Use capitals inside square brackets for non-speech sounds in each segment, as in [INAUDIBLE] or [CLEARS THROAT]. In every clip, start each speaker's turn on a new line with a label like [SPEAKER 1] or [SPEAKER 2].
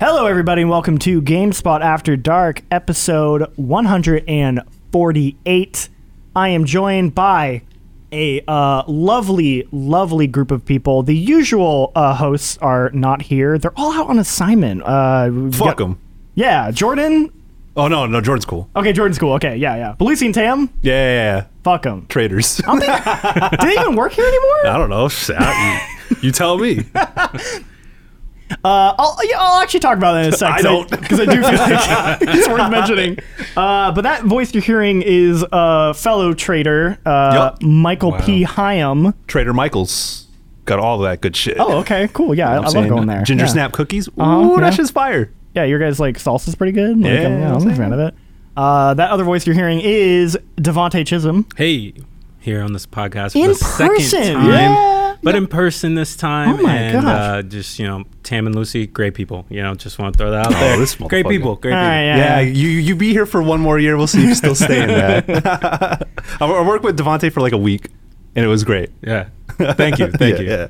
[SPEAKER 1] Hello, everybody, and welcome to GameSpot After Dark, episode 148. I am joined by a uh, lovely, lovely group of people. The usual uh, hosts are not here; they're all out on assignment. Uh, we've
[SPEAKER 2] Fuck
[SPEAKER 1] got-
[SPEAKER 2] them.
[SPEAKER 1] Yeah, Jordan.
[SPEAKER 2] Oh no, no, Jordan's cool.
[SPEAKER 1] Okay, Jordan's cool. Okay, yeah, yeah. Belusi and Tam.
[SPEAKER 2] Yeah, yeah, yeah.
[SPEAKER 1] Fuck them. [LAUGHS]
[SPEAKER 2] traitors.
[SPEAKER 1] Do they even work here anymore?
[SPEAKER 2] I don't know. Shit, I- you, you tell
[SPEAKER 1] [LAUGHS]
[SPEAKER 2] me.
[SPEAKER 1] I'll, yeah, I'll actually talk about that in a second.
[SPEAKER 2] [LAUGHS] I
[SPEAKER 1] [LAUGHS]
[SPEAKER 2] don't.
[SPEAKER 1] because I do feel
[SPEAKER 2] [LAUGHS]
[SPEAKER 1] like it's worth mentioning. Uh, but that voice you're hearing is uh, fellow trader uh,
[SPEAKER 2] Yup.
[SPEAKER 1] Michael P. Hyam.
[SPEAKER 2] Traitor Michael's got all that good shit.
[SPEAKER 1] Oh, okay, cool. Yeah, I, I love going there.
[SPEAKER 2] Ginger
[SPEAKER 1] yeah. Uh-huh,
[SPEAKER 2] snap cookies. Ooh,
[SPEAKER 1] yeah.
[SPEAKER 2] that shit's fire.
[SPEAKER 1] Yeah, your guys like salsa's pretty good. Like,
[SPEAKER 2] Yeah,
[SPEAKER 1] I'm, yeah,
[SPEAKER 2] I'm
[SPEAKER 1] I'm a
[SPEAKER 2] saying.
[SPEAKER 1] fan of it. Uh, that other voice you're hearing is Devonte Chisholm.
[SPEAKER 3] hey here on this podcast for
[SPEAKER 1] In
[SPEAKER 3] the
[SPEAKER 1] person,
[SPEAKER 3] second time,
[SPEAKER 1] yeah,
[SPEAKER 3] but in person this time.
[SPEAKER 1] Oh my
[SPEAKER 3] and,
[SPEAKER 1] gosh.
[SPEAKER 3] Uh, just you know, Tam and Lucy, great people. You know, just want to throw that out
[SPEAKER 2] Oh,
[SPEAKER 3] there.
[SPEAKER 2] this
[SPEAKER 3] great
[SPEAKER 2] motherfucker.
[SPEAKER 3] people, great people.
[SPEAKER 1] All right,
[SPEAKER 2] Yeah,
[SPEAKER 1] Ah, yeah.
[SPEAKER 2] you you be here for one more year. We'll see if you still stay in that.
[SPEAKER 1] [LAUGHS]
[SPEAKER 2] [LAUGHS] I, I worked with Devontae for like a week, and it was great.
[SPEAKER 3] yeah. Thank you,
[SPEAKER 2] [LAUGHS]
[SPEAKER 3] thank
[SPEAKER 2] Yeah,
[SPEAKER 3] you.
[SPEAKER 2] yeah.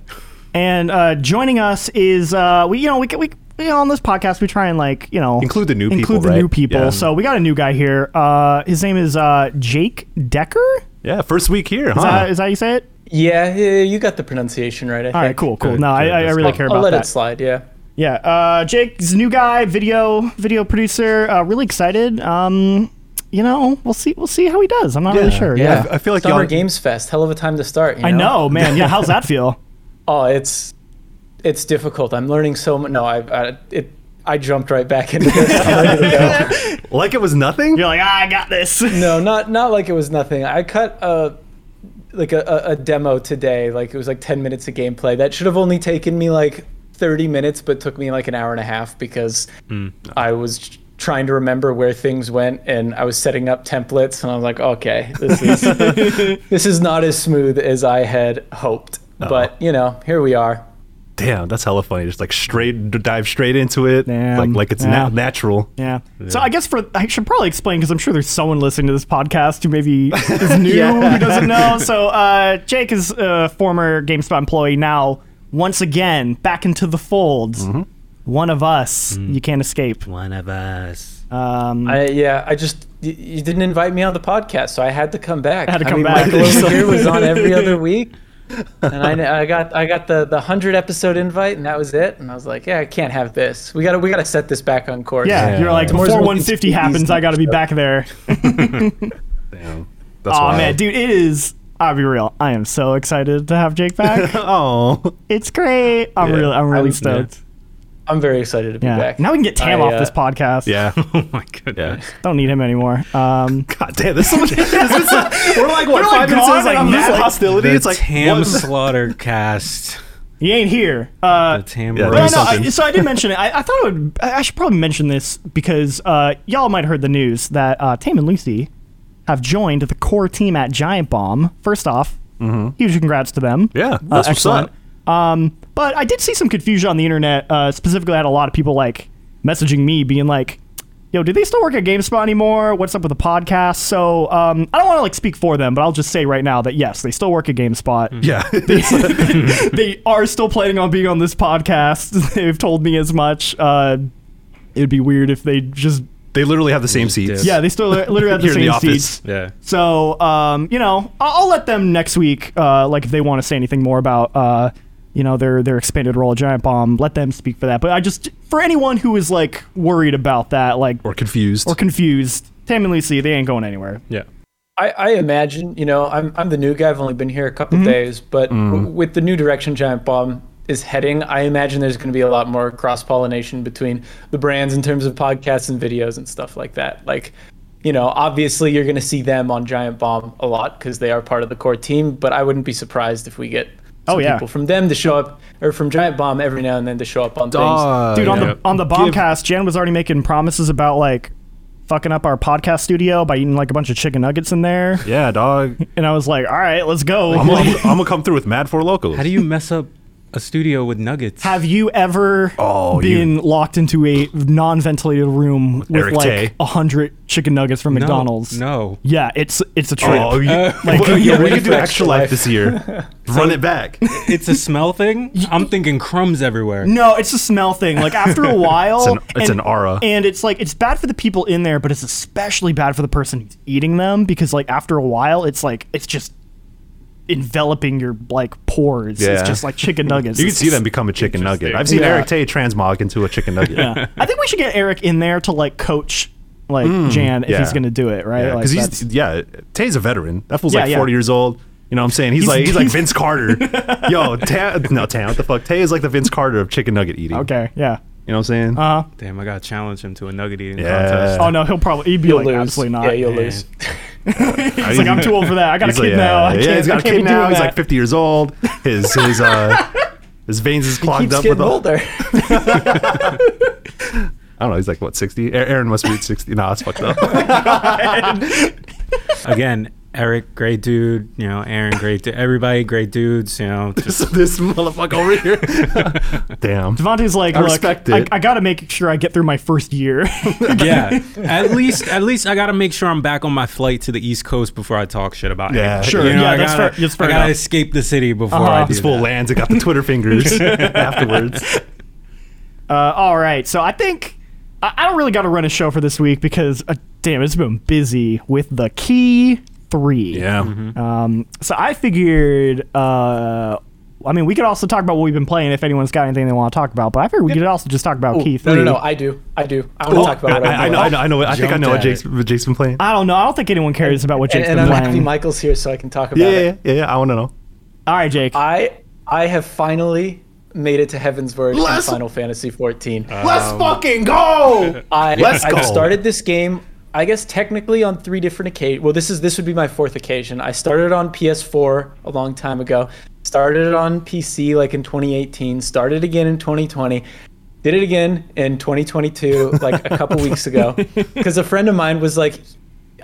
[SPEAKER 1] And uh, joining us is uh, we you know we we. You know, on this podcast, we try and like you know
[SPEAKER 2] Include the new
[SPEAKER 1] include
[SPEAKER 2] people,
[SPEAKER 1] the
[SPEAKER 2] right?
[SPEAKER 1] new people.
[SPEAKER 2] Yeah.
[SPEAKER 1] So we got a new guy here. Uh, his name is uh, Jake Decker.
[SPEAKER 2] Yeah, first week here, huh?
[SPEAKER 1] Is, that, is that how you say it?
[SPEAKER 4] Yeah, yeah, you got the pronunciation right. I
[SPEAKER 1] All
[SPEAKER 4] think.
[SPEAKER 1] right, cool, cool.
[SPEAKER 3] Good,
[SPEAKER 1] no, I,
[SPEAKER 3] good.
[SPEAKER 1] I I really
[SPEAKER 4] I'll,
[SPEAKER 1] care
[SPEAKER 4] I'll
[SPEAKER 1] about
[SPEAKER 4] let
[SPEAKER 1] that.
[SPEAKER 4] it slide. Yeah.
[SPEAKER 1] Yeah, uh, Jake's new guy, video video producer. Uh, really excited. Um, you know, we'll see we'll see how he does. I'm not really sure. Yeah,
[SPEAKER 2] I- I feel like
[SPEAKER 4] Summer
[SPEAKER 2] y'all-
[SPEAKER 4] Games Fest, hell of a time to start. You
[SPEAKER 1] I know, man. Yeah, how's
[SPEAKER 2] [LAUGHS]
[SPEAKER 1] that feel?
[SPEAKER 4] Oh, it's it's difficult. I'm learning so much. No, I, I it I jumped right back into [LAUGHS] this. I'm ready to go.
[SPEAKER 2] like it was nothing.
[SPEAKER 1] You're like, ah, I got this.
[SPEAKER 4] No, not not like it was nothing. I cut a like a, a, a demo today. Like it was like 10 minutes of gameplay. That should have only taken me like 30 minutes, but took me like an hour and a half because I was tr- trying to remember where things went and I was setting up templates and I was like, okay, this is this is not as smooth as I had hoped. But you know, here we are.
[SPEAKER 2] Damn, that's hella funny. Just like straight dive straight into it,
[SPEAKER 1] Damn.
[SPEAKER 2] like like it's
[SPEAKER 1] Yeah.
[SPEAKER 2] na- natural.
[SPEAKER 1] Yeah. So I guess for I should probably explain because I'm sure there's someone listening to this podcast who maybe is new who doesn't know. So uh, Jake is a former GameSpot employee now once again back into the fold. One of us. You can't escape.
[SPEAKER 3] One of us.
[SPEAKER 2] Uh,
[SPEAKER 1] Um,
[SPEAKER 4] I, yeah, I just y- you didn't invite me on the podcast, so I had to come back. I
[SPEAKER 1] had to come
[SPEAKER 4] mean,
[SPEAKER 1] back. [LAUGHS]
[SPEAKER 4] Michael over here was on every other week, and I, I got I got the the hundred episode invite, and that was it. And I was like, yeah, I can't have this. We gotta we gotta set this back on course.
[SPEAKER 1] yeah,
[SPEAKER 2] Yeah.
[SPEAKER 1] you're like
[SPEAKER 4] Tomorrow's
[SPEAKER 1] before
[SPEAKER 4] gonna
[SPEAKER 1] 150
[SPEAKER 4] be speakeasy.
[SPEAKER 1] happens, I got to be back there.
[SPEAKER 2] Damn, that's
[SPEAKER 1] Oh
[SPEAKER 2] wild.
[SPEAKER 1] man, dude, it is. I'll be real. I am so excited to have Jake
[SPEAKER 2] [LAUGHS]
[SPEAKER 1] back. [LAUGHS]
[SPEAKER 2] [LAUGHS] Oh,
[SPEAKER 1] it's great. I'm
[SPEAKER 2] Yeah.
[SPEAKER 1] really, I'm really
[SPEAKER 4] I'm-
[SPEAKER 1] stoked.
[SPEAKER 4] I'm very excited to be
[SPEAKER 1] Yeah.
[SPEAKER 4] back.
[SPEAKER 1] Now we can get Tam
[SPEAKER 4] I,
[SPEAKER 1] off
[SPEAKER 4] uh,
[SPEAKER 1] this podcast.
[SPEAKER 2] yeah.
[SPEAKER 3] [LAUGHS] Oh my goodness.
[SPEAKER 1] Don't need him anymore. Um,
[SPEAKER 2] God damn, this is, [LAUGHS] this is
[SPEAKER 1] [LAUGHS]
[SPEAKER 2] we're like
[SPEAKER 1] They're,
[SPEAKER 2] what
[SPEAKER 1] like,
[SPEAKER 2] five minutes
[SPEAKER 1] gone
[SPEAKER 2] in, like
[SPEAKER 1] and I'm
[SPEAKER 2] this
[SPEAKER 1] just like-
[SPEAKER 2] hostility.
[SPEAKER 3] The
[SPEAKER 2] it's like
[SPEAKER 3] Tam
[SPEAKER 2] what-
[SPEAKER 3] Slaughter cast.
[SPEAKER 1] he ain't here. [LAUGHS] Uh,
[SPEAKER 3] The Tam
[SPEAKER 2] Yeah,
[SPEAKER 3] yeah,
[SPEAKER 2] do
[SPEAKER 1] but I know, I-
[SPEAKER 2] something.
[SPEAKER 1] so I did mention it. I, I thought I would. I I should probably mention this because uh, y'all might have heard the news that uh, Tame and Lucy have joined the core team at Giant Bomb. First off, huge congrats to them.
[SPEAKER 2] Mm-hmm. Yeah, that's
[SPEAKER 1] uh,
[SPEAKER 2] what's
[SPEAKER 1] excellent.
[SPEAKER 2] up.
[SPEAKER 1] Um, but I did see some confusion on the internet. Uh, specifically, I had a lot of people like messaging me, being like, "Yo, do they still work at GameSpot anymore? What's up with the podcast?" So um, I don't want to like speak for them, but I'll just say right now that yes, they still work at GameSpot. [LAUGHS]
[SPEAKER 2] Yeah, It's like-
[SPEAKER 1] they are still planning on being on this podcast. [LAUGHS] They've told me as much. Uh, it'd be weird if they just
[SPEAKER 2] they literally have the same seats.
[SPEAKER 3] did.
[SPEAKER 1] yeah, they still literally
[SPEAKER 2] [LAUGHS]
[SPEAKER 1] have the
[SPEAKER 2] Here in
[SPEAKER 1] same
[SPEAKER 2] the office.
[SPEAKER 1] seats.
[SPEAKER 3] Yeah.
[SPEAKER 1] So, um, you know, I'll, I'll let them next week. Uh, like if they want to say anything more about, uh, you know, their their expanded role at Giant Bomb, let them speak for that. But I just for anyone who is like worried about that, like
[SPEAKER 2] or confused.
[SPEAKER 1] or confused, Tam and Lucy, they ain't going anywhere.
[SPEAKER 3] Yeah.
[SPEAKER 4] I, I imagine, you know, I'm, I'm the new guy. I've only been here a couple
[SPEAKER 2] Mm-hmm.
[SPEAKER 4] days, but w- with the new direction Giant Bomb is heading, I imagine there's going to be a lot more cross pollination between the brands in terms of podcasts and videos and stuff like that. Like, you know, obviously you're going to see them on Giant Bomb a lot because they are part of the core team, but I wouldn't be surprised if we get some
[SPEAKER 1] Oh, yeah.
[SPEAKER 4] people from them to show up or from Giant Bomb every now and then to show up on things.
[SPEAKER 2] Ah,
[SPEAKER 1] Dude, on
[SPEAKER 2] yeah.
[SPEAKER 1] the on the bombcast, Jan was already making promises about like fucking up our podcast studio by eating like a bunch of chicken nuggets in there.
[SPEAKER 2] Yeah, dog.
[SPEAKER 1] [LAUGHS] And I was like, all right, let's go.
[SPEAKER 2] I'm gonna, I'm gonna come through with Mad Four Locals.
[SPEAKER 3] How do you mess up a studio with nuggets?
[SPEAKER 1] Have you ever
[SPEAKER 2] Oh,
[SPEAKER 1] been
[SPEAKER 2] you-
[SPEAKER 1] locked into a non-ventilated room with
[SPEAKER 2] Eric Tay.
[SPEAKER 1] like a hundred chicken nuggets from
[SPEAKER 3] No,
[SPEAKER 1] McDonald's?
[SPEAKER 3] No. Uh,
[SPEAKER 1] Yeah, it's it's a trip.
[SPEAKER 2] Oh, you, [LAUGHS]
[SPEAKER 1] Uh, like, you're
[SPEAKER 2] well, yeah, we
[SPEAKER 4] ready
[SPEAKER 2] could do
[SPEAKER 4] for
[SPEAKER 2] extra
[SPEAKER 4] Extra
[SPEAKER 2] life
[SPEAKER 4] Life.
[SPEAKER 2] this year. Run it back.
[SPEAKER 3] It's a
[SPEAKER 1] [LAUGHS]
[SPEAKER 3] smell thing. I'm thinking crumbs everywhere.
[SPEAKER 1] [LAUGHS] No, it's a smell thing. Like after
[SPEAKER 2] [LAUGHS]
[SPEAKER 1] a while,
[SPEAKER 2] It's an- it's an aura.
[SPEAKER 1] and it's like it's bad for the people in there, but it's especially bad for the person who's eating them because like after a while, it's like it's just enveloping your like pores.
[SPEAKER 2] Yeah.
[SPEAKER 1] It's just like
[SPEAKER 2] [LAUGHS]
[SPEAKER 1] chicken nuggets.
[SPEAKER 2] You can
[SPEAKER 1] It's
[SPEAKER 2] see them become a chicken nugget.
[SPEAKER 3] Interesting.
[SPEAKER 2] I've seen
[SPEAKER 4] Yeah.
[SPEAKER 2] Eric Tay transmog into a chicken nugget.
[SPEAKER 1] Yeah. I think we should get Eric in there to like coach like Jan if
[SPEAKER 2] Mm, yeah.
[SPEAKER 1] he's gonna do it, right?
[SPEAKER 2] Yeah,
[SPEAKER 1] like,
[SPEAKER 2] 'cause
[SPEAKER 1] that's-
[SPEAKER 2] he's yeah, Tay's a veteran. That fool's
[SPEAKER 1] Yeah,
[SPEAKER 2] like
[SPEAKER 1] yeah.
[SPEAKER 2] forty years old. You know what I'm saying? He's,
[SPEAKER 1] He's-
[SPEAKER 2] like he's
[SPEAKER 1] [LAUGHS]
[SPEAKER 2] like Vince Carter. Yo, Tam, no Tam, what the fuck? Tay is like the Vince Carter of chicken nugget eating.
[SPEAKER 1] okay, yeah.
[SPEAKER 2] you know what I'm saying?
[SPEAKER 1] Uh huh.
[SPEAKER 3] Damn, I gotta challenge him to a nugget eating
[SPEAKER 2] Yeah.
[SPEAKER 3] contest.
[SPEAKER 1] Oh no, he'll probably he'd be
[SPEAKER 4] You'll
[SPEAKER 1] like
[SPEAKER 4] lose.
[SPEAKER 1] absolutely not.
[SPEAKER 4] Yeah, you'll
[SPEAKER 2] [LAUGHS]
[SPEAKER 3] Man.
[SPEAKER 4] lose.
[SPEAKER 1] [LAUGHS] he's like I'm too old for that. I got a
[SPEAKER 2] He's
[SPEAKER 1] kid
[SPEAKER 2] like,
[SPEAKER 1] now. I
[SPEAKER 2] Yeah,
[SPEAKER 1] can't,
[SPEAKER 2] yeah, he's got
[SPEAKER 1] I
[SPEAKER 2] a
[SPEAKER 1] can't
[SPEAKER 2] kid
[SPEAKER 1] be
[SPEAKER 2] now.
[SPEAKER 1] doing
[SPEAKER 2] He's
[SPEAKER 1] that.
[SPEAKER 2] like fifty years old.
[SPEAKER 1] [LAUGHS]
[SPEAKER 2] His his uh his veins is clogged
[SPEAKER 4] Keeps
[SPEAKER 2] up with
[SPEAKER 4] getting
[SPEAKER 2] all, [LAUGHS]
[SPEAKER 4] older.
[SPEAKER 2] I don't know. He's like what sixty? Aaron must be sixty. Nah, that's fucked up.
[SPEAKER 1] [LAUGHS]
[SPEAKER 2] [LAUGHS]
[SPEAKER 3] Again, Eric, great dude. You know, Aaron, great dude. Everybody, great dudes. You know, just
[SPEAKER 2] this, this motherfucker over here. [LAUGHS] Damn.
[SPEAKER 1] Devontae's like,
[SPEAKER 2] I
[SPEAKER 1] look,
[SPEAKER 2] respect
[SPEAKER 1] I,
[SPEAKER 2] it.
[SPEAKER 1] I got to make sure I get through my first
[SPEAKER 2] [LAUGHS]
[SPEAKER 1] year. [LAUGHS]
[SPEAKER 3] yeah. At least, at least I gotta make sure I'm back on my flight to the East Coast before I talk shit about
[SPEAKER 2] Yeah.
[SPEAKER 3] Eric.
[SPEAKER 2] Sure.
[SPEAKER 3] You know,
[SPEAKER 1] Yeah,
[SPEAKER 3] I
[SPEAKER 1] that's
[SPEAKER 3] gotta,
[SPEAKER 1] fair- that's fair
[SPEAKER 3] I gotta
[SPEAKER 1] enough.
[SPEAKER 3] escape the city before
[SPEAKER 1] Uh-huh.
[SPEAKER 3] I do
[SPEAKER 1] This
[SPEAKER 2] This fool
[SPEAKER 3] that.
[SPEAKER 2] lands and got the
[SPEAKER 1] [LAUGHS]
[SPEAKER 2] Twitter fingers afterwards.
[SPEAKER 1] uh, all right, so I think I, I don't really got to run a show for this week because uh, damn, it's been busy with the key three.
[SPEAKER 2] Mm-hmm.
[SPEAKER 1] Um, so I figured, uh, I mean, we could also talk about what we've been playing if anyone's got anything they want to talk about. But I figured we could also just talk about key
[SPEAKER 4] no,
[SPEAKER 1] three.
[SPEAKER 4] no, no. I do. I do. I want to
[SPEAKER 2] Well,
[SPEAKER 4] talk about what
[SPEAKER 2] Oh, I, I
[SPEAKER 4] I'm
[SPEAKER 2] know,
[SPEAKER 4] doing.
[SPEAKER 2] I know, I know. I think I
[SPEAKER 3] Jumped
[SPEAKER 2] know what
[SPEAKER 3] at
[SPEAKER 2] Jake's, what Jake's been playing.
[SPEAKER 1] I don't know. I don't think anyone cares about what
[SPEAKER 4] And,
[SPEAKER 1] Jake's
[SPEAKER 4] and
[SPEAKER 1] been
[SPEAKER 4] I'm
[SPEAKER 1] playing.
[SPEAKER 4] happy Michael's here so I can talk about
[SPEAKER 2] yeah, yeah,
[SPEAKER 4] it.
[SPEAKER 2] yeah, yeah, yeah. I want to know.
[SPEAKER 1] All right, Jake.
[SPEAKER 4] I I have finally made it to Heaven's Verge in
[SPEAKER 2] Let's-
[SPEAKER 4] Final Fantasy 14.
[SPEAKER 2] Let's fucking go. [LAUGHS]
[SPEAKER 4] I,
[SPEAKER 2] Let's go.
[SPEAKER 4] I've started this game, I guess technically on three different occasions. Well, this is this would be my fourth occasion. I started on PS4 a long time ago. Started it on PC like in 2018. Started again in 2020. Did it again in 2022, like a couple
[SPEAKER 2] [LAUGHS]
[SPEAKER 4] weeks ago, because a friend of mine was like,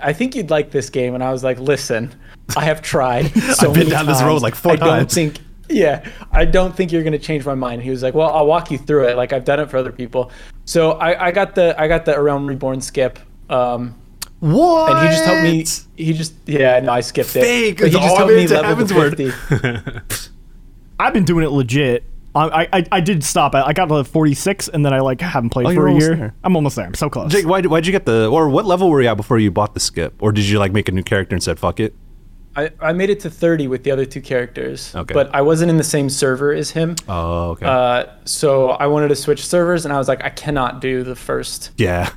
[SPEAKER 4] "I think you'd like this game," and I was like, "Listen, I
[SPEAKER 2] [LAUGHS]
[SPEAKER 4] have tried. So
[SPEAKER 2] I've been
[SPEAKER 4] many
[SPEAKER 2] down this road,
[SPEAKER 4] times.
[SPEAKER 2] like, four
[SPEAKER 4] I
[SPEAKER 2] times."
[SPEAKER 4] Don't think think- yeah, I don't think you're gonna change my mind. He was like, well, I'll walk you through it. Like I've done it for other people. So I, I got the I got the Realm Reborn skip. Um,
[SPEAKER 2] What?
[SPEAKER 4] and he just helped me. He just yeah, no, I skipped it.
[SPEAKER 2] Fake.
[SPEAKER 4] But he
[SPEAKER 2] It's
[SPEAKER 4] just
[SPEAKER 2] all
[SPEAKER 4] helped
[SPEAKER 2] made
[SPEAKER 4] me
[SPEAKER 2] to
[SPEAKER 4] level to
[SPEAKER 2] Heavensward. [LAUGHS]
[SPEAKER 4] 50.
[SPEAKER 1] I've been doing it legit. I, I, I did stop. I, I got to 46, and then I like haven't
[SPEAKER 4] Oh,
[SPEAKER 1] played
[SPEAKER 2] you're
[SPEAKER 1] for a
[SPEAKER 2] almost
[SPEAKER 1] year.
[SPEAKER 2] there.
[SPEAKER 1] I'm almost there. I'm so close.
[SPEAKER 2] Jake, why, why'd you get the or what level were you at before you bought the skip, or did you like make a new character and said fuck it?
[SPEAKER 4] I, I made it to 30 with the other two characters.
[SPEAKER 2] Okay.
[SPEAKER 4] But I wasn't in the same server as him.
[SPEAKER 2] Oh, okay.
[SPEAKER 4] Uh, so I wanted to switch servers, and I was like, I cannot do the first
[SPEAKER 2] yeah,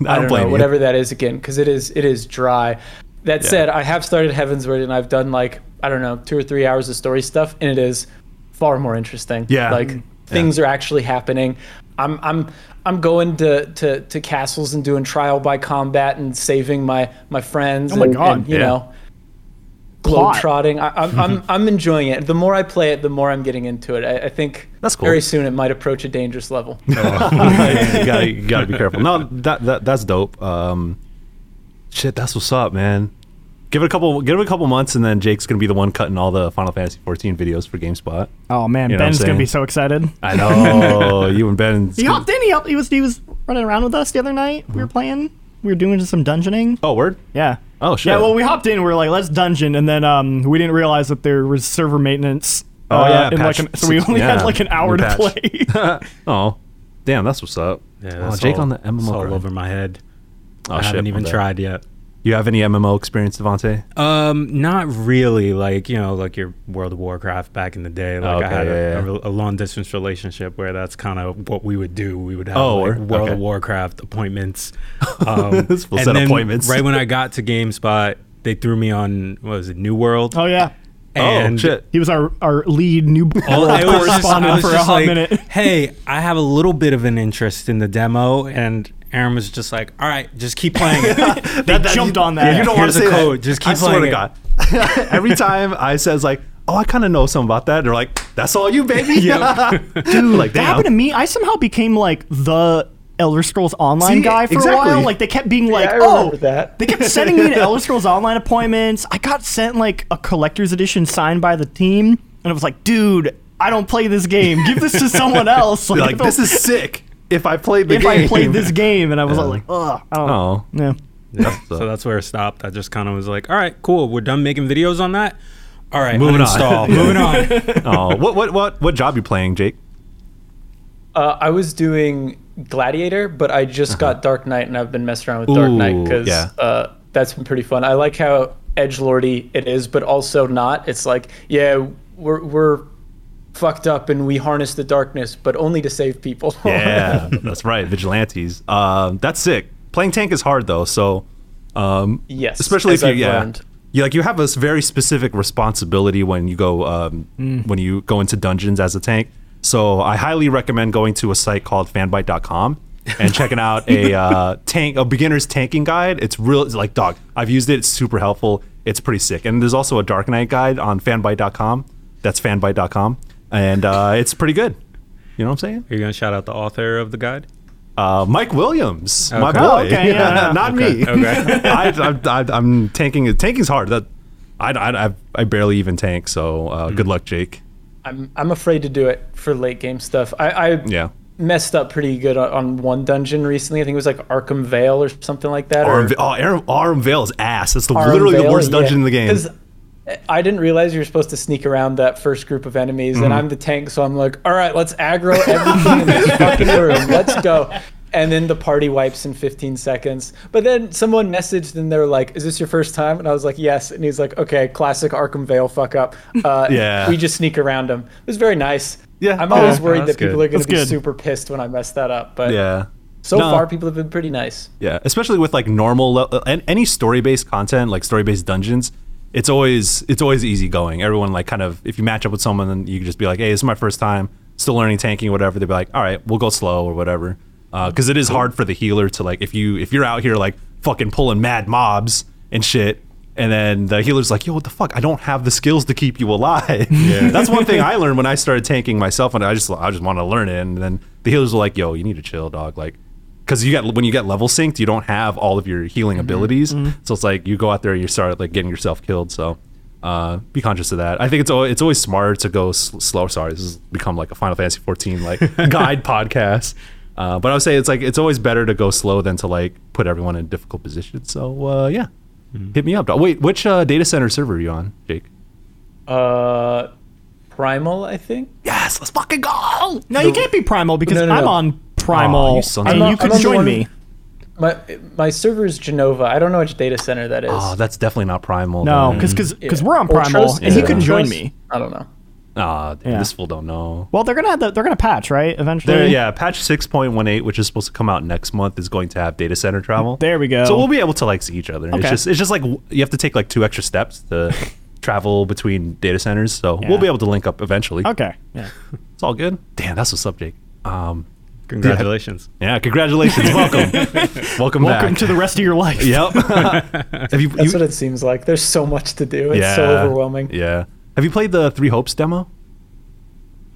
[SPEAKER 2] [LAUGHS] I
[SPEAKER 4] [LAUGHS]
[SPEAKER 2] don't
[SPEAKER 4] I don't know,
[SPEAKER 2] blame you.
[SPEAKER 4] whatever that is again, because it is it is dry. That said, I have started Heaven's Word and I've done like I don't know two or three hours of story stuff, and it is far more interesting.
[SPEAKER 2] Yeah.
[SPEAKER 4] like
[SPEAKER 2] Mm.
[SPEAKER 4] things are actually happening. I'm I'm I'm going to, to to castles and doing trial by combat and saving my my friends.
[SPEAKER 1] Oh my
[SPEAKER 4] and,
[SPEAKER 1] God.
[SPEAKER 4] and, you
[SPEAKER 2] Yeah. Mm-hmm.
[SPEAKER 4] know, globe
[SPEAKER 1] Plot.
[SPEAKER 4] trotting. I'm I'm I'm enjoying it. The more I play it, the more I'm getting into it. I, I think
[SPEAKER 2] That's cool.
[SPEAKER 4] Very soon it might approach a dangerous level.
[SPEAKER 2] [LAUGHS] you, gotta, you gotta be careful. [LAUGHS] No, that, that that's dope. Um, shit, that's what's up, man. Give it a couple, give it a couple months, and then Jake's gonna be the one cutting all the Final Fantasy 14 videos for GameSpot.
[SPEAKER 1] Oh man,
[SPEAKER 2] You know what I'm
[SPEAKER 1] Ben's gonna
[SPEAKER 2] saying?
[SPEAKER 1] be so excited.
[SPEAKER 2] I [LAUGHS] know you and Ben.
[SPEAKER 1] He hopped in. He, helped, he was he was running around with us the other night. We were
[SPEAKER 2] Mm-hmm.
[SPEAKER 1] playing. We were doing just some dungeoning.
[SPEAKER 2] Oh, word.
[SPEAKER 1] Yeah.
[SPEAKER 2] Oh, shit.
[SPEAKER 1] Yeah. Well, we hopped in. We were like, let's dungeon, and then um, we didn't realize that there was server maintenance.
[SPEAKER 2] Oh, yeah,
[SPEAKER 1] uh, in
[SPEAKER 2] patch
[SPEAKER 1] like an, so we
[SPEAKER 2] six-
[SPEAKER 1] only
[SPEAKER 2] yeah,
[SPEAKER 1] had like an hour to
[SPEAKER 2] new patch.
[SPEAKER 1] play. [LAUGHS]
[SPEAKER 2] [LAUGHS] oh, damn, that's what's up.
[SPEAKER 3] Yeah,
[SPEAKER 2] oh,
[SPEAKER 3] that's
[SPEAKER 2] Jake
[SPEAKER 3] all-
[SPEAKER 2] on the
[SPEAKER 3] that's
[SPEAKER 2] MMO.
[SPEAKER 3] all
[SPEAKER 2] grind.
[SPEAKER 3] over my head.
[SPEAKER 2] Oh,
[SPEAKER 3] I
[SPEAKER 2] shit,
[SPEAKER 3] haven't
[SPEAKER 2] my
[SPEAKER 3] even
[SPEAKER 2] bad.
[SPEAKER 3] tried yet.
[SPEAKER 2] You have any MMO experience, Devonte?
[SPEAKER 3] Um, not really. Like you know, like your World of Warcraft back in the day. Like I
[SPEAKER 2] Okay,
[SPEAKER 3] had a,
[SPEAKER 2] yeah, yeah.
[SPEAKER 3] a rel- a long distance relationship where that's kind of what we would do. We would have
[SPEAKER 2] Oh,
[SPEAKER 3] like,
[SPEAKER 2] or-
[SPEAKER 3] World
[SPEAKER 2] okay.
[SPEAKER 3] of Warcraft
[SPEAKER 2] [LAUGHS]
[SPEAKER 3] appointments. Um,
[SPEAKER 2] This will
[SPEAKER 3] and
[SPEAKER 2] set
[SPEAKER 3] then
[SPEAKER 2] appointments.
[SPEAKER 3] Right when I got to GameSpot, they threw me on what was it, New World?
[SPEAKER 1] oh yeah.
[SPEAKER 2] oh
[SPEAKER 3] and
[SPEAKER 2] shit.
[SPEAKER 1] He was our our lead new [LAUGHS]
[SPEAKER 3] All I was just- I
[SPEAKER 1] correspondent
[SPEAKER 3] was
[SPEAKER 1] for a
[SPEAKER 3] just
[SPEAKER 1] hot
[SPEAKER 3] like,
[SPEAKER 1] minute.
[SPEAKER 3] [LAUGHS] Hey, I have a little bit of an interest in the demo, and Aaron was just like, "All right, just keep playing
[SPEAKER 2] [LAUGHS]
[SPEAKER 3] it."
[SPEAKER 1] They jumped on that.
[SPEAKER 2] Yeah, you don't want
[SPEAKER 3] Here's
[SPEAKER 2] to
[SPEAKER 3] a
[SPEAKER 2] say that.
[SPEAKER 3] code. Just keep
[SPEAKER 2] I swear
[SPEAKER 3] playing
[SPEAKER 2] to
[SPEAKER 3] it.
[SPEAKER 2] God. [LAUGHS] Every time I says like, "Oh, I kind of know something about that," they're [LAUGHS] like, "That's all you, baby."
[SPEAKER 3] Yep.
[SPEAKER 2] Dude,
[SPEAKER 1] That
[SPEAKER 2] like damn.
[SPEAKER 1] happened to me. I somehow became like the Elder Scrolls Online
[SPEAKER 2] See,
[SPEAKER 1] guy for
[SPEAKER 2] exactly.
[SPEAKER 1] a while. Like they kept being like,
[SPEAKER 4] I
[SPEAKER 1] "Oh,
[SPEAKER 4] remember that."
[SPEAKER 1] they kept sending
[SPEAKER 4] [LAUGHS]
[SPEAKER 1] me to Elder Scrolls Online appointments. I got sent like a collector's edition signed by the team, and I was like, "Dude, I don't play this game. Give this to
[SPEAKER 2] [LAUGHS]
[SPEAKER 1] someone else."
[SPEAKER 2] Be like
[SPEAKER 1] I felt-
[SPEAKER 2] this is sick. If I played the
[SPEAKER 1] if
[SPEAKER 2] game,
[SPEAKER 1] I played
[SPEAKER 2] [LAUGHS]
[SPEAKER 1] this game, and I was all like, "Ugh, I don't."
[SPEAKER 2] Oh.
[SPEAKER 1] Yeah.
[SPEAKER 2] That's,
[SPEAKER 1] [LAUGHS]
[SPEAKER 2] uh,
[SPEAKER 3] So that's where it stopped. I just kind of was like, all right, cool. We're done making videos on that. All right,
[SPEAKER 2] Moving on.
[SPEAKER 3] uninstall. [LAUGHS] Moving on.
[SPEAKER 2] oh, what what what what job you playing, Jake?
[SPEAKER 4] Uh, I was doing Gladiator, but I just got Dark Knight, and I've been messing around with Dark Knight
[SPEAKER 2] Uh-huh. Ooh,
[SPEAKER 4] because
[SPEAKER 2] yeah.
[SPEAKER 4] uh, that's been pretty fun. I like how edge lordy it is, but also not. It's like, yeah, we're we're fucked up, and we harness the darkness, but only to save people. [LAUGHS]
[SPEAKER 2] Yeah, that's right, vigilantes. Um, that's sick. Playing tank is hard though, so um,
[SPEAKER 4] Yes,
[SPEAKER 2] especially if
[SPEAKER 4] as
[SPEAKER 2] you
[SPEAKER 4] I've
[SPEAKER 2] yeah,
[SPEAKER 4] learned.
[SPEAKER 2] you like you have a s- very specific responsibility when you go um,
[SPEAKER 4] Mm.
[SPEAKER 2] when you go into dungeons as a tank. So I highly recommend going to a site called fanbite.com and checking out
[SPEAKER 4] [LAUGHS]
[SPEAKER 2] a uh, tank a beginner's tanking guide. It's real it's like dog. I've used it. It's super helpful. It's pretty sick. And there's also a Dark Knight guide on fanbite.com. That's fanbite.com, and uh, it's pretty good. You know what I'm saying?
[SPEAKER 3] You're gonna shout out the author of the guide.
[SPEAKER 2] Uh, Mike Williams, my
[SPEAKER 3] Okay.
[SPEAKER 2] boy.
[SPEAKER 1] Oh, okay, yeah, yeah.
[SPEAKER 2] [LAUGHS] Not me.
[SPEAKER 3] okay.
[SPEAKER 2] [LAUGHS] I, I, I, I'm tanking. Tanking's hard. That I, I, I- I barely even tank. So uh,
[SPEAKER 3] Hmm.
[SPEAKER 2] good luck, Jake.
[SPEAKER 4] I'm I'm afraid to do it for late game stuff. I, I
[SPEAKER 2] Yeah.
[SPEAKER 4] messed up pretty good on, on one dungeon recently. I think it was like Arkham Vale or something like that. or-
[SPEAKER 2] Arm, oh, Aram, Aram Vale's ass. That's the,
[SPEAKER 4] Arm
[SPEAKER 2] literally the
[SPEAKER 4] Vale,
[SPEAKER 2] worst dungeon
[SPEAKER 4] yeah.
[SPEAKER 2] in the game.
[SPEAKER 4] 'Cause I didn't realize you were supposed to sneak around that first group of enemies,
[SPEAKER 2] Mm-hmm.
[SPEAKER 4] and I'm the tank, so I'm like, all right, let's aggro everything in this fucking room. Let's go. And then the party wipes in 15 seconds. But then someone messaged and they're like, is this your first time? And I was like, yes. And he's like, okay, classic Arkham Vale fuck up. Uh,
[SPEAKER 2] Yeah.
[SPEAKER 4] We just sneak around him. It was very nice.
[SPEAKER 2] Yeah.
[SPEAKER 4] I'm always
[SPEAKER 2] Yeah.
[SPEAKER 4] worried
[SPEAKER 3] That's
[SPEAKER 4] that people
[SPEAKER 3] good.
[SPEAKER 4] are going
[SPEAKER 1] That's
[SPEAKER 4] to be
[SPEAKER 1] good.
[SPEAKER 4] super pissed when I mess that up. But
[SPEAKER 2] Yeah.
[SPEAKER 4] so
[SPEAKER 2] No.
[SPEAKER 4] far, people have been pretty nice.
[SPEAKER 2] Yeah, especially with like normal le- and any story-based content, like story-based dungeons, it's always it's always easygoing. Everyone like kind of if you match up with someone, then you can just be like, "Hey, this is my first time, still learning tanking, whatever." They'd be like, "All right, we'll go slow or whatever," because it is hard for the healer to like if you if you're out here like fucking pulling mad mobs and shit. And then the healer's like, yo, what the fuck? I don't have the skills to keep you alive. That's one thing I learned when I started tanking myself, and I just I just want to learn it. And then the healers were like, yo, you need to chill, dog. Like, because you got when you get level synced, you don't have all of your healing
[SPEAKER 1] Mm-hmm.
[SPEAKER 2] abilities. So it's like you go out there and you start like getting yourself killed. So uh, be conscious of that. I think it's always, it's always smarter to go s- slow. Sorry, this has become like a Final Fantasy
[SPEAKER 1] [LAUGHS]
[SPEAKER 2] 14 like guide podcast. Uh, but I would say it's like it's always better to go slow than to like put everyone in difficult positions. So uh, yeah,
[SPEAKER 1] Mm-hmm.
[SPEAKER 2] hit me up. dog. Wait, which uh, data center server are you on, Jake?
[SPEAKER 4] Uh, Primal, I think.
[SPEAKER 2] Yes, let's fucking go.
[SPEAKER 1] No, you can't be primal because
[SPEAKER 4] No, no,
[SPEAKER 1] I'm
[SPEAKER 4] no.
[SPEAKER 1] on primal,
[SPEAKER 2] Aw, you son of
[SPEAKER 1] and
[SPEAKER 2] a-
[SPEAKER 1] you
[SPEAKER 4] I'm
[SPEAKER 1] could
[SPEAKER 4] on the
[SPEAKER 1] join
[SPEAKER 4] one-
[SPEAKER 1] me.
[SPEAKER 4] My my server is Genova. I don't know which data center that is.
[SPEAKER 2] Oh, that's definitely not primal.
[SPEAKER 1] No,
[SPEAKER 2] then.
[SPEAKER 1] because because
[SPEAKER 4] Yeah.
[SPEAKER 1] Ah, we're on
[SPEAKER 4] Or
[SPEAKER 1] primal,
[SPEAKER 4] Tros-
[SPEAKER 1] and
[SPEAKER 4] is
[SPEAKER 1] he
[SPEAKER 4] it
[SPEAKER 1] couldn't join
[SPEAKER 4] Tros-
[SPEAKER 1] me.
[SPEAKER 4] I don't know.
[SPEAKER 2] Ah, damn,
[SPEAKER 1] Yeah.
[SPEAKER 2] this fool don't know.
[SPEAKER 1] Well, they're gonna have the, they're gonna patch right eventually.
[SPEAKER 2] There, yeah, patch six point one eight, which is supposed to come out next month, is going to have data center travel.
[SPEAKER 1] There we go.
[SPEAKER 2] So we'll be able to like see each other. It's
[SPEAKER 1] Okay.
[SPEAKER 2] just it's just like w- you have to take like two extra steps
[SPEAKER 1] [LAUGHS]
[SPEAKER 2] to travel between data centers. So we'll be able to link up eventually.
[SPEAKER 1] Okay. Yeah.
[SPEAKER 2] It's all good. Damn, that's what's up, Jake. Um,
[SPEAKER 3] Congratulations.
[SPEAKER 2] yeah,
[SPEAKER 1] [LAUGHS]
[SPEAKER 2] congratulations. Welcome,
[SPEAKER 1] Welcome
[SPEAKER 2] welcome, back.
[SPEAKER 1] to the rest of your life. [LAUGHS]
[SPEAKER 2] [LAUGHS] Yep. have you?
[SPEAKER 4] That's
[SPEAKER 2] you-
[SPEAKER 4] what it seems like. There's so much to do. It's
[SPEAKER 2] yeah,
[SPEAKER 4] so overwhelming.
[SPEAKER 2] Yeah. Have you played the Three Hopes demo?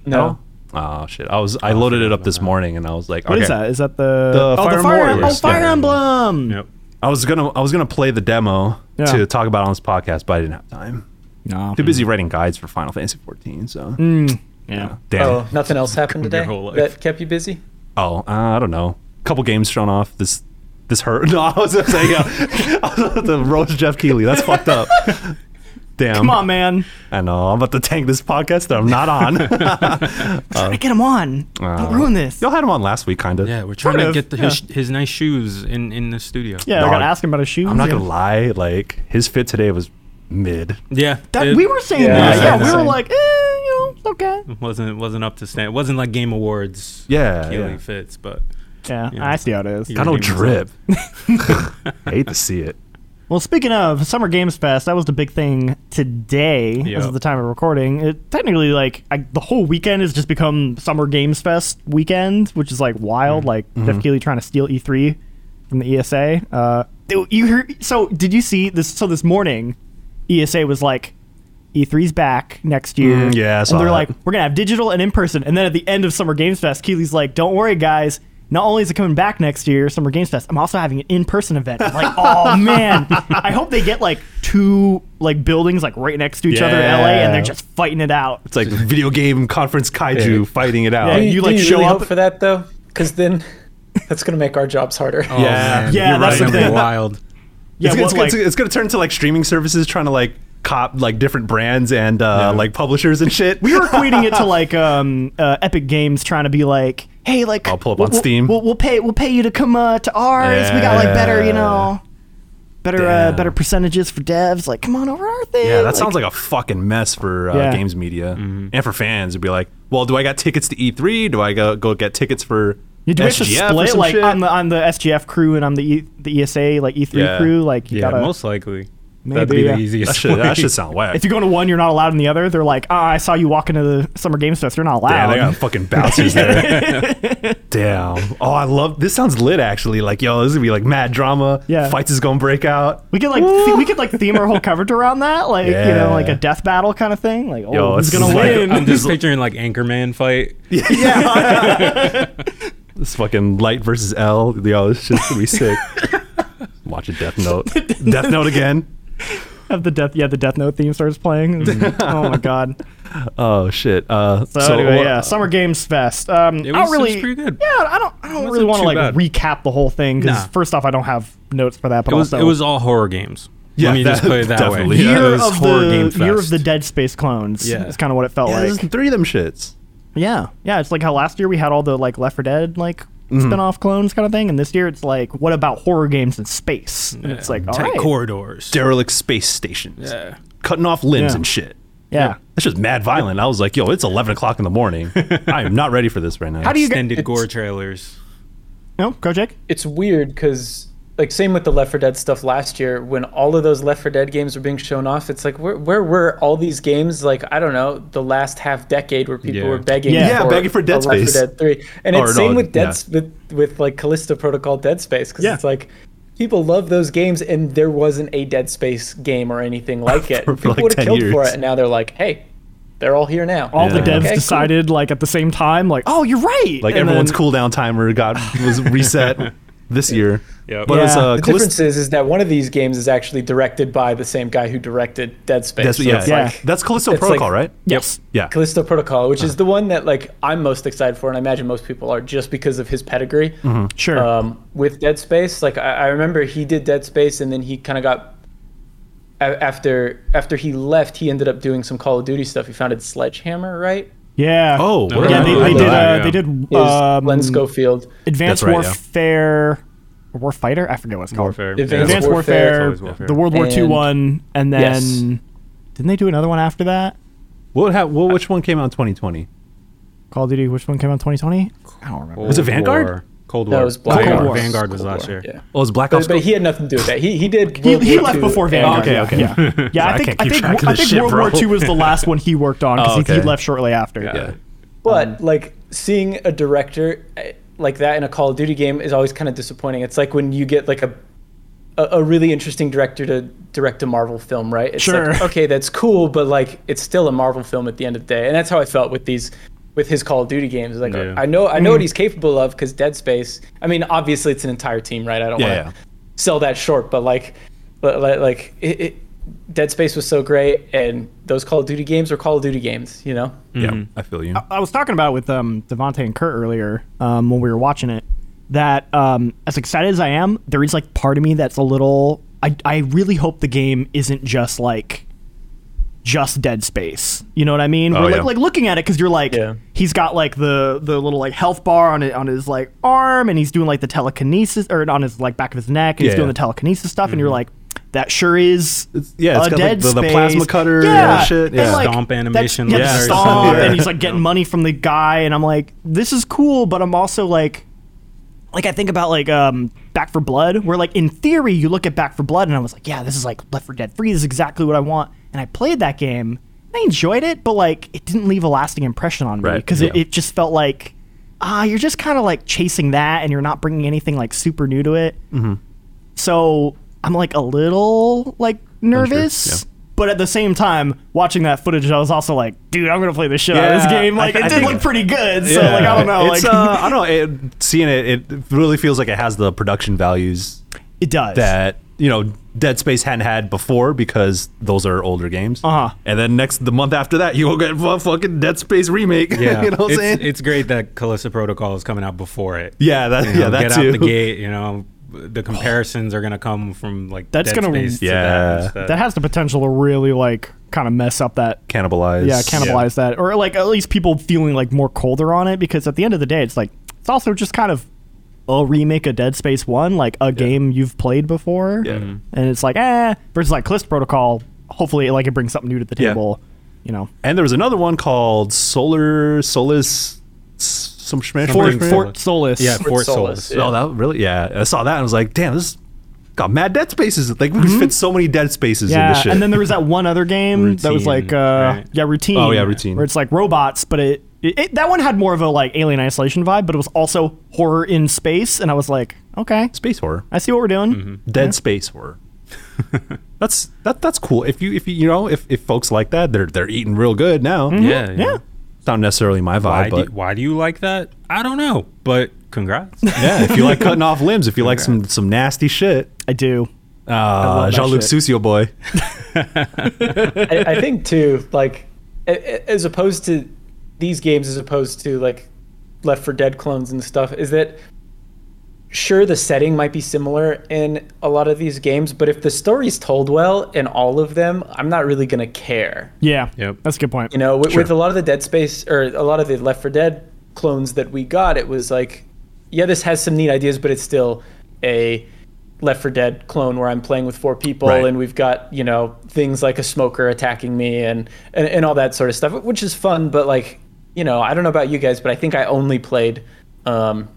[SPEAKER 4] No.
[SPEAKER 2] Oh shit! I was I loaded it up this morning and I was like,
[SPEAKER 1] What
[SPEAKER 2] okay.
[SPEAKER 1] is that? Is that the
[SPEAKER 2] The
[SPEAKER 1] oh,
[SPEAKER 2] Fire
[SPEAKER 1] the fire
[SPEAKER 2] Emblem.
[SPEAKER 1] oh, Fire
[SPEAKER 2] Yeah.
[SPEAKER 1] Emblem?
[SPEAKER 3] Yep.
[SPEAKER 2] I was gonna I was gonna play the demo
[SPEAKER 1] Yeah.
[SPEAKER 2] to talk about it on this podcast, but I didn't have time.
[SPEAKER 1] No.
[SPEAKER 2] Too busy writing guides for Final Fantasy 14. So
[SPEAKER 1] Mm. Yeah.
[SPEAKER 2] damn.
[SPEAKER 4] Oh,
[SPEAKER 2] Oh,
[SPEAKER 4] nothing else happened
[SPEAKER 3] Your
[SPEAKER 4] today
[SPEAKER 3] whole life.
[SPEAKER 4] that kept you busy.
[SPEAKER 2] uh, I don't know. couple games shown off. This this hurt. [LAUGHS] No, I was gonna say yeah. I was about to roast Jeff Keeley. That's fucked up. Damn.
[SPEAKER 1] Come on, man.
[SPEAKER 2] I know. I'm about to tank this podcast that I'm
[SPEAKER 1] [LAUGHS]
[SPEAKER 2] not on.
[SPEAKER 1] Trying to get him on.
[SPEAKER 2] Uh,
[SPEAKER 1] Don't ruin this.
[SPEAKER 2] Y'all had him on last week, kind of.
[SPEAKER 3] Yeah, we're trying
[SPEAKER 1] Sort
[SPEAKER 3] to
[SPEAKER 1] of,
[SPEAKER 3] get the,
[SPEAKER 1] yeah.
[SPEAKER 3] his, his nice shoes in in the studio.
[SPEAKER 1] yeah, I
[SPEAKER 2] Dog.
[SPEAKER 1] gotta ask him about his shoes.
[SPEAKER 2] I'm not
[SPEAKER 1] yeah.
[SPEAKER 2] gonna lie. Like his fit today was mid.
[SPEAKER 3] Yeah.
[SPEAKER 1] That,
[SPEAKER 3] it
[SPEAKER 1] we were saying
[SPEAKER 4] Yeah,
[SPEAKER 1] that.
[SPEAKER 4] yeah,
[SPEAKER 1] Yeah,
[SPEAKER 4] yeah.
[SPEAKER 1] we were
[SPEAKER 4] Same.
[SPEAKER 1] like, eh, you know, it's okay.
[SPEAKER 2] Mm.
[SPEAKER 3] wasn't wasn't up to stand. It wasn't like Game Awards.
[SPEAKER 2] Yeah,
[SPEAKER 3] Keely
[SPEAKER 2] yeah.
[SPEAKER 3] fits, but
[SPEAKER 1] Yeah,
[SPEAKER 3] Yeah.
[SPEAKER 1] I see how it is.
[SPEAKER 3] Yeah.
[SPEAKER 2] Got no
[SPEAKER 3] Redeem
[SPEAKER 2] drip.
[SPEAKER 3] yourself.
[SPEAKER 2] [LAUGHS] hate to see it.
[SPEAKER 1] Well, speaking of Summer Games Fest, that was the big thing today. This
[SPEAKER 3] Yep.
[SPEAKER 1] is the time of recording. It technically, like, I, the whole weekend has just become Summer Games Fest weekend, which is like wild.
[SPEAKER 2] Mm-hmm.
[SPEAKER 1] Like, Jeff Keighley trying to steal E3 from the ESA. Uh, dude, you heard? So, did you see this? So, this morning, ESA was like, E3's back next year.
[SPEAKER 2] Mm, yeah, I saw
[SPEAKER 1] and they're
[SPEAKER 2] that.
[SPEAKER 1] like, we're gonna have digital and in person. And then at the end of Summer Games Fest, Keeley's like, "Don't worry, guys, Not only is it coming back next year, Summer Games Fest, I'm also having an in-person event. I'm like,
[SPEAKER 2] [LAUGHS]
[SPEAKER 1] oh man, I hope they get like two like buildings like right next to each other in LA,
[SPEAKER 2] Yeah.
[SPEAKER 1] and they're just fighting it out.
[SPEAKER 2] It's like video game conference kaiju fighting it out.
[SPEAKER 1] Yeah,
[SPEAKER 4] Do
[SPEAKER 1] you,
[SPEAKER 4] do
[SPEAKER 1] like, show
[SPEAKER 4] really
[SPEAKER 1] up-
[SPEAKER 4] hope for that though, because then [LAUGHS] that's gonna make our jobs harder.
[SPEAKER 3] Oh,
[SPEAKER 2] Yeah.
[SPEAKER 3] man.
[SPEAKER 1] Yeah,
[SPEAKER 3] You're
[SPEAKER 1] that's
[SPEAKER 3] right.
[SPEAKER 1] the
[SPEAKER 3] That'd be
[SPEAKER 1] thing. [LAUGHS]
[SPEAKER 3] wild.
[SPEAKER 1] Yeah,
[SPEAKER 2] it's,
[SPEAKER 1] what,
[SPEAKER 2] it's,
[SPEAKER 1] like,
[SPEAKER 2] it's, it's gonna turn to like streaming services trying to like cop like different brands and uh, like publishers and shit.
[SPEAKER 1] we
[SPEAKER 2] [LAUGHS]
[SPEAKER 1] were equating it to like um, uh, Epic Games trying to be like, hey, like
[SPEAKER 2] I'll pull up on
[SPEAKER 1] we'll-
[SPEAKER 2] Steam.
[SPEAKER 1] We'll, we'll pay we'll pay you to come uh, to ours. We got like better, you know, better uh,
[SPEAKER 2] Damn.
[SPEAKER 1] better percentages for devs. Like, come on over to our thing.
[SPEAKER 2] yeah, that sounds like a fucking mess for uh,
[SPEAKER 1] Yeah.
[SPEAKER 2] games media and for fans. It'd be like, well, do I got tickets to E3? Do I go go get tickets for?
[SPEAKER 1] You do have to
[SPEAKER 2] SGF or
[SPEAKER 1] split
[SPEAKER 2] some
[SPEAKER 1] like
[SPEAKER 2] shit?
[SPEAKER 1] on the on the SGF crew and on the e, the ESA like E3
[SPEAKER 2] Yeah.
[SPEAKER 1] crew. Like, you
[SPEAKER 3] Yeah,
[SPEAKER 1] gotta,
[SPEAKER 3] most likely. That'd
[SPEAKER 1] Maybe,
[SPEAKER 3] be
[SPEAKER 1] yeah.
[SPEAKER 3] the easiest.
[SPEAKER 2] that should
[SPEAKER 3] way. [LAUGHS]
[SPEAKER 2] that should sound whack.
[SPEAKER 1] if you go into one, you're not allowed in the other. They're like, ah, I saw you walk into the Summer Games Fest. You're not
[SPEAKER 2] Damn, they
[SPEAKER 1] allowed.
[SPEAKER 2] got fucking bouncers there. [LAUGHS] Damn. Oh, I love this. Sounds lit, actually. Like, yo, this is gonna be like mad drama.
[SPEAKER 1] Yeah.
[SPEAKER 2] fights is gonna break out.
[SPEAKER 1] we could like th- we could like theme
[SPEAKER 2] [LAUGHS]
[SPEAKER 1] our whole coverage around that, like you
[SPEAKER 2] Yeah.
[SPEAKER 1] know, like a death battle kind of thing. Like, oh,
[SPEAKER 2] Yo,
[SPEAKER 1] who's
[SPEAKER 2] this
[SPEAKER 1] gonna
[SPEAKER 2] is like-
[SPEAKER 1] win? [LAUGHS]
[SPEAKER 3] I'm [LAUGHS] just picturing like Anchorman fight.
[SPEAKER 2] This fucking light versus L. Yo, this shit's
[SPEAKER 1] [LAUGHS]
[SPEAKER 2] gonna be sick. Watch a Death Note. Death Note again.
[SPEAKER 1] Of the death, yeah, the Death Note theme starts
[SPEAKER 2] [LAUGHS]
[SPEAKER 1] playing. oh my god!
[SPEAKER 2] Oh shit. Uh,
[SPEAKER 1] So, anyway,
[SPEAKER 2] uh,
[SPEAKER 1] yeah, Summer Games Fest. Um,
[SPEAKER 3] It
[SPEAKER 1] I
[SPEAKER 3] was,
[SPEAKER 1] don't really,
[SPEAKER 3] it was pretty good.
[SPEAKER 1] yeah, I don't, I don't
[SPEAKER 3] wasn't
[SPEAKER 1] really want to
[SPEAKER 3] too
[SPEAKER 1] like
[SPEAKER 3] bad.
[SPEAKER 1] recap the whole thing because
[SPEAKER 3] Nah.
[SPEAKER 1] first off, I don't have notes for that. But
[SPEAKER 3] It was
[SPEAKER 1] also,
[SPEAKER 3] it was all horror games.
[SPEAKER 2] Yeah,
[SPEAKER 3] Let me just
[SPEAKER 2] that-
[SPEAKER 3] put it that
[SPEAKER 2] definitely.
[SPEAKER 3] way.
[SPEAKER 2] Yeah,
[SPEAKER 1] year
[SPEAKER 3] It was
[SPEAKER 1] of
[SPEAKER 3] horror
[SPEAKER 1] the
[SPEAKER 3] game
[SPEAKER 1] year of
[SPEAKER 3] fest.
[SPEAKER 1] the Dead Space clones.
[SPEAKER 3] Yeah.
[SPEAKER 1] is kind of what it felt
[SPEAKER 2] Yeah, there's
[SPEAKER 1] like.
[SPEAKER 2] three of them shits.
[SPEAKER 1] Yeah, yeah, it's like how last year we had all the like Left 4 Dead like spin-off clones kind of thing, and this year it's like, what about horror games in space? And it's like, all
[SPEAKER 3] tight
[SPEAKER 1] right,
[SPEAKER 3] corridors.
[SPEAKER 2] Derelict space stations.
[SPEAKER 3] Yeah.
[SPEAKER 2] Cutting off limbs
[SPEAKER 1] Yeah.
[SPEAKER 2] and shit.
[SPEAKER 1] yeah.
[SPEAKER 2] That's just mad violent. I was like, yo, it's 11 o'clock in
[SPEAKER 1] [LAUGHS]
[SPEAKER 2] the morning. I am not ready for this right now.
[SPEAKER 1] How do you get?
[SPEAKER 3] Extended gore trailers.
[SPEAKER 1] No, go Jake.
[SPEAKER 4] It's weird because like same with the Left 4 Dead stuff last year when all of those Left 4 Dead games were being shown off. It's like where where were all these games like I don't know the last half decade where people
[SPEAKER 3] Yeah.
[SPEAKER 4] were begging
[SPEAKER 1] Yeah. Yeah,
[SPEAKER 4] for
[SPEAKER 2] begging for Dead
[SPEAKER 4] a Left 4
[SPEAKER 2] Space.
[SPEAKER 4] Dead 3 and
[SPEAKER 2] Or
[SPEAKER 4] it's same
[SPEAKER 2] no,
[SPEAKER 4] with Dead
[SPEAKER 2] yeah.
[SPEAKER 4] S- with with like Callisto Protocol Dead Space because
[SPEAKER 1] Yeah.
[SPEAKER 4] it's like. People love those games, and there wasn't a Dead Space game or anything like
[SPEAKER 2] [LAUGHS]
[SPEAKER 4] it.
[SPEAKER 2] For- for
[SPEAKER 4] people
[SPEAKER 2] like
[SPEAKER 4] would
[SPEAKER 2] 10
[SPEAKER 4] have killed for
[SPEAKER 2] years.
[SPEAKER 4] it, and now they're like, "Hey, they're all here now."
[SPEAKER 1] All the
[SPEAKER 2] Yeah.
[SPEAKER 1] devs
[SPEAKER 4] Okay, cool.
[SPEAKER 1] decided like at the same time, like, oh, you're right.
[SPEAKER 2] like
[SPEAKER 1] And
[SPEAKER 2] everyone's
[SPEAKER 1] then-
[SPEAKER 2] cooldown timer got was
[SPEAKER 1] [LAUGHS]
[SPEAKER 2] reset this year.
[SPEAKER 3] Yep.
[SPEAKER 2] But it's
[SPEAKER 1] Yeah.
[SPEAKER 2] uh,
[SPEAKER 4] The difference
[SPEAKER 2] Callisto.
[SPEAKER 4] is, is that one of these games is actually directed by the same guy who directed Dead Space.
[SPEAKER 2] That's,
[SPEAKER 4] So
[SPEAKER 2] yeah,
[SPEAKER 4] it's
[SPEAKER 1] Yeah.
[SPEAKER 4] like
[SPEAKER 2] that's Callisto
[SPEAKER 4] it's like-
[SPEAKER 2] Protocol, right?
[SPEAKER 1] Yes.
[SPEAKER 2] Yeah.
[SPEAKER 4] Callisto Protocol, which
[SPEAKER 1] Uh-huh.
[SPEAKER 4] is the one that like I'm most excited for, and I imagine most people are just because of his pedigree.
[SPEAKER 1] Sure.
[SPEAKER 4] Um, with Dead Space, like I, I remember he did Dead Space, and then he kind of got a- after after he left, he ended up doing some Call of Duty stuff. He founded Sledgehammer, right?
[SPEAKER 1] yeah.
[SPEAKER 2] Oh,
[SPEAKER 3] Yeah,
[SPEAKER 2] word.
[SPEAKER 1] Yeah, they, they did. Uh,
[SPEAKER 3] Yeah.
[SPEAKER 1] They did.
[SPEAKER 4] Is
[SPEAKER 1] Um,
[SPEAKER 4] Len Schofield.
[SPEAKER 1] Advanced
[SPEAKER 2] That's right, yeah.
[SPEAKER 1] Warfare, Warfighter. I forget what it's called.
[SPEAKER 3] Warfare.
[SPEAKER 4] Advanced
[SPEAKER 3] Yeah.
[SPEAKER 1] [LAUGHS] Advanced
[SPEAKER 4] Warfare.
[SPEAKER 1] Warfare,
[SPEAKER 3] It's always Warfare.
[SPEAKER 1] the World War II
[SPEAKER 4] And-
[SPEAKER 1] one, and then
[SPEAKER 4] Yes.
[SPEAKER 1] didn't they do another one after that?
[SPEAKER 2] What, hap- what which one came out in 2020?
[SPEAKER 1] Call of Duty. Which one came out 2020? I don't remember.
[SPEAKER 2] Was it Vanguard?
[SPEAKER 3] War. Cold War.
[SPEAKER 4] That was Black
[SPEAKER 1] Cold
[SPEAKER 3] Vanguard.
[SPEAKER 1] War.
[SPEAKER 3] Vanguard was
[SPEAKER 4] Cold
[SPEAKER 3] last
[SPEAKER 4] War,
[SPEAKER 3] year.
[SPEAKER 4] Yeah.
[SPEAKER 2] Oh, it's Black Ops.
[SPEAKER 4] But, but he had nothing to do with that. He he did.
[SPEAKER 1] He,
[SPEAKER 4] World
[SPEAKER 1] he
[SPEAKER 4] War
[SPEAKER 1] left
[SPEAKER 4] II
[SPEAKER 1] before
[SPEAKER 4] and-
[SPEAKER 1] Vanguard.
[SPEAKER 2] okay, okay.
[SPEAKER 1] Yeah, yeah. I
[SPEAKER 2] [LAUGHS] I
[SPEAKER 1] think
[SPEAKER 2] can't
[SPEAKER 1] I
[SPEAKER 2] keep
[SPEAKER 1] think,
[SPEAKER 2] track of
[SPEAKER 1] I
[SPEAKER 2] this
[SPEAKER 1] think
[SPEAKER 2] shit,
[SPEAKER 1] World
[SPEAKER 2] bro.
[SPEAKER 1] War II was the last one he worked on because
[SPEAKER 2] Oh,
[SPEAKER 1] he,
[SPEAKER 2] okay.
[SPEAKER 1] left shortly after.
[SPEAKER 2] yeah.
[SPEAKER 4] But like seeing a director eh, like that in a Call of Duty game is always kind of disappointing. It's like when you get like a a, a really interesting director to direct a Marvel film, right? It's like,
[SPEAKER 1] Sure.
[SPEAKER 4] okay, that's cool, but like it's still a Marvel film at the end of the day. And that's how I felt with these with his Call of Duty games. Like
[SPEAKER 3] Yeah.
[SPEAKER 4] I know I know what he's capable of cuz Dead Space. I mean, obviously it's an entire team, right? I don't
[SPEAKER 2] Yeah,
[SPEAKER 4] want to
[SPEAKER 2] yeah.
[SPEAKER 4] sell that short, but like but li- like it, it, Dead Space was so great and those Call of Duty games were Call of Duty games, you know?
[SPEAKER 2] Yeah, I feel you.
[SPEAKER 1] I was talking about it with um, Devonte and Kurt earlier um, when we were watching it. That um, as excited as I am, there is like part of me that's a little. I I really hope the game isn't just like just Dead Space. You know what I mean?
[SPEAKER 2] Oh,
[SPEAKER 1] We're like,
[SPEAKER 2] yeah.
[SPEAKER 1] like looking at it because you're like
[SPEAKER 4] Yeah.
[SPEAKER 1] he's got like the the little like health bar on it on his like arm, and he's doing like the telekinesis or on his like back of his neck, and he's
[SPEAKER 2] Yeah,
[SPEAKER 1] doing
[SPEAKER 2] yeah. Mm-hmm.
[SPEAKER 1] the telekinesis stuff, and you're like. That sure is
[SPEAKER 2] yeah, it's
[SPEAKER 1] a
[SPEAKER 2] got, like,
[SPEAKER 1] dead
[SPEAKER 2] the- the
[SPEAKER 1] space.
[SPEAKER 2] plasma cutter and
[SPEAKER 1] yeah.
[SPEAKER 2] shit, yeah.
[SPEAKER 1] like,
[SPEAKER 3] Stomp
[SPEAKER 1] that's-
[SPEAKER 3] animation
[SPEAKER 1] Yeah,
[SPEAKER 3] looks
[SPEAKER 1] the
[SPEAKER 3] very
[SPEAKER 1] stomp,
[SPEAKER 2] similar.
[SPEAKER 1] and he's like getting money from the guy, and I'm like, this is cool, but I'm also like, like I think about like um Back for Blood, where like in theory you look at Back for Blood, and I was like, yeah, this is like Left 4 Dead 3. This is exactly what I want, and I played that game. I enjoyed it, but like it didn't leave a lasting impression on me
[SPEAKER 2] Right,
[SPEAKER 1] because it,
[SPEAKER 2] yeah.
[SPEAKER 1] it just felt like ah, you're just kind of like chasing that, and you're not bringing anything like super new to it. So I'm like a little like nervous.
[SPEAKER 2] yeah.
[SPEAKER 1] But at the same time, watching that footage, I was also like, dude, I'm gonna play the shit out of this
[SPEAKER 2] Yeah,
[SPEAKER 1] game.
[SPEAKER 2] I
[SPEAKER 1] Like
[SPEAKER 2] th-
[SPEAKER 1] it
[SPEAKER 2] I
[SPEAKER 1] did
[SPEAKER 2] think-
[SPEAKER 1] look pretty good. So like I don't know.
[SPEAKER 2] It's,
[SPEAKER 1] like
[SPEAKER 2] uh, I don't know. It, seeing it, it really feels like it has the production values
[SPEAKER 1] it does.
[SPEAKER 2] that you know Dead Space hadn't had before because those are older games.
[SPEAKER 1] Uh-huh.
[SPEAKER 2] And then next the month after that, you will get a fucking Dead Space remake. [LAUGHS]
[SPEAKER 3] Yeah,
[SPEAKER 2] you know what I'm
[SPEAKER 3] it's,
[SPEAKER 2] saying?
[SPEAKER 3] it's great that Callisto Protocol is coming out before it.
[SPEAKER 2] yeah, that
[SPEAKER 3] You know,
[SPEAKER 2] yeah, that
[SPEAKER 3] get
[SPEAKER 2] too.
[SPEAKER 3] out the gate. You know, the comparisons are gonna come from like
[SPEAKER 1] That's
[SPEAKER 3] Dead
[SPEAKER 1] gonna-
[SPEAKER 3] Space to
[SPEAKER 2] Yeah.
[SPEAKER 3] that and stuff.
[SPEAKER 1] that has the potential to really like kind of mess up that
[SPEAKER 2] Cannibalize.
[SPEAKER 1] yeah cannibalize that or like at least people feeling like more colder on it because at the end of the day it's like it's also just kind of a remake of dead space 1 like a game you've played before
[SPEAKER 2] Yeah. Mhm.
[SPEAKER 1] and it's like eh versus like Callisto protocol hopefully like it brings something new to the
[SPEAKER 2] Yeah.
[SPEAKER 1] table you know
[SPEAKER 2] And there was another one called Solar Solus s- some schmish.
[SPEAKER 3] Something-
[SPEAKER 2] Forge-
[SPEAKER 1] fort solace
[SPEAKER 3] yeah,
[SPEAKER 4] Fort
[SPEAKER 3] Fort
[SPEAKER 4] Solace,
[SPEAKER 3] Solace.
[SPEAKER 4] yeah.
[SPEAKER 2] Oh, that really? Yeah, I saw that and I was like, damn, this got mad Dead Spaces. Like we could fit so many Dead Spaces in this
[SPEAKER 1] Mm-hmm. yeah
[SPEAKER 2] shit.
[SPEAKER 1] and then there was that one other game that was
[SPEAKER 3] Routine,
[SPEAKER 1] like uh
[SPEAKER 3] right?
[SPEAKER 1] yeah routine
[SPEAKER 2] Oh, yeah, Routine.
[SPEAKER 1] where it's like robots but it, it, it that one had more of a like alien isolation vibe but it was also horror in space and i was like okay
[SPEAKER 2] [LAUGHS] space horror.
[SPEAKER 1] i see what we're doing
[SPEAKER 2] Dead Space horror. [LAUGHS] that's that that's cool. If you if you, you know if, if folks like that, they're they're eating real good now.
[SPEAKER 3] yeah, yeah.
[SPEAKER 1] Mm-hmm. yeah
[SPEAKER 2] It's not necessarily my
[SPEAKER 3] Why
[SPEAKER 2] vibe,
[SPEAKER 3] do,
[SPEAKER 2] but
[SPEAKER 3] why do you like that? I don't know, but
[SPEAKER 2] [LAUGHS]
[SPEAKER 3] congrats.
[SPEAKER 2] yeah, if you like
[SPEAKER 3] [LAUGHS]
[SPEAKER 2] cutting off limbs, if you like some some nasty shit,
[SPEAKER 1] I do.
[SPEAKER 2] uh,
[SPEAKER 1] that
[SPEAKER 2] Jean Luc
[SPEAKER 1] shit.
[SPEAKER 2] Susio boy.
[SPEAKER 4] I, I think too, like a- a- as opposed to these games, as opposed to like Left for Dead clones and stuff, is that sure the setting might be similar in a lot of these games, but if the story's told well in all of them, I'm not really gonna care.
[SPEAKER 1] Yeah.
[SPEAKER 3] Yep.
[SPEAKER 1] That's a good point.
[SPEAKER 4] You know, with, with a lot of the Dead Space or a lot of the Left for Dead clones that we got, it was like, yeah, this has some neat ideas, but it's still a Left for Dead clone where I'm playing with four people
[SPEAKER 2] Right.
[SPEAKER 4] and we've got you know things like a smoker attacking me and, and and all that sort of stuff, which is fun. But like, you know, I don't know about you guys, but I think I only played. Um,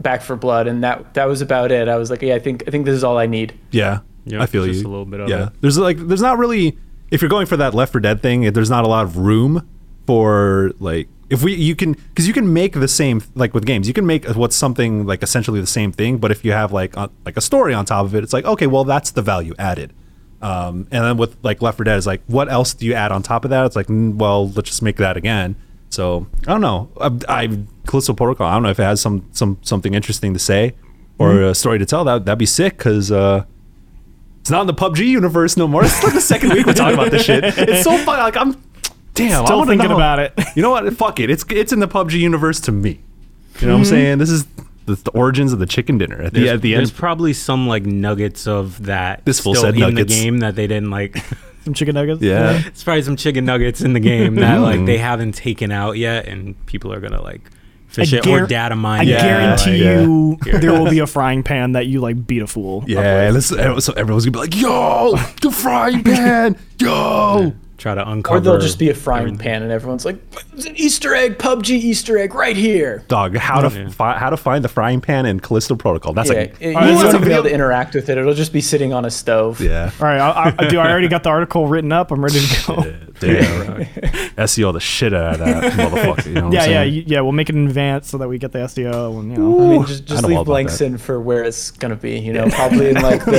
[SPEAKER 4] Back for Blood, and that that was about it. I was like, yeah, I think I think this is all I need.
[SPEAKER 2] Yeah,
[SPEAKER 3] Yep,
[SPEAKER 2] I feel
[SPEAKER 3] just
[SPEAKER 2] you.
[SPEAKER 3] a little bit of
[SPEAKER 2] yeah.
[SPEAKER 3] it.
[SPEAKER 2] There's like there's not really if you're going for that Left for Dead thing. it- There's not a lot of room for like if we you can because you can make the same like with games you can make what's something like essentially the same thing, but if you have like a, like a story on top of it, it's like okay, well that's the value added. Um, and then with like Left for Dead, it's like what else do you add on top of that? It's like mm, well let's just make that again. So I don't know. I, I Callisto Protocol. I don't know if it has some some something interesting to say or
[SPEAKER 3] Mm-hmm.
[SPEAKER 2] a story to tell. That that'd be sick because. Uh, it's not in the PUBG universe no more. It's like the second week we're talking about this shit. It's so fun. Like I'm, damn,
[SPEAKER 1] Still
[SPEAKER 2] I wanna
[SPEAKER 1] thinking
[SPEAKER 2] know.
[SPEAKER 1] about it. [LAUGHS]
[SPEAKER 2] You know what? Fuck it. It's it's in the PUBG universe to me. You know what I'm
[SPEAKER 1] Mm-hmm.
[SPEAKER 2] saying? This is the, the origins of the chicken dinner at the
[SPEAKER 3] There's,
[SPEAKER 2] at the
[SPEAKER 3] there's
[SPEAKER 2] end.
[SPEAKER 3] probably some like nuggets of that
[SPEAKER 2] This fool
[SPEAKER 3] still
[SPEAKER 2] said
[SPEAKER 3] in
[SPEAKER 2] nuggets.
[SPEAKER 3] the game that they didn't like. [LAUGHS]
[SPEAKER 1] Some chicken nuggets.
[SPEAKER 2] yeah.
[SPEAKER 1] [LAUGHS]
[SPEAKER 3] it's probably some chicken nuggets in the game that like they haven't taken out yet, and people are gonna like fish it
[SPEAKER 1] guar-
[SPEAKER 3] or data mine.
[SPEAKER 1] I
[SPEAKER 3] it, like,
[SPEAKER 1] guarantee
[SPEAKER 2] yeah.
[SPEAKER 1] you there will be a frying pan that you like beat a fool. up
[SPEAKER 2] Yeah,
[SPEAKER 1] with.
[SPEAKER 2] and this, and so everyone's gonna be like, "Yo,
[SPEAKER 1] [LAUGHS]
[SPEAKER 2] the frying pan, yo!"
[SPEAKER 3] Try to uncover.
[SPEAKER 4] Or there'll just be a frying pan, and everyone's like, "There's an Easter egg, PUBG Easter egg right here."
[SPEAKER 2] Dog, how to fi- how to find the frying pan in Callisto Protocol? That's
[SPEAKER 4] Yeah,
[SPEAKER 2] like,
[SPEAKER 4] it, you
[SPEAKER 1] Alright,
[SPEAKER 4] won't
[SPEAKER 1] so
[SPEAKER 4] even be able
[SPEAKER 1] we'll-
[SPEAKER 4] to interact with it. It'll just be sitting on a stove.
[SPEAKER 2] yeah,
[SPEAKER 1] All right. I, I, do I already got the article written up? I'm ready to go.
[SPEAKER 2] damn, right.
[SPEAKER 1] [LAUGHS]
[SPEAKER 2] SEO the shit out of that motherfucker. You know what
[SPEAKER 1] yeah,
[SPEAKER 2] I'm
[SPEAKER 1] yeah,
[SPEAKER 2] saying?
[SPEAKER 1] you- yeah. We'll make it in advance so that we get the SDO and you know.
[SPEAKER 4] I mean,
[SPEAKER 2] Ooh,
[SPEAKER 4] just,
[SPEAKER 2] I
[SPEAKER 4] just
[SPEAKER 2] know all
[SPEAKER 4] leave
[SPEAKER 2] about
[SPEAKER 4] blanks
[SPEAKER 2] that.
[SPEAKER 4] in for where it's gonna be. You know, probably in like the,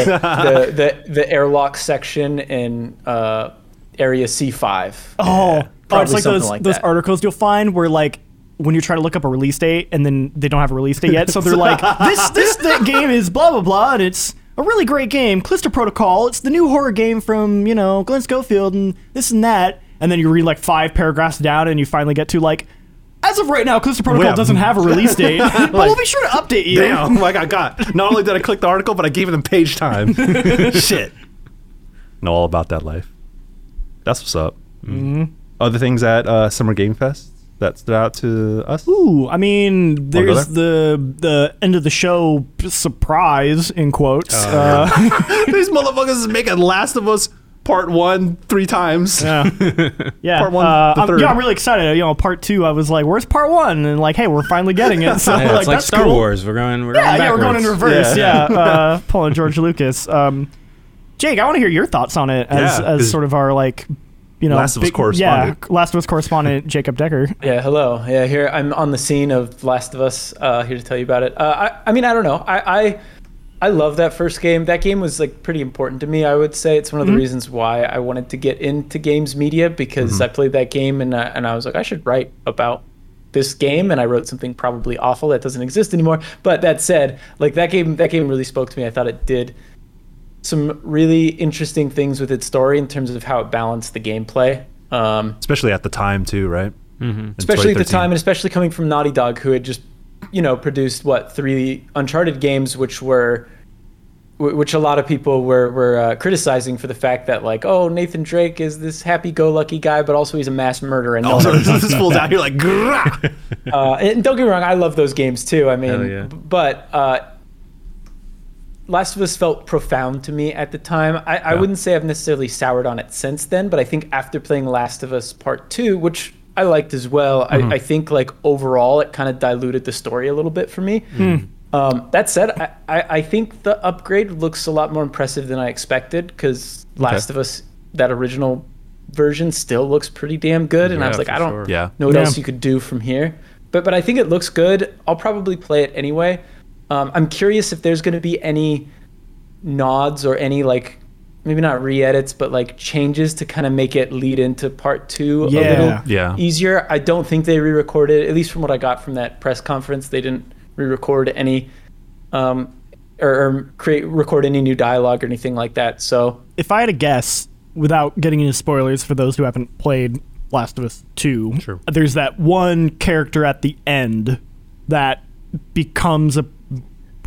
[SPEAKER 4] the, the, the airlock section in uh, area C five.
[SPEAKER 1] Oh, oh, it's
[SPEAKER 4] probably
[SPEAKER 1] like
[SPEAKER 4] something
[SPEAKER 1] those
[SPEAKER 4] like
[SPEAKER 1] those
[SPEAKER 4] that.
[SPEAKER 1] articles you'll find where like when you try to look up a release date and then they don't have a release date yet, so they're
[SPEAKER 4] [LAUGHS]
[SPEAKER 1] like, this this that game is blah blah blah, and it's a really great game, Callisto Protocol. It's the new horror game from you know Glenn Schofield and this and that, and then you read like five paragraphs down and you finally get to like. As of right now, Callisto Protocol
[SPEAKER 2] Well-
[SPEAKER 1] doesn't have a release
[SPEAKER 4] [LAUGHS]
[SPEAKER 1] date, but we'll be sure to update you.
[SPEAKER 2] Damn, [LAUGHS] like I got. Not only did I click the article, but I gave them page time. Shit. Know all about that life. That's what's up. Other things at uh, Summer Game Fest that stood out to us.
[SPEAKER 1] Ooh, I mean,
[SPEAKER 2] go
[SPEAKER 1] there's the the end of the show surprise in quotes. uh,
[SPEAKER 2] [LAUGHS] These motherfuckers is making Last of Us Part One three times.
[SPEAKER 1] Yeah,
[SPEAKER 2] [LAUGHS] Part one,
[SPEAKER 1] uh,
[SPEAKER 2] the
[SPEAKER 1] I'm-
[SPEAKER 2] third.
[SPEAKER 1] yeah, I'm really excited. You know, part two, I was like, "Where's part one?" And like, "Hey, we're finally getting
[SPEAKER 2] [LAUGHS]
[SPEAKER 1] it." So [LAUGHS]
[SPEAKER 3] Yeah,
[SPEAKER 1] like,
[SPEAKER 3] it's like
[SPEAKER 1] that's
[SPEAKER 3] Star
[SPEAKER 1] cool.
[SPEAKER 3] Wars. We're going. We're
[SPEAKER 1] Yeah,
[SPEAKER 3] going
[SPEAKER 1] yeah, we're going in
[SPEAKER 3] backwards.
[SPEAKER 1] reverse. Yeah,
[SPEAKER 2] Yeah. [LAUGHS]
[SPEAKER 1] uh, Paul and George Lucas. Um, Jake, I want to hear your thoughts on it as
[SPEAKER 2] Yeah,
[SPEAKER 1] as
[SPEAKER 2] 'cause-
[SPEAKER 1] sort of our like, you know,
[SPEAKER 2] Last of Us
[SPEAKER 1] big- Yeah,
[SPEAKER 2] correspondent.
[SPEAKER 1] Last of Us correspondent Jacob Decker.
[SPEAKER 4] Yeah, hello. Yeah, here I'm on the scene of Last of Us. Uh, here to tell you about it. Uh, I, I mean, I don't know. I, I I love that first game. That game was like pretty important to me. I would say it's one of the reasons why I wanted to get into games media because I played that game and I, and I was like, I should write about this game, and I wrote something probably awful that doesn't exist anymore. But that said, like that game, that game really spoke to me. I thought it did some really interesting things with its story in terms of how it balanced the gameplay. Um,
[SPEAKER 2] especially at the time too, right? Mm-hmm.
[SPEAKER 4] especially at the time, and especially coming from Naughty Dog, who had just, you know, produced what three Uncharted games, which were, wh- which a lot of people were were uh, criticizing for the fact that like, oh, Nathan Drake is this happy-go-lucky guy, but also he's a mass murderer. And,
[SPEAKER 2] also,
[SPEAKER 4] also,
[SPEAKER 2] [LAUGHS] this fool's out here like, "Grah!"
[SPEAKER 4] uh, and don't get me wrong, I love those games too. I
[SPEAKER 3] Hell
[SPEAKER 4] mean,
[SPEAKER 3] yeah.
[SPEAKER 4] b- but. Uh, Last of Us felt profound to me at the time. I, I wouldn't say I've necessarily soured on it since then, but I think after playing Last of Us Part Two, which I liked as well,
[SPEAKER 3] Mm-hmm.
[SPEAKER 4] I, I think like overall it kind of diluted the story a little bit for me.
[SPEAKER 3] Hmm.
[SPEAKER 4] Um, that said, I, I, I think the upgrade looks a lot more impressive than I expected because Last of Us, that original version, still looks pretty damn good, and I
[SPEAKER 3] Yeah,
[SPEAKER 4] was like,
[SPEAKER 3] for
[SPEAKER 4] I don't
[SPEAKER 3] sure.
[SPEAKER 2] yeah.
[SPEAKER 4] know what
[SPEAKER 1] Yeah.
[SPEAKER 4] else you could do from here. But but I think it looks good. I'll probably play it anyway. Um, I'm curious if there's going to be any nods or any like maybe not re-edits but like changes to kind of make it lead into part two a
[SPEAKER 1] Yeah.
[SPEAKER 4] little
[SPEAKER 2] Yeah.
[SPEAKER 4] easier. I don't think they re-recorded. At least from what I got from that press conference, they didn't re-record any um, or, or create record any new dialogue or anything like that. So
[SPEAKER 1] if I had a guess, without getting into spoilers for those who haven't played Last of Us 2,
[SPEAKER 2] Sure.
[SPEAKER 1] there's that one character at the end that becomes a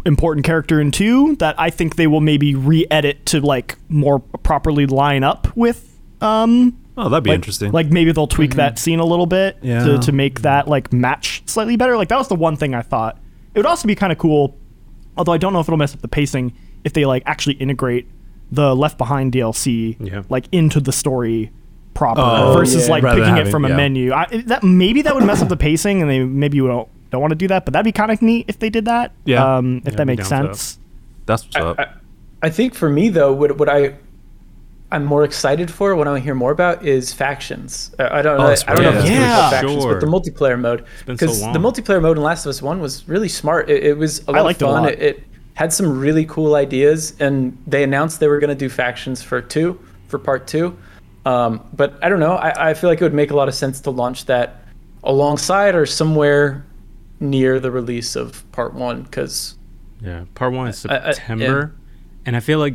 [SPEAKER 1] important character in 2 that I think they will maybe re-edit to like more properly line up with um
[SPEAKER 2] Oh, that'd be
[SPEAKER 1] like,
[SPEAKER 2] interesting.
[SPEAKER 1] Like maybe they'll
[SPEAKER 3] Mm-hmm.
[SPEAKER 1] tweak that scene a little bit
[SPEAKER 2] Yeah.
[SPEAKER 1] to, to make that like match slightly better. Like that was the one thing I thought. It would also be kind of cool, although I don't know if it'll mess up the pacing if they like actually integrate the Left Behind DLC
[SPEAKER 3] Yeah.
[SPEAKER 1] like into the story proper
[SPEAKER 2] Oh,
[SPEAKER 1] versus
[SPEAKER 4] yeah.
[SPEAKER 1] like
[SPEAKER 2] Rather
[SPEAKER 1] picking
[SPEAKER 2] than
[SPEAKER 1] it
[SPEAKER 2] having-
[SPEAKER 1] from a
[SPEAKER 2] yeah.
[SPEAKER 1] menu. I, it- that maybe that would mess up the pacing, and they maybe you don't don't want to do that. But that'd be kind of neat if they did that.
[SPEAKER 2] Yeah.
[SPEAKER 1] um, if
[SPEAKER 3] Yeah,
[SPEAKER 1] that
[SPEAKER 3] I'm
[SPEAKER 1] makes
[SPEAKER 3] down for that.
[SPEAKER 1] sense.
[SPEAKER 2] That's what's up.
[SPEAKER 4] I, I think for me though, what what I I'm more excited for, what I want to hear more about, is factions. I, I don't know.
[SPEAKER 2] that's
[SPEAKER 4] I don't know
[SPEAKER 2] right.
[SPEAKER 4] if it's really
[SPEAKER 1] Yeah.
[SPEAKER 4] called factions,
[SPEAKER 3] Sure.
[SPEAKER 4] but the multiplayer mode.
[SPEAKER 3] been so
[SPEAKER 4] Because
[SPEAKER 3] long.
[SPEAKER 4] the multiplayer mode in Last of Us One was really smart. It, it was a lot
[SPEAKER 1] liked it a
[SPEAKER 4] of fun.
[SPEAKER 1] lot.
[SPEAKER 4] It, it had some really cool ideas, and they announced they were going to do factions for two for part two. Um, but I don't know. I, I feel like it would make a lot of sense to launch that alongside or somewhere near the release of part one because
[SPEAKER 3] Yeah, part one is
[SPEAKER 4] I- I- yeah.
[SPEAKER 3] September, and I feel like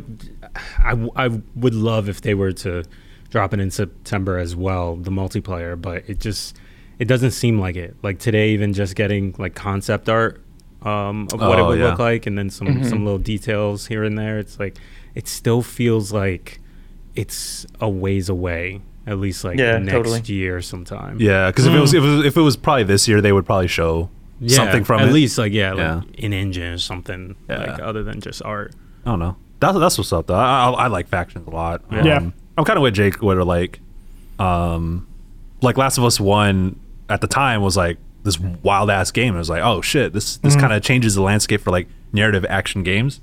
[SPEAKER 3] I, w- I would love if they were to drop it in September as well, the multiplayer. But it just it doesn't seem like it. Like today, even just getting like concept art um, of what it
[SPEAKER 2] Oh,
[SPEAKER 3] would
[SPEAKER 2] yeah.
[SPEAKER 3] look like, and then some
[SPEAKER 4] Mm-hmm.
[SPEAKER 3] some little details here and there. It's like it still feels like it's a ways away. At least like
[SPEAKER 4] Yeah,
[SPEAKER 3] next
[SPEAKER 4] totally.
[SPEAKER 3] year sometime.
[SPEAKER 2] yeah, because if it was if it was, if it was probably this year, they would probably show
[SPEAKER 3] Yeah,
[SPEAKER 2] something from
[SPEAKER 3] at
[SPEAKER 2] it.
[SPEAKER 3] least like yeah, like
[SPEAKER 2] Yeah.
[SPEAKER 3] an engine or something like
[SPEAKER 2] Yeah.
[SPEAKER 3] other than just art.
[SPEAKER 2] I don't know. That's that's what's up though. I, I, I like factions a lot.
[SPEAKER 1] Yeah.
[SPEAKER 2] Um, I'm kind of with Jake. What are like, um, like Last of Us One at the time was like this wild ass game. It was like, oh shit, this this
[SPEAKER 1] Mm-hmm.
[SPEAKER 2] kind of changes the landscape for like narrative action games.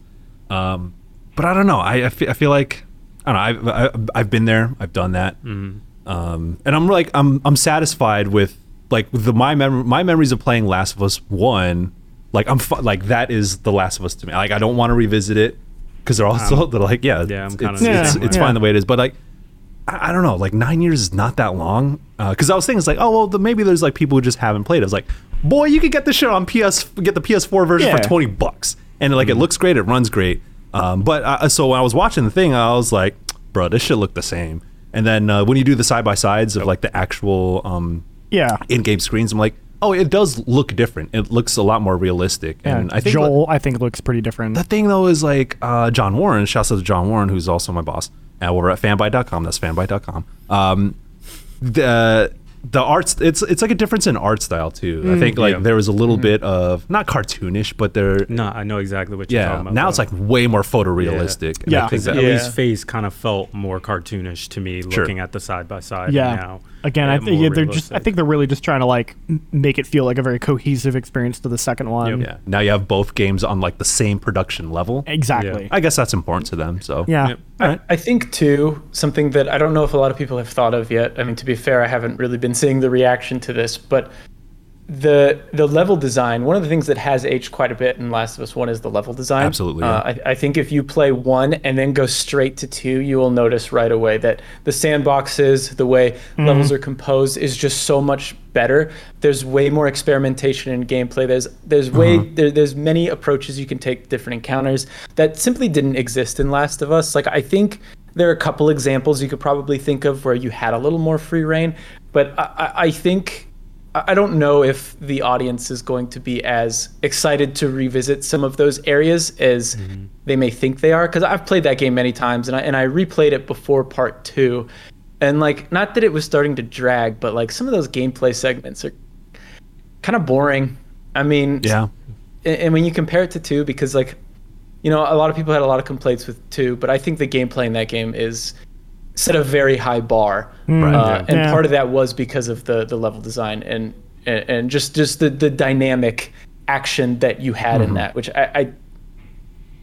[SPEAKER 2] Um, but I don't know. I I fe- I feel like I don't know. I've I, I've been there. I've done that.
[SPEAKER 3] Mm-hmm.
[SPEAKER 2] Um, and I'm like I'm I'm satisfied with like the my mem- my memories of playing Last of Us One. Like I'm fu- like that is the Last of Us to me. Like I don't want to revisit it because they're also [LAUGHS] they're like yeah
[SPEAKER 3] yeah, I'm
[SPEAKER 2] it's-
[SPEAKER 3] kinda
[SPEAKER 2] it's,
[SPEAKER 3] the
[SPEAKER 2] it's,
[SPEAKER 1] same
[SPEAKER 2] it's
[SPEAKER 1] way.
[SPEAKER 2] fine the way it is. But like I, I don't know, like nine years is not that long. Because I was thinking, it's like, oh well, the, maybe there's like people who just haven't played. it. I was like, boy, you could get this shit on PS, get the PS4 version
[SPEAKER 1] Yeah. Mm-hmm.
[SPEAKER 2] for twenty bucks, and like it looks great, it runs great. Um, but I, so when I was watching the thing, I was like, bro, this shit looked the same. And then uh, when you do the side by sides of like the actual um,
[SPEAKER 1] Yeah.
[SPEAKER 2] in-game screens, I'm like, oh, it does look different. It looks a lot more realistic. And I think
[SPEAKER 1] Joel, I think looks pretty different.
[SPEAKER 2] the thing though is like uh, John Warren, shouts out to John Warren, who's also my boss uh, over at fanbite.com. That's fanbite.com. Um, the the arts it's it's like a difference in art style too. I think like
[SPEAKER 3] Mm, Yeah. Mm-hmm.
[SPEAKER 2] there was a little bit of not cartoonish, but there
[SPEAKER 3] No, I know exactly what you're
[SPEAKER 2] yeah.
[SPEAKER 3] talking about.
[SPEAKER 2] Now it's
[SPEAKER 3] though.
[SPEAKER 2] like way more photorealistic. And I
[SPEAKER 1] Yeah.
[SPEAKER 2] think that-
[SPEAKER 4] Yeah.
[SPEAKER 3] Ellie's face kind of felt more cartoonish to me
[SPEAKER 2] Sure.
[SPEAKER 3] looking at the side by side.
[SPEAKER 1] yeah.
[SPEAKER 3] Now,
[SPEAKER 1] Again, I
[SPEAKER 3] and
[SPEAKER 1] think
[SPEAKER 3] more
[SPEAKER 1] yeah, they're just. I
[SPEAKER 3] realistic.
[SPEAKER 1] think they're really just trying to like m- make it feel like a very cohesive experience to the second one.
[SPEAKER 2] yeah. Now you have both games on like the same production level.
[SPEAKER 1] Exactly.
[SPEAKER 2] I guess that's important to them. So
[SPEAKER 1] Yeah.
[SPEAKER 3] Yep.
[SPEAKER 4] I think too something that I don't know if a lot of people have thought of yet. I mean, to be fair, I haven't really been seeing the reaction to this, but the the level design one of the things that has aged quite a bit in last of us one is the level design
[SPEAKER 2] Absolutely,
[SPEAKER 4] uh, I, I think if you play one and then go straight to two you will notice right away that the sandboxes the way levels are composed is just so much better there's way more experimentation in gameplay there's there's way there, there's many approaches you can take to different encounters that simply didn't exist in last of us like i think there are a couple examples you could probably think of where you had a little more free reign but i, I, I think I I don't know if the audience is going to be as excited to revisit some of those areas as they may think they are. Because I've played that game many times, and I and I replayed it before part two, and like not that it was starting to drag, but like some of those gameplay segments are kind of boring. I mean,
[SPEAKER 2] Yeah.
[SPEAKER 4] and, and when you compare it to two, because like, you know, a lot of people had a lot of complaints with two, but I think the gameplay in that game is set a very high bar,
[SPEAKER 2] Hmm. Right.
[SPEAKER 4] uh, and
[SPEAKER 1] Yeah.
[SPEAKER 4] part of that was because of the the level design and and, and just just the the dynamic action that you had
[SPEAKER 2] Mm-hmm.
[SPEAKER 4] in that, which I. I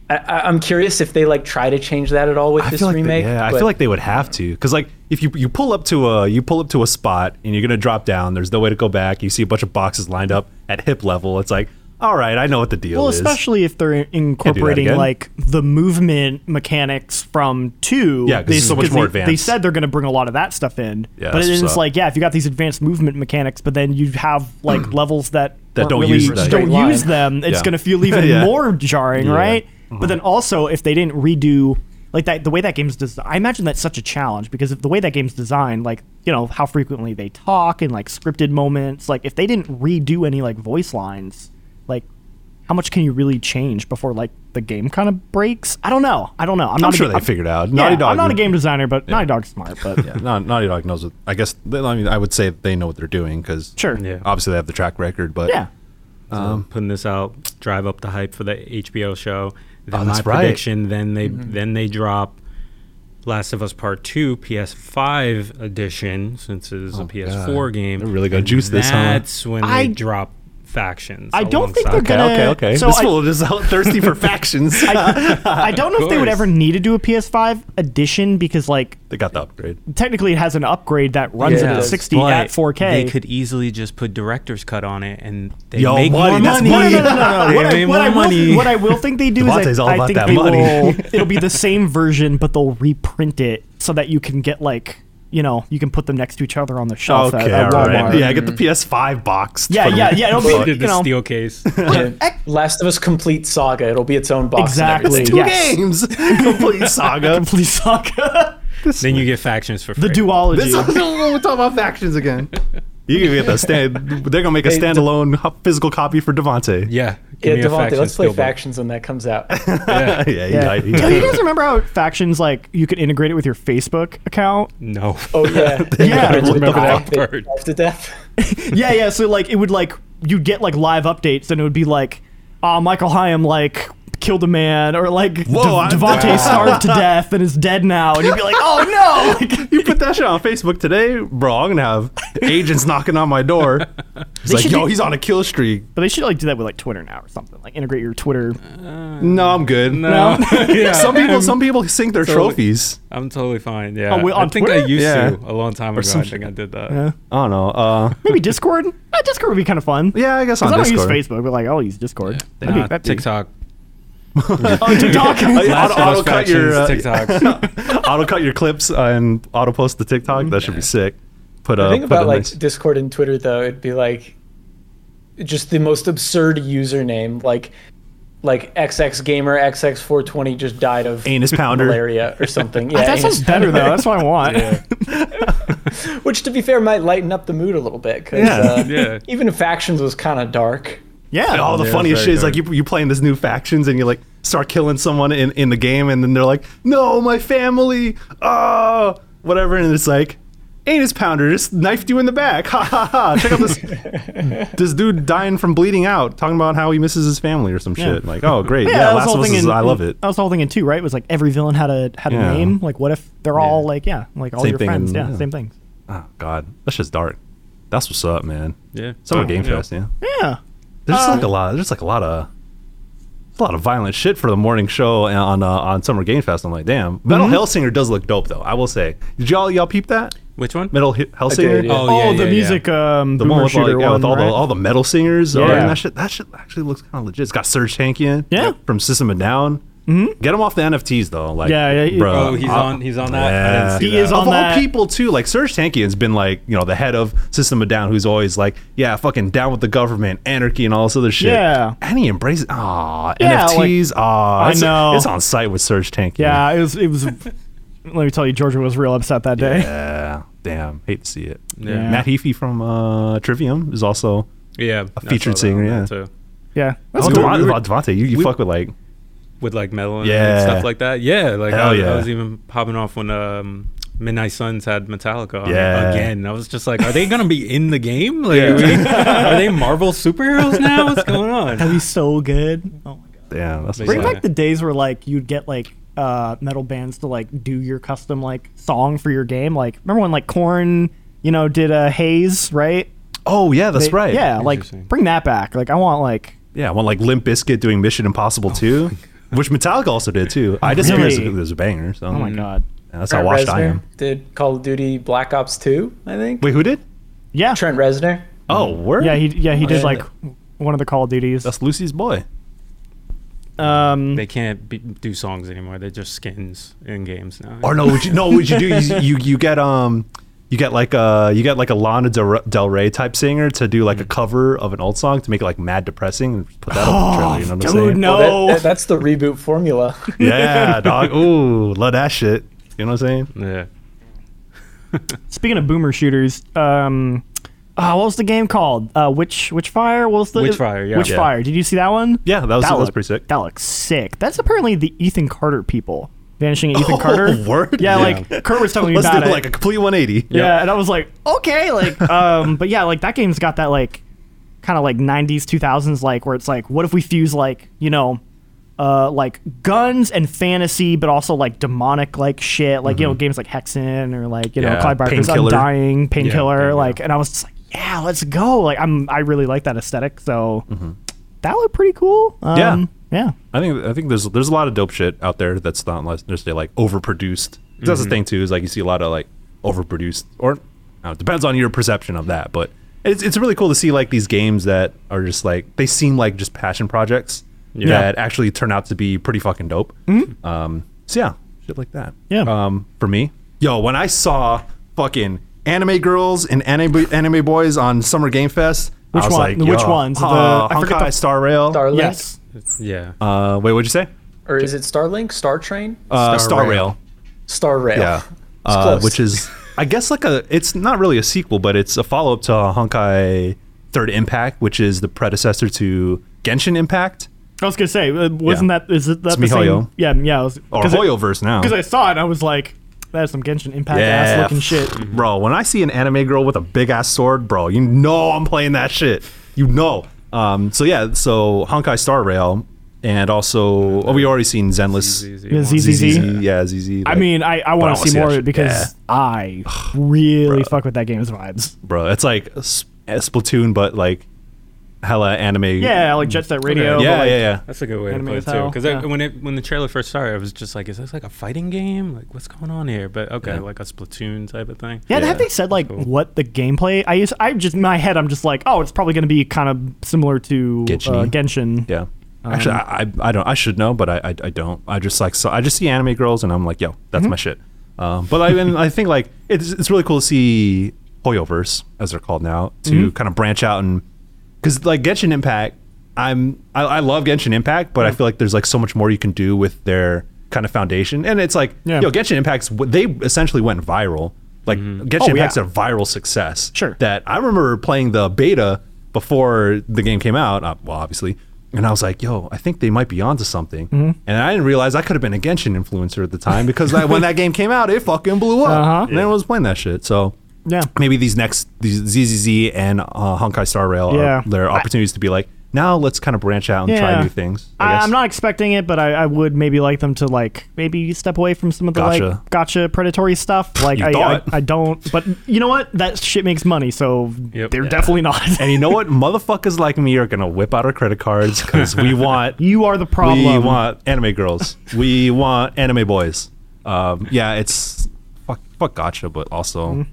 [SPEAKER 4] I, I'm curious if they like try to change that at all with
[SPEAKER 2] I
[SPEAKER 4] this
[SPEAKER 2] feel like they-
[SPEAKER 4] remake.
[SPEAKER 2] yeah, I
[SPEAKER 4] but-
[SPEAKER 2] feel like they would have to because like if you you pull up to a you pull up to a spot and you're gonna drop down, there's no way to go back. You see a bunch of boxes lined up at hip level. It's like, all right, I know what the deal
[SPEAKER 1] Well,
[SPEAKER 2] is.
[SPEAKER 1] especially if they're incorporating
[SPEAKER 2] again.
[SPEAKER 1] like the movement mechanics from two.
[SPEAKER 2] Yeah, 'cause
[SPEAKER 1] they,
[SPEAKER 2] it's so much
[SPEAKER 1] 'cause
[SPEAKER 2] more
[SPEAKER 1] they, they
[SPEAKER 2] advanced.
[SPEAKER 1] said they're going to bring a lot of that stuff in.
[SPEAKER 2] Yeah,
[SPEAKER 1] but
[SPEAKER 2] that's
[SPEAKER 1] then
[SPEAKER 2] what's
[SPEAKER 1] it's
[SPEAKER 2] up.
[SPEAKER 1] like, yeah, if you got these advanced movement mechanics, but then you have
[SPEAKER 2] [CLEARS THROAT]
[SPEAKER 1] like levels that
[SPEAKER 2] That
[SPEAKER 1] aren't
[SPEAKER 2] don't
[SPEAKER 1] really,
[SPEAKER 2] use that.
[SPEAKER 1] don't
[SPEAKER 4] Straight
[SPEAKER 1] use them, it's
[SPEAKER 2] Yeah.
[SPEAKER 1] going to feel even
[SPEAKER 2] [LAUGHS] Yeah. Uh-huh.
[SPEAKER 1] more jarring, right? But then also, if they didn't redo like that, the way that game's designed, I imagine that's such a challenge because of the way that game's designed, like you know how frequently they talk and like scripted moments, like if they didn't redo any like voice lines, like how much can you really change before like the game kind of breaks? I don't know. I don't know. I'm,
[SPEAKER 2] I'm
[SPEAKER 1] not a
[SPEAKER 2] sure
[SPEAKER 1] ga-
[SPEAKER 2] they
[SPEAKER 1] I'm-
[SPEAKER 2] figured it out.
[SPEAKER 1] Yeah,
[SPEAKER 2] Naughty Dog.
[SPEAKER 1] I'm not a
[SPEAKER 2] would-
[SPEAKER 1] game designer, but Naughty Dog's smart. But
[SPEAKER 2] Yeah, Na- Naughty Dog knows. What, I guess. They, I mean, I would say they know what they're doing because
[SPEAKER 1] Sure.
[SPEAKER 3] Yeah.
[SPEAKER 2] obviously they have the track record. But [LAUGHS]
[SPEAKER 1] yeah.
[SPEAKER 3] putting this out, drive up the hype for the HBO show. Then
[SPEAKER 2] Um, Oh,
[SPEAKER 3] my
[SPEAKER 2] that's right.
[SPEAKER 3] prediction. Then they
[SPEAKER 1] Mm-hmm.
[SPEAKER 3] then they drop Last of Us Part Two PS5 edition since it is a PS4
[SPEAKER 2] Oh, God.
[SPEAKER 3] game.
[SPEAKER 2] They're really gonna
[SPEAKER 3] And
[SPEAKER 2] juice this, huh?
[SPEAKER 3] That's when they
[SPEAKER 1] I-
[SPEAKER 3] drop factions.
[SPEAKER 1] I don't think they're
[SPEAKER 3] alongside-
[SPEAKER 2] Okay, okay,
[SPEAKER 1] Gonna-
[SPEAKER 2] okay.
[SPEAKER 1] uh, so
[SPEAKER 2] this
[SPEAKER 1] I-
[SPEAKER 2] fool is out
[SPEAKER 1] [LAUGHS]
[SPEAKER 2] thirsty for factions.
[SPEAKER 1] I don't know if they would
[SPEAKER 3] course.
[SPEAKER 1] ever need to do a PS5 edition because like
[SPEAKER 2] [LAUGHS] they got the upgrade.
[SPEAKER 1] technically it has an upgrade that runs
[SPEAKER 4] Yeah.
[SPEAKER 1] it at 60
[SPEAKER 3] But
[SPEAKER 1] at 4K.
[SPEAKER 3] They could easily just put director's cut on it, and they
[SPEAKER 2] Yo,
[SPEAKER 3] make
[SPEAKER 2] buddy,
[SPEAKER 3] more
[SPEAKER 2] that's
[SPEAKER 3] money.
[SPEAKER 2] money.
[SPEAKER 1] No, [LAUGHS] no, no,
[SPEAKER 2] [LAUGHS]
[SPEAKER 1] no.
[SPEAKER 3] They
[SPEAKER 1] What, I,
[SPEAKER 3] make
[SPEAKER 1] what,
[SPEAKER 3] more
[SPEAKER 1] I will,
[SPEAKER 3] money.
[SPEAKER 1] what I will think they do is
[SPEAKER 2] Devontae's
[SPEAKER 1] I,
[SPEAKER 2] all
[SPEAKER 1] I
[SPEAKER 2] about
[SPEAKER 1] think
[SPEAKER 2] that
[SPEAKER 1] they
[SPEAKER 2] money. [LAUGHS]
[SPEAKER 1] will. It'll be the same version, but they'll reprint it so that you can get like you know you can put them next to each other on the shelf
[SPEAKER 2] Okay, all
[SPEAKER 1] at, at Walmart. [LAUGHS]
[SPEAKER 2] right. Yeah, get the PS5 box.
[SPEAKER 1] yeah, yeah, yeah. It'll
[SPEAKER 2] [LAUGHS]
[SPEAKER 3] They
[SPEAKER 1] be
[SPEAKER 3] did
[SPEAKER 1] you
[SPEAKER 3] the
[SPEAKER 1] know [LAUGHS]
[SPEAKER 3] steel case.
[SPEAKER 4] Yeah. Last of Us complete saga. It'll be its own box. and
[SPEAKER 1] Exactly.
[SPEAKER 4] everything.
[SPEAKER 2] [LAUGHS] Two
[SPEAKER 1] Yes.
[SPEAKER 2] games, complete
[SPEAKER 1] [LAUGHS]
[SPEAKER 2] saga.
[SPEAKER 1] complete saga.
[SPEAKER 3] then you get factions for free.
[SPEAKER 1] the duology.
[SPEAKER 2] This [LAUGHS]
[SPEAKER 1] [LAUGHS]
[SPEAKER 2] is we'll talk about factions again. [LAUGHS] You can get the stand. They're gonna make a
[SPEAKER 4] Hey, d-
[SPEAKER 2] standalone ho- physical copy for Devante.
[SPEAKER 3] Yeah,
[SPEAKER 4] Yeah,
[SPEAKER 3] give me a
[SPEAKER 4] Devontae,
[SPEAKER 3] faction
[SPEAKER 4] let's play
[SPEAKER 3] steelbook.
[SPEAKER 4] factions when that
[SPEAKER 2] [LAUGHS]
[SPEAKER 4] comes out.
[SPEAKER 3] [LAUGHS]
[SPEAKER 2] yeah, he
[SPEAKER 1] Yeah.
[SPEAKER 2] died. He
[SPEAKER 1] Do you [LAUGHS]
[SPEAKER 2] died. [LAUGHS]
[SPEAKER 1] guys remember how factions like you could integrate it with your Facebook
[SPEAKER 2] [LAUGHS]
[SPEAKER 1] account?
[SPEAKER 3] No.
[SPEAKER 4] Oh yeah,
[SPEAKER 1] Yeah. I
[SPEAKER 2] remember
[SPEAKER 3] that
[SPEAKER 4] They
[SPEAKER 3] part.
[SPEAKER 4] drive
[SPEAKER 2] [LAUGHS]
[SPEAKER 4] To death.
[SPEAKER 1] yeah, yeah. So like it would like you'd get like live updates, and it would be like, ah, Michael Hyam like killed a man, or like
[SPEAKER 2] Whoa, I'm
[SPEAKER 1] Devonte
[SPEAKER 2] dead.
[SPEAKER 1] starved
[SPEAKER 2] [LAUGHS]
[SPEAKER 1] to death and is dead now, and you'd be like, oh no, [LAUGHS] like,
[SPEAKER 2] You put that shit on Facebook today, bro. I'm gonna have agents knocking on my door. It's like,
[SPEAKER 1] should
[SPEAKER 2] yo,
[SPEAKER 1] do-
[SPEAKER 2] he's on a kill streak.
[SPEAKER 1] but they should like do that with like Twitter now or something, like integrate your Twitter.
[SPEAKER 2] No, I'm good.
[SPEAKER 3] [LAUGHS] No. [LAUGHS] yeah.
[SPEAKER 2] Some people, some people sink their
[SPEAKER 3] Totally.
[SPEAKER 2] trophies.
[SPEAKER 3] I'm totally fine. Yeah.
[SPEAKER 1] Oh, we-
[SPEAKER 3] I
[SPEAKER 1] on
[SPEAKER 3] think
[SPEAKER 1] Twitter?
[SPEAKER 3] I used
[SPEAKER 2] Yeah.
[SPEAKER 3] to a long time ago.
[SPEAKER 2] some
[SPEAKER 3] I
[SPEAKER 2] shit.
[SPEAKER 3] think I did that.
[SPEAKER 2] I don't know. Uh, [LAUGHS]
[SPEAKER 1] Maybe Discord. Uh, Discord would be kind of fun.
[SPEAKER 2] yeah, I guess
[SPEAKER 1] 'Cause
[SPEAKER 2] on
[SPEAKER 1] I don't
[SPEAKER 2] Discord. [LAUGHS]
[SPEAKER 1] use Facebook, but like I'll use Discord. That'd be-
[SPEAKER 3] Nah,
[SPEAKER 1] that'd be-
[SPEAKER 3] TikTok.
[SPEAKER 1] Oh, TikTok.
[SPEAKER 2] Auto-
[SPEAKER 3] [LAUGHS] Last of
[SPEAKER 2] auto
[SPEAKER 3] Us
[SPEAKER 2] cut your,
[SPEAKER 3] factions,
[SPEAKER 2] uh,
[SPEAKER 3] TikTok.
[SPEAKER 2] [LAUGHS] auto cut your clips uh, and auto post the TikTok. That should be sick. Put
[SPEAKER 4] The
[SPEAKER 2] up.
[SPEAKER 4] thing
[SPEAKER 2] put
[SPEAKER 4] about
[SPEAKER 2] a
[SPEAKER 4] like
[SPEAKER 2] nice-
[SPEAKER 4] Discord and Twitter though, it'd be like just the most absurd username, like like XX gamer XX420 just died of
[SPEAKER 2] anus pounder.
[SPEAKER 4] malaria
[SPEAKER 2] [LAUGHS]
[SPEAKER 4] or something. Yeah,
[SPEAKER 1] That sounds
[SPEAKER 4] anus-
[SPEAKER 1] better though. That's what I want.
[SPEAKER 4] which to be fair might lighten up the mood a little bit. 'cause,
[SPEAKER 2] Yeah.
[SPEAKER 4] uh,
[SPEAKER 3] Yeah.
[SPEAKER 4] Even factions was kind of dark.
[SPEAKER 1] Yeah.
[SPEAKER 2] And all the
[SPEAKER 3] Yeah,
[SPEAKER 2] funniest shit
[SPEAKER 3] very
[SPEAKER 2] is like
[SPEAKER 3] dark.
[SPEAKER 2] you you playing this new factions and you like start killing someone in, in the game and then they're like, no, my family, oh, whatever, and it's like, anus pounder just knifed you in the back, ha ha ha. Check out
[SPEAKER 3] [LAUGHS]
[SPEAKER 2] this this dude dying from bleeding out, talking about how he misses his family or some shit. Like, oh great, yeah,
[SPEAKER 1] that was the
[SPEAKER 2] Last
[SPEAKER 1] whole
[SPEAKER 2] of Us
[SPEAKER 1] thing
[SPEAKER 2] is,
[SPEAKER 1] in- E
[SPEAKER 2] I love it.
[SPEAKER 1] That was the whole thing in two, right? Was like every villain had a had a
[SPEAKER 2] Yeah.
[SPEAKER 1] name. Like, what if they're all like, yeah, like all
[SPEAKER 2] Same
[SPEAKER 1] your
[SPEAKER 2] thing
[SPEAKER 1] friends,
[SPEAKER 2] in-
[SPEAKER 1] yeah,
[SPEAKER 2] yeah.
[SPEAKER 1] same thing.
[SPEAKER 2] Oh god, that's just dark. That's what's up, man.
[SPEAKER 3] Yeah.
[SPEAKER 2] Summer
[SPEAKER 3] Oh,
[SPEAKER 2] Game
[SPEAKER 3] yeah.
[SPEAKER 2] Fest, yeah.
[SPEAKER 1] Yeah,
[SPEAKER 2] There's just
[SPEAKER 1] Uh,
[SPEAKER 2] like a lot. There's like a lot of a lot of violent shit for the morning show
[SPEAKER 1] Mm-hmm.
[SPEAKER 2] on uh, on Summer Game Fest. I'm like, damn. Metal Hellsinger does look dope though. I will say. Did y'all y'all peep that?
[SPEAKER 3] Which one?
[SPEAKER 2] Metal He- Hellsinger.
[SPEAKER 4] did, yeah.
[SPEAKER 3] Oh,
[SPEAKER 1] Oh,
[SPEAKER 3] yeah,
[SPEAKER 1] the
[SPEAKER 3] yeah,
[SPEAKER 1] music. Um,
[SPEAKER 2] The
[SPEAKER 1] boomer
[SPEAKER 2] one with, all,
[SPEAKER 1] shooter
[SPEAKER 2] yeah, with all
[SPEAKER 1] right?
[SPEAKER 2] the all the metal singers are
[SPEAKER 1] Yeah.
[SPEAKER 2] in that shit. That shit actually looks kind of legit. It's got Surge Tank in.
[SPEAKER 1] Yeah.
[SPEAKER 2] From System of Down. Mm-hmm. Get him off the NFTs though. Like,
[SPEAKER 1] Yeah, yeah, yeah.
[SPEAKER 2] bro.
[SPEAKER 3] Oh, he's
[SPEAKER 1] uh,
[SPEAKER 2] I-
[SPEAKER 3] on- he's on that? I didn't see
[SPEAKER 1] He that. is
[SPEAKER 2] Uh, of
[SPEAKER 1] on
[SPEAKER 2] all
[SPEAKER 1] that.
[SPEAKER 2] people too. Like Serge Tankian's been like you know the head of System of Down, who's always like, yeah, fucking down with the government, anarchy, and all this other shit.
[SPEAKER 1] Yeah.
[SPEAKER 2] and he embraces ah
[SPEAKER 1] Yeah, like-
[SPEAKER 2] NFTs. Ah,
[SPEAKER 1] I
[SPEAKER 2] it's,
[SPEAKER 1] know.
[SPEAKER 2] it's on site with Serge Tankian.
[SPEAKER 1] Yeah, it was. It was. [LAUGHS] let me tell you, Georgia was real upset that day.
[SPEAKER 2] Yeah. Damn, hate to see it.
[SPEAKER 1] Yeah.
[SPEAKER 2] Matt Heafy from uh, Trivium is also.
[SPEAKER 3] Yeah,
[SPEAKER 2] A
[SPEAKER 3] I
[SPEAKER 2] featured
[SPEAKER 3] saw that
[SPEAKER 2] singer,
[SPEAKER 3] on there,
[SPEAKER 2] yeah.
[SPEAKER 3] too.
[SPEAKER 1] Yeah, that's
[SPEAKER 2] Oh,
[SPEAKER 1] cool.
[SPEAKER 2] Devon-
[SPEAKER 3] We were-
[SPEAKER 2] Devontae, you, you
[SPEAKER 3] we-
[SPEAKER 2] fuck with like
[SPEAKER 3] with like metal and
[SPEAKER 2] Yeah.
[SPEAKER 3] stuff like that. Yeah, like
[SPEAKER 2] Hell
[SPEAKER 3] I,
[SPEAKER 2] yeah.
[SPEAKER 3] I was even popping off when um, Midnight Suns had Metallica on
[SPEAKER 2] Yeah.
[SPEAKER 3] again. I was just like, are they gonna be in the game? Like,
[SPEAKER 2] Yeah.
[SPEAKER 3] are, we-
[SPEAKER 2] [LAUGHS]
[SPEAKER 3] are they Marvel superheroes now? What's going on?
[SPEAKER 1] That'd be so good. Oh my god.
[SPEAKER 2] damn. That's what's
[SPEAKER 1] Bring
[SPEAKER 2] up.
[SPEAKER 1] back the days where like you'd get like uh metal bands to like do your custom like song for your game. Like remember when like Korn, you know, did a Haze, right?
[SPEAKER 2] Oh yeah, that's
[SPEAKER 1] They-
[SPEAKER 2] right.
[SPEAKER 1] Yeah, like
[SPEAKER 3] Interesting.
[SPEAKER 1] bring that back. Like I want like
[SPEAKER 2] yeah. I want like Limp Bizkit doing Mission Impossible
[SPEAKER 3] Oh
[SPEAKER 2] 2, which Metallica also did too. I just
[SPEAKER 1] Really?
[SPEAKER 2] there's a, there's a banger. So
[SPEAKER 1] oh my god.
[SPEAKER 2] Yeah, that's how washed I
[SPEAKER 4] Reznor
[SPEAKER 2] am.
[SPEAKER 4] did Call of Duty Black Ops 2, I think.
[SPEAKER 2] Wait, who did?
[SPEAKER 1] Yeah.
[SPEAKER 4] Trent Reznor.
[SPEAKER 2] Oh, word.
[SPEAKER 1] Yeah, he yeah, he did
[SPEAKER 4] yeah.
[SPEAKER 1] like one of the Call of Duties.
[SPEAKER 2] That's Lucy's boy.
[SPEAKER 1] Um
[SPEAKER 3] They can't be, do songs anymore. They're just skins in games now.
[SPEAKER 2] Or no, would you no? Would you do you, you you get um you get like a you get like a Lana Del, Del Rey type singer to do like a cover of an old song to make it like mad depressing and put that on the trailer. You know what I'm
[SPEAKER 1] Oh, dude,
[SPEAKER 2] saying?
[SPEAKER 1] no.
[SPEAKER 4] Well, that- that- that's the reboot formula.
[SPEAKER 2] [LAUGHS] Yeah, dog. Ooh, love that shit. You know what I'm saying?
[SPEAKER 3] Yeah.
[SPEAKER 1] Speaking of boomer shooters, um uh, what was the game called? Uh, Witch Witchfire? What was the
[SPEAKER 3] Witchfire, yeah.
[SPEAKER 1] Witchfire. Did you see that one?
[SPEAKER 2] Yeah, that was that, was
[SPEAKER 1] look-
[SPEAKER 2] pretty sick.
[SPEAKER 1] That looks sick. That's apparently the Ethan Carter people. Vanishing
[SPEAKER 2] [LAUGHS] Oh,
[SPEAKER 1] Ethan Carter.
[SPEAKER 2] word.
[SPEAKER 1] Yeah,
[SPEAKER 3] Yeah.
[SPEAKER 1] like Kurt was telling me
[SPEAKER 2] Let's do
[SPEAKER 1] about it.
[SPEAKER 2] like a complete 180.
[SPEAKER 1] yeah, and I was like, okay,
[SPEAKER 2] [LAUGHS]
[SPEAKER 1] like, um, but yeah, like that game's got that like kind of like '90s, 2000s, like where it's like, what if we fuse like you know, uh, like guns and fantasy, but also like demonic like shit, like you know, games like Hexen or like you know,
[SPEAKER 2] Mm-hmm. Yeah,
[SPEAKER 1] Clive Barker's
[SPEAKER 2] Painkiller.
[SPEAKER 1] Undying, Painkiller,
[SPEAKER 3] Painkiller.
[SPEAKER 1] like, and I was just like, yeah, let's go, like I'm, I really like that aesthetic, so that looked pretty cool.
[SPEAKER 2] Mm-hmm. Yeah.
[SPEAKER 1] Um, yeah.
[SPEAKER 2] I think I think there's there's a lot of dope shit out there that's not necessarily like overproduced. 'Cause
[SPEAKER 1] Mm-hmm.
[SPEAKER 2] That's the thing too is like you see a lot of like overproduced or I don't know, it depends on your perception of that, but it's it's really cool to see like these games that are just like they seem like just passion projects
[SPEAKER 3] Yeah.
[SPEAKER 2] that actually turn out to be pretty fucking dope. Um, so yeah, shit like that.
[SPEAKER 1] Mm-hmm. Yeah.
[SPEAKER 2] Um, for me, yo, when I saw fucking anime girls and anime anime boys on Summer Game Fest,
[SPEAKER 1] Which
[SPEAKER 2] I was
[SPEAKER 1] one-
[SPEAKER 2] like,
[SPEAKER 1] which
[SPEAKER 2] yo,
[SPEAKER 1] ones? The-
[SPEAKER 2] Uh,
[SPEAKER 1] I forget
[SPEAKER 2] Honkai
[SPEAKER 1] the-
[SPEAKER 2] Star Rail.
[SPEAKER 4] Starlink.
[SPEAKER 1] Yes.
[SPEAKER 3] Yeah.
[SPEAKER 2] uh, wait, what'd you say?
[SPEAKER 4] Or is it Starlink? Star Train?
[SPEAKER 2] uh, Star,
[SPEAKER 3] Star
[SPEAKER 2] Rail.
[SPEAKER 3] Rail.
[SPEAKER 4] Star Rail.
[SPEAKER 2] Yeah.
[SPEAKER 4] It's
[SPEAKER 2] Uh,
[SPEAKER 4] close.
[SPEAKER 2] which is, I guess, like a. It's not really a sequel, but it's a follow up to Honkai Third Impact, which is the predecessor to Genshin Impact
[SPEAKER 1] I was gonna say, uh, wasn't
[SPEAKER 2] Yeah.
[SPEAKER 1] that is it that
[SPEAKER 2] It's
[SPEAKER 1] the
[SPEAKER 2] miHoYo.
[SPEAKER 1] same? Yeah, yeah. It was,
[SPEAKER 2] or
[SPEAKER 1] 'cause it-
[SPEAKER 2] Hoyoverse now.
[SPEAKER 1] because I saw it, I was like, "That's some Genshin Impact ass looking shit."
[SPEAKER 2] [LAUGHS] Bro, when I see an anime girl with a big ass sword, bro, you know I'm playing that shit. You know. Um, so yeah, so Honkai Star Rail and also oh, we already seen Zenless
[SPEAKER 3] Easy, easy
[SPEAKER 1] Yeah,
[SPEAKER 3] one.
[SPEAKER 1] ZZ.
[SPEAKER 2] ZZ, yeah, ZZ.
[SPEAKER 1] I
[SPEAKER 2] like,
[SPEAKER 1] mean, I, I want
[SPEAKER 2] wanna
[SPEAKER 1] to see
[SPEAKER 2] see
[SPEAKER 1] more of
[SPEAKER 2] that
[SPEAKER 1] it
[SPEAKER 2] shit.
[SPEAKER 1] because
[SPEAKER 2] Yeah. [SIGHS]
[SPEAKER 1] I really
[SPEAKER 2] Bruh.
[SPEAKER 1] fuck with that game's vibes.
[SPEAKER 2] bro, it's like a s- a Splatoon, but like hella anime.
[SPEAKER 1] Yeah, like Jet Set Radio.
[SPEAKER 2] yeah,
[SPEAKER 1] but, like,
[SPEAKER 2] yeah, yeah.
[SPEAKER 3] That's a good way to
[SPEAKER 1] Anime
[SPEAKER 3] put
[SPEAKER 1] as
[SPEAKER 3] it too.
[SPEAKER 1] hell,
[SPEAKER 3] Because
[SPEAKER 1] yeah.
[SPEAKER 3] when it when the trailer first started, I was just like, "Is this like a fighting game? Like, what's going on here?" But okay,
[SPEAKER 2] Yeah.
[SPEAKER 3] like a Splatoon type of thing.
[SPEAKER 1] Yeah, have they said like
[SPEAKER 3] Cool.
[SPEAKER 1] what the gameplay? I used, I just in my head, I'm just like, oh, it's probably going to be kind of similar to uh,
[SPEAKER 2] Genshin-y.
[SPEAKER 1] Genshin.
[SPEAKER 2] Yeah.
[SPEAKER 1] um,
[SPEAKER 2] Actually, I, I I don't. I should know, but I I, I don't. I just like so I just see anime girls, and I'm like, yo,
[SPEAKER 1] Mm-hmm.
[SPEAKER 2] that's my shit. Um, but I and I think like it's it's really cool to see Hoyoverse as they're called now to
[SPEAKER 1] Mm-hmm.
[SPEAKER 2] kind of branch out and because like Genshin Impact, I'm I, I love Genshin Impact, but I
[SPEAKER 1] Mm-hmm.
[SPEAKER 2] feel like there's like so much more you can do with their kind of foundation, and it's like
[SPEAKER 1] Yeah.
[SPEAKER 2] yo, Genshin Impact's they essentially went viral. Like Genshin
[SPEAKER 1] Oh,
[SPEAKER 2] Impact's
[SPEAKER 1] yeah.
[SPEAKER 2] a viral success.
[SPEAKER 1] Sure.
[SPEAKER 2] That I remember playing the beta before the game came out. Uh, well, obviously, and I was like, "Yo, I think they might be onto something."
[SPEAKER 1] Mm-hmm.
[SPEAKER 2] And I didn't realize I could have been a Genshin influencer at the time because that, when that [LAUGHS] game came out, it fucking blew up.
[SPEAKER 1] Uh-huh.
[SPEAKER 2] And everyone was playing that shit. So
[SPEAKER 1] Yeah.
[SPEAKER 2] maybe these next these ZZZ and uh, Honkai Star Rail
[SPEAKER 1] Yeah.
[SPEAKER 2] are their opportunities to be like, now let's kind of branch out and
[SPEAKER 1] Yeah.
[SPEAKER 2] try new things.
[SPEAKER 1] I,
[SPEAKER 2] guess.
[SPEAKER 1] I'm not expecting it, but I, I would maybe like them to like maybe step away from some of the
[SPEAKER 2] Gotcha.
[SPEAKER 1] like gotcha predatory stuff. Like
[SPEAKER 2] You
[SPEAKER 1] I, I,
[SPEAKER 2] thought.
[SPEAKER 1] I don't, but you know what? That shit makes money, so
[SPEAKER 3] Yep.
[SPEAKER 1] they're
[SPEAKER 3] Yeah.
[SPEAKER 1] definitely not.
[SPEAKER 2] And you know what? Motherfuckers like me are gonna whip out our credit cards because
[SPEAKER 1] [LAUGHS]
[SPEAKER 2] we want
[SPEAKER 1] you are the problem.
[SPEAKER 2] We want anime girls. we want anime boys. Um, yeah, it's fuck, fuck gotcha, but also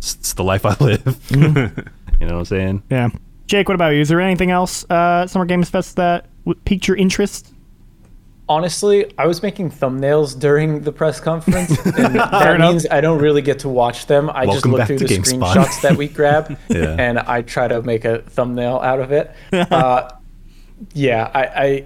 [SPEAKER 2] It's, it's the life I [LAUGHS] live. you know what I'm saying?
[SPEAKER 1] Yeah. Jake, what about you? Is there anything else uh, Summer Games Fest that w- piqued your interest?
[SPEAKER 4] Honestly, I was making thumbnails during the
[SPEAKER 2] [LAUGHS]
[SPEAKER 4] press conference. And that
[SPEAKER 1] enough.
[SPEAKER 4] means I don't really get to watch them. I just
[SPEAKER 2] Welcome
[SPEAKER 4] look
[SPEAKER 2] back
[SPEAKER 4] through
[SPEAKER 2] to
[SPEAKER 4] the
[SPEAKER 2] GameSpot.
[SPEAKER 4] screenshots that we grab
[SPEAKER 2] [LAUGHS] Yeah.
[SPEAKER 4] and I try to make a thumbnail out
[SPEAKER 2] [LAUGHS]
[SPEAKER 4] of it. Uh, yeah, I, I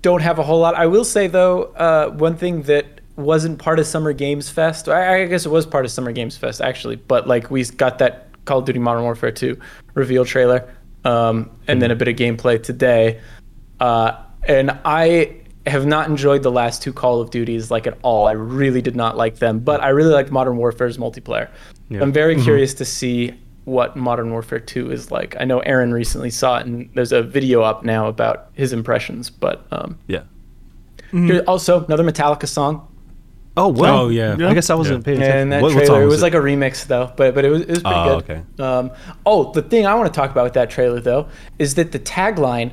[SPEAKER 4] don't have a whole lot. I will say though, uh, one thing that wasn't part of Summer Games Fest. I, I guess it was part of Summer Games Fest actually, but like we got that Call of Duty Modern Warfare 2 reveal trailer, um, and then a bit of gameplay today. Uh, and I have not enjoyed the last two Call of Duties like at all. I really did not like them, but I really liked Modern Warfare's multiplayer. I'm very curious to see what Modern Warfare 2 is like. I know Aaron recently saw it, and there's a video up now about his impressions. But um,
[SPEAKER 2] Yeah.
[SPEAKER 4] here- also another Metallica song,
[SPEAKER 2] Oh well.
[SPEAKER 3] Oh, yeah.
[SPEAKER 2] I guess I wasn't paying attention.
[SPEAKER 4] and that
[SPEAKER 2] What- what
[SPEAKER 4] trailer
[SPEAKER 2] song
[SPEAKER 4] it was like a remix though, but but it was it was pretty
[SPEAKER 2] Oh,
[SPEAKER 4] good. Um, oh, the thing I want to talk about with that trailer though is that the tagline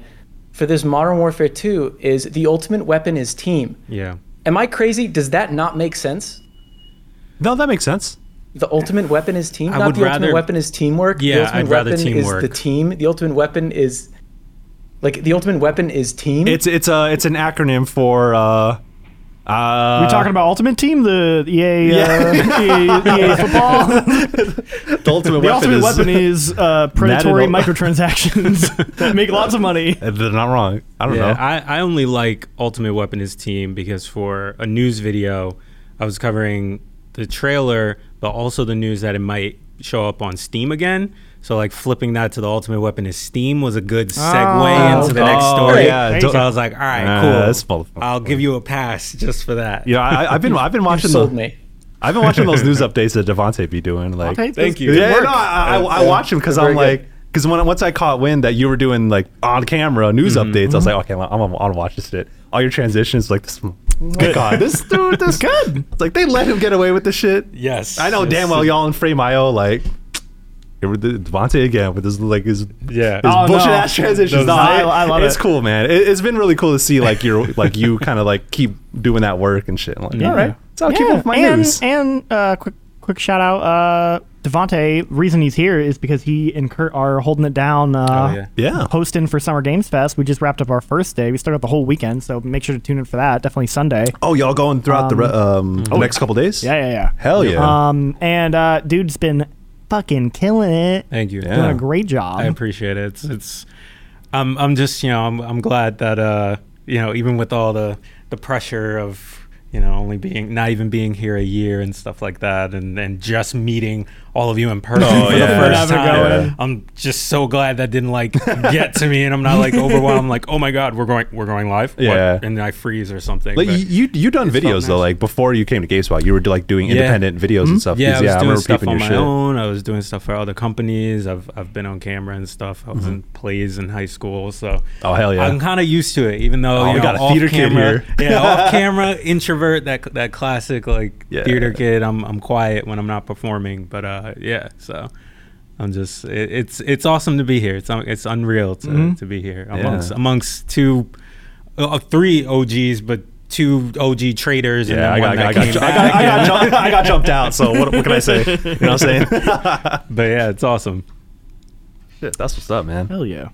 [SPEAKER 4] for this Modern Warfare 2 is the ultimate weapon is team.
[SPEAKER 3] Yeah.
[SPEAKER 4] Am I crazy? Does that not make sense?
[SPEAKER 2] no, that makes sense.
[SPEAKER 4] The ultimate weapon is team. not
[SPEAKER 3] would
[SPEAKER 4] the ultimate
[SPEAKER 3] rather-
[SPEAKER 4] weapon is teamwork.
[SPEAKER 3] Yeah,
[SPEAKER 4] the ultimate
[SPEAKER 3] I'd rather
[SPEAKER 4] weapon
[SPEAKER 3] teamwork.
[SPEAKER 4] is the team. The ultimate weapon is like the ultimate weapon is team.
[SPEAKER 2] It's it's a it's an acronym for. uh uh,
[SPEAKER 1] We're talking about Ultimate Team, the E
[SPEAKER 2] [LAUGHS]
[SPEAKER 1] EA, uh, EA, EA football.
[SPEAKER 2] [LAUGHS] the ultimate
[SPEAKER 1] The ultimate
[SPEAKER 2] is-
[SPEAKER 1] weapon is uh, predatory
[SPEAKER 2] Madden-
[SPEAKER 1] microtransactions that make lots of money.
[SPEAKER 2] [LAUGHS] They're not wrong. I don't
[SPEAKER 3] Yeah,
[SPEAKER 2] know.
[SPEAKER 3] I, I only like Ultimate Weapon is team because for a news video, I was covering the trailer, but also the news that it might show up on Steam again. So like flipping that to the Ultimate Weapon is Steam was a good segue
[SPEAKER 1] Oh,
[SPEAKER 3] into the
[SPEAKER 2] okay.
[SPEAKER 3] next
[SPEAKER 2] Oh,
[SPEAKER 3] story.
[SPEAKER 2] yeah,
[SPEAKER 3] So
[SPEAKER 2] don't-
[SPEAKER 3] I was like, all right,
[SPEAKER 2] Ah,
[SPEAKER 3] cool.
[SPEAKER 2] this motherfucker.
[SPEAKER 3] I'll give you a pass just for that.
[SPEAKER 2] you know, I, I've been I've been watching
[SPEAKER 4] sold
[SPEAKER 2] the-
[SPEAKER 4] me.
[SPEAKER 2] I've been watching those news updates that Devontae be doing. Like,
[SPEAKER 1] Okay,
[SPEAKER 3] Thank
[SPEAKER 1] this-
[SPEAKER 3] you.
[SPEAKER 1] good
[SPEAKER 2] yeah,
[SPEAKER 1] work.
[SPEAKER 2] no, I, I, I watch him because I'm
[SPEAKER 4] Very good.
[SPEAKER 2] like, because when once I caught wind that you were doing like on camera news
[SPEAKER 1] Mm-hmm.
[SPEAKER 2] updates, I was like, okay, I'm I'm on watch this shit. All your transitions, like this. Good God, this dude, this good. [LAUGHS] It's like they let him get away with this shit.
[SPEAKER 3] Yes.
[SPEAKER 2] I know
[SPEAKER 3] yes.
[SPEAKER 2] damn well y'all in frame IO like. Here with the- Devontae again with his like his his
[SPEAKER 3] Yeah.
[SPEAKER 1] Oh,
[SPEAKER 2] bullshit
[SPEAKER 1] no.
[SPEAKER 2] ass transitions.
[SPEAKER 1] Those-
[SPEAKER 2] No,
[SPEAKER 1] I- I love
[SPEAKER 2] it's
[SPEAKER 1] it.
[SPEAKER 2] cool, man. It, it's been really cool to see like your like you kind of like keep doing that work and shit. I'm like, all right, so I'll keep
[SPEAKER 1] Yeah,
[SPEAKER 2] up with my
[SPEAKER 1] and,
[SPEAKER 2] news.
[SPEAKER 1] And uh, quick quick shout out, uh, Devonte. Reason he's here is because he and Kurt are holding it down. Uh,
[SPEAKER 3] Oh, yeah.
[SPEAKER 2] Yeah.
[SPEAKER 1] Hosting for Summer Games Fest. We just wrapped up our first day. We started the whole weekend, so make sure to tune in for that. Definitely Sunday.
[SPEAKER 2] Oh, y'all going throughout the re- um
[SPEAKER 1] mm-hmm.
[SPEAKER 2] the next couple days?
[SPEAKER 1] Yeah, yeah, yeah.
[SPEAKER 2] Hell yeah.
[SPEAKER 1] Um, and uh, dude's been fucking killing it.
[SPEAKER 3] Thank you.
[SPEAKER 2] Yeah.
[SPEAKER 1] Doing a great job.
[SPEAKER 3] I appreciate it. It's, it's I'm I'm just you know I'm I'm glad that uh you know even with all the the pressure of you know only being not even being here a year and stuff like that and and just meeting all of you in person
[SPEAKER 2] Oh,
[SPEAKER 3] for
[SPEAKER 2] yeah.
[SPEAKER 3] the first
[SPEAKER 1] Never
[SPEAKER 3] time.
[SPEAKER 2] going. Yeah.
[SPEAKER 3] I'm just so glad that didn't like get to me and I'm not like overwhelmed like oh my god we're going we're going live What?
[SPEAKER 2] Yeah.
[SPEAKER 3] and I freeze or something.
[SPEAKER 2] like
[SPEAKER 3] but-
[SPEAKER 2] you, you, you done
[SPEAKER 3] it's
[SPEAKER 2] videos
[SPEAKER 3] felt
[SPEAKER 2] though.
[SPEAKER 3] nice.
[SPEAKER 2] Like before you came to GameSpot, you were like doing
[SPEAKER 3] Yeah. Hmm?
[SPEAKER 2] independent videos and stuff.
[SPEAKER 3] yeah,
[SPEAKER 2] 'cause,
[SPEAKER 3] I was doing stuff
[SPEAKER 2] peeping
[SPEAKER 3] on my own. I was doing stuff for other companies. I've I've been on camera and stuff. I was in plays in high school, so
[SPEAKER 2] Mm-hmm. Oh, hell yeah.
[SPEAKER 3] I'm kind of used to it. Even though
[SPEAKER 2] Oh,
[SPEAKER 3] you
[SPEAKER 2] we
[SPEAKER 3] know,
[SPEAKER 2] got a
[SPEAKER 3] off
[SPEAKER 2] theater kid
[SPEAKER 3] camera,
[SPEAKER 2] here.
[SPEAKER 3] [LAUGHS]
[SPEAKER 2] [LAUGHS]
[SPEAKER 3] yeah, off camera introvert that that classic like
[SPEAKER 2] Yeah.
[SPEAKER 3] theater kid. I'm I'm quiet when I'm not performing, but uh, yeah, so. I'm just it, it's it's awesome to be here. It's un- it's unreal to, to be here amongst
[SPEAKER 2] Mm-hmm. Yeah.
[SPEAKER 3] amongst two uh, three OGs but two OG traders and
[SPEAKER 2] Yeah, I
[SPEAKER 3] then
[SPEAKER 2] got,
[SPEAKER 3] one
[SPEAKER 2] I,
[SPEAKER 3] that
[SPEAKER 2] got, I,
[SPEAKER 3] came
[SPEAKER 2] got, I,
[SPEAKER 3] back.
[SPEAKER 2] got, I, got jumped, I got jumped out. So what, what can I say? You know what I'm
[SPEAKER 3] [LAUGHS]
[SPEAKER 2] saying?
[SPEAKER 3] But yeah, it's awesome.
[SPEAKER 2] Shit, that's what's up, man.
[SPEAKER 1] Hell yeah.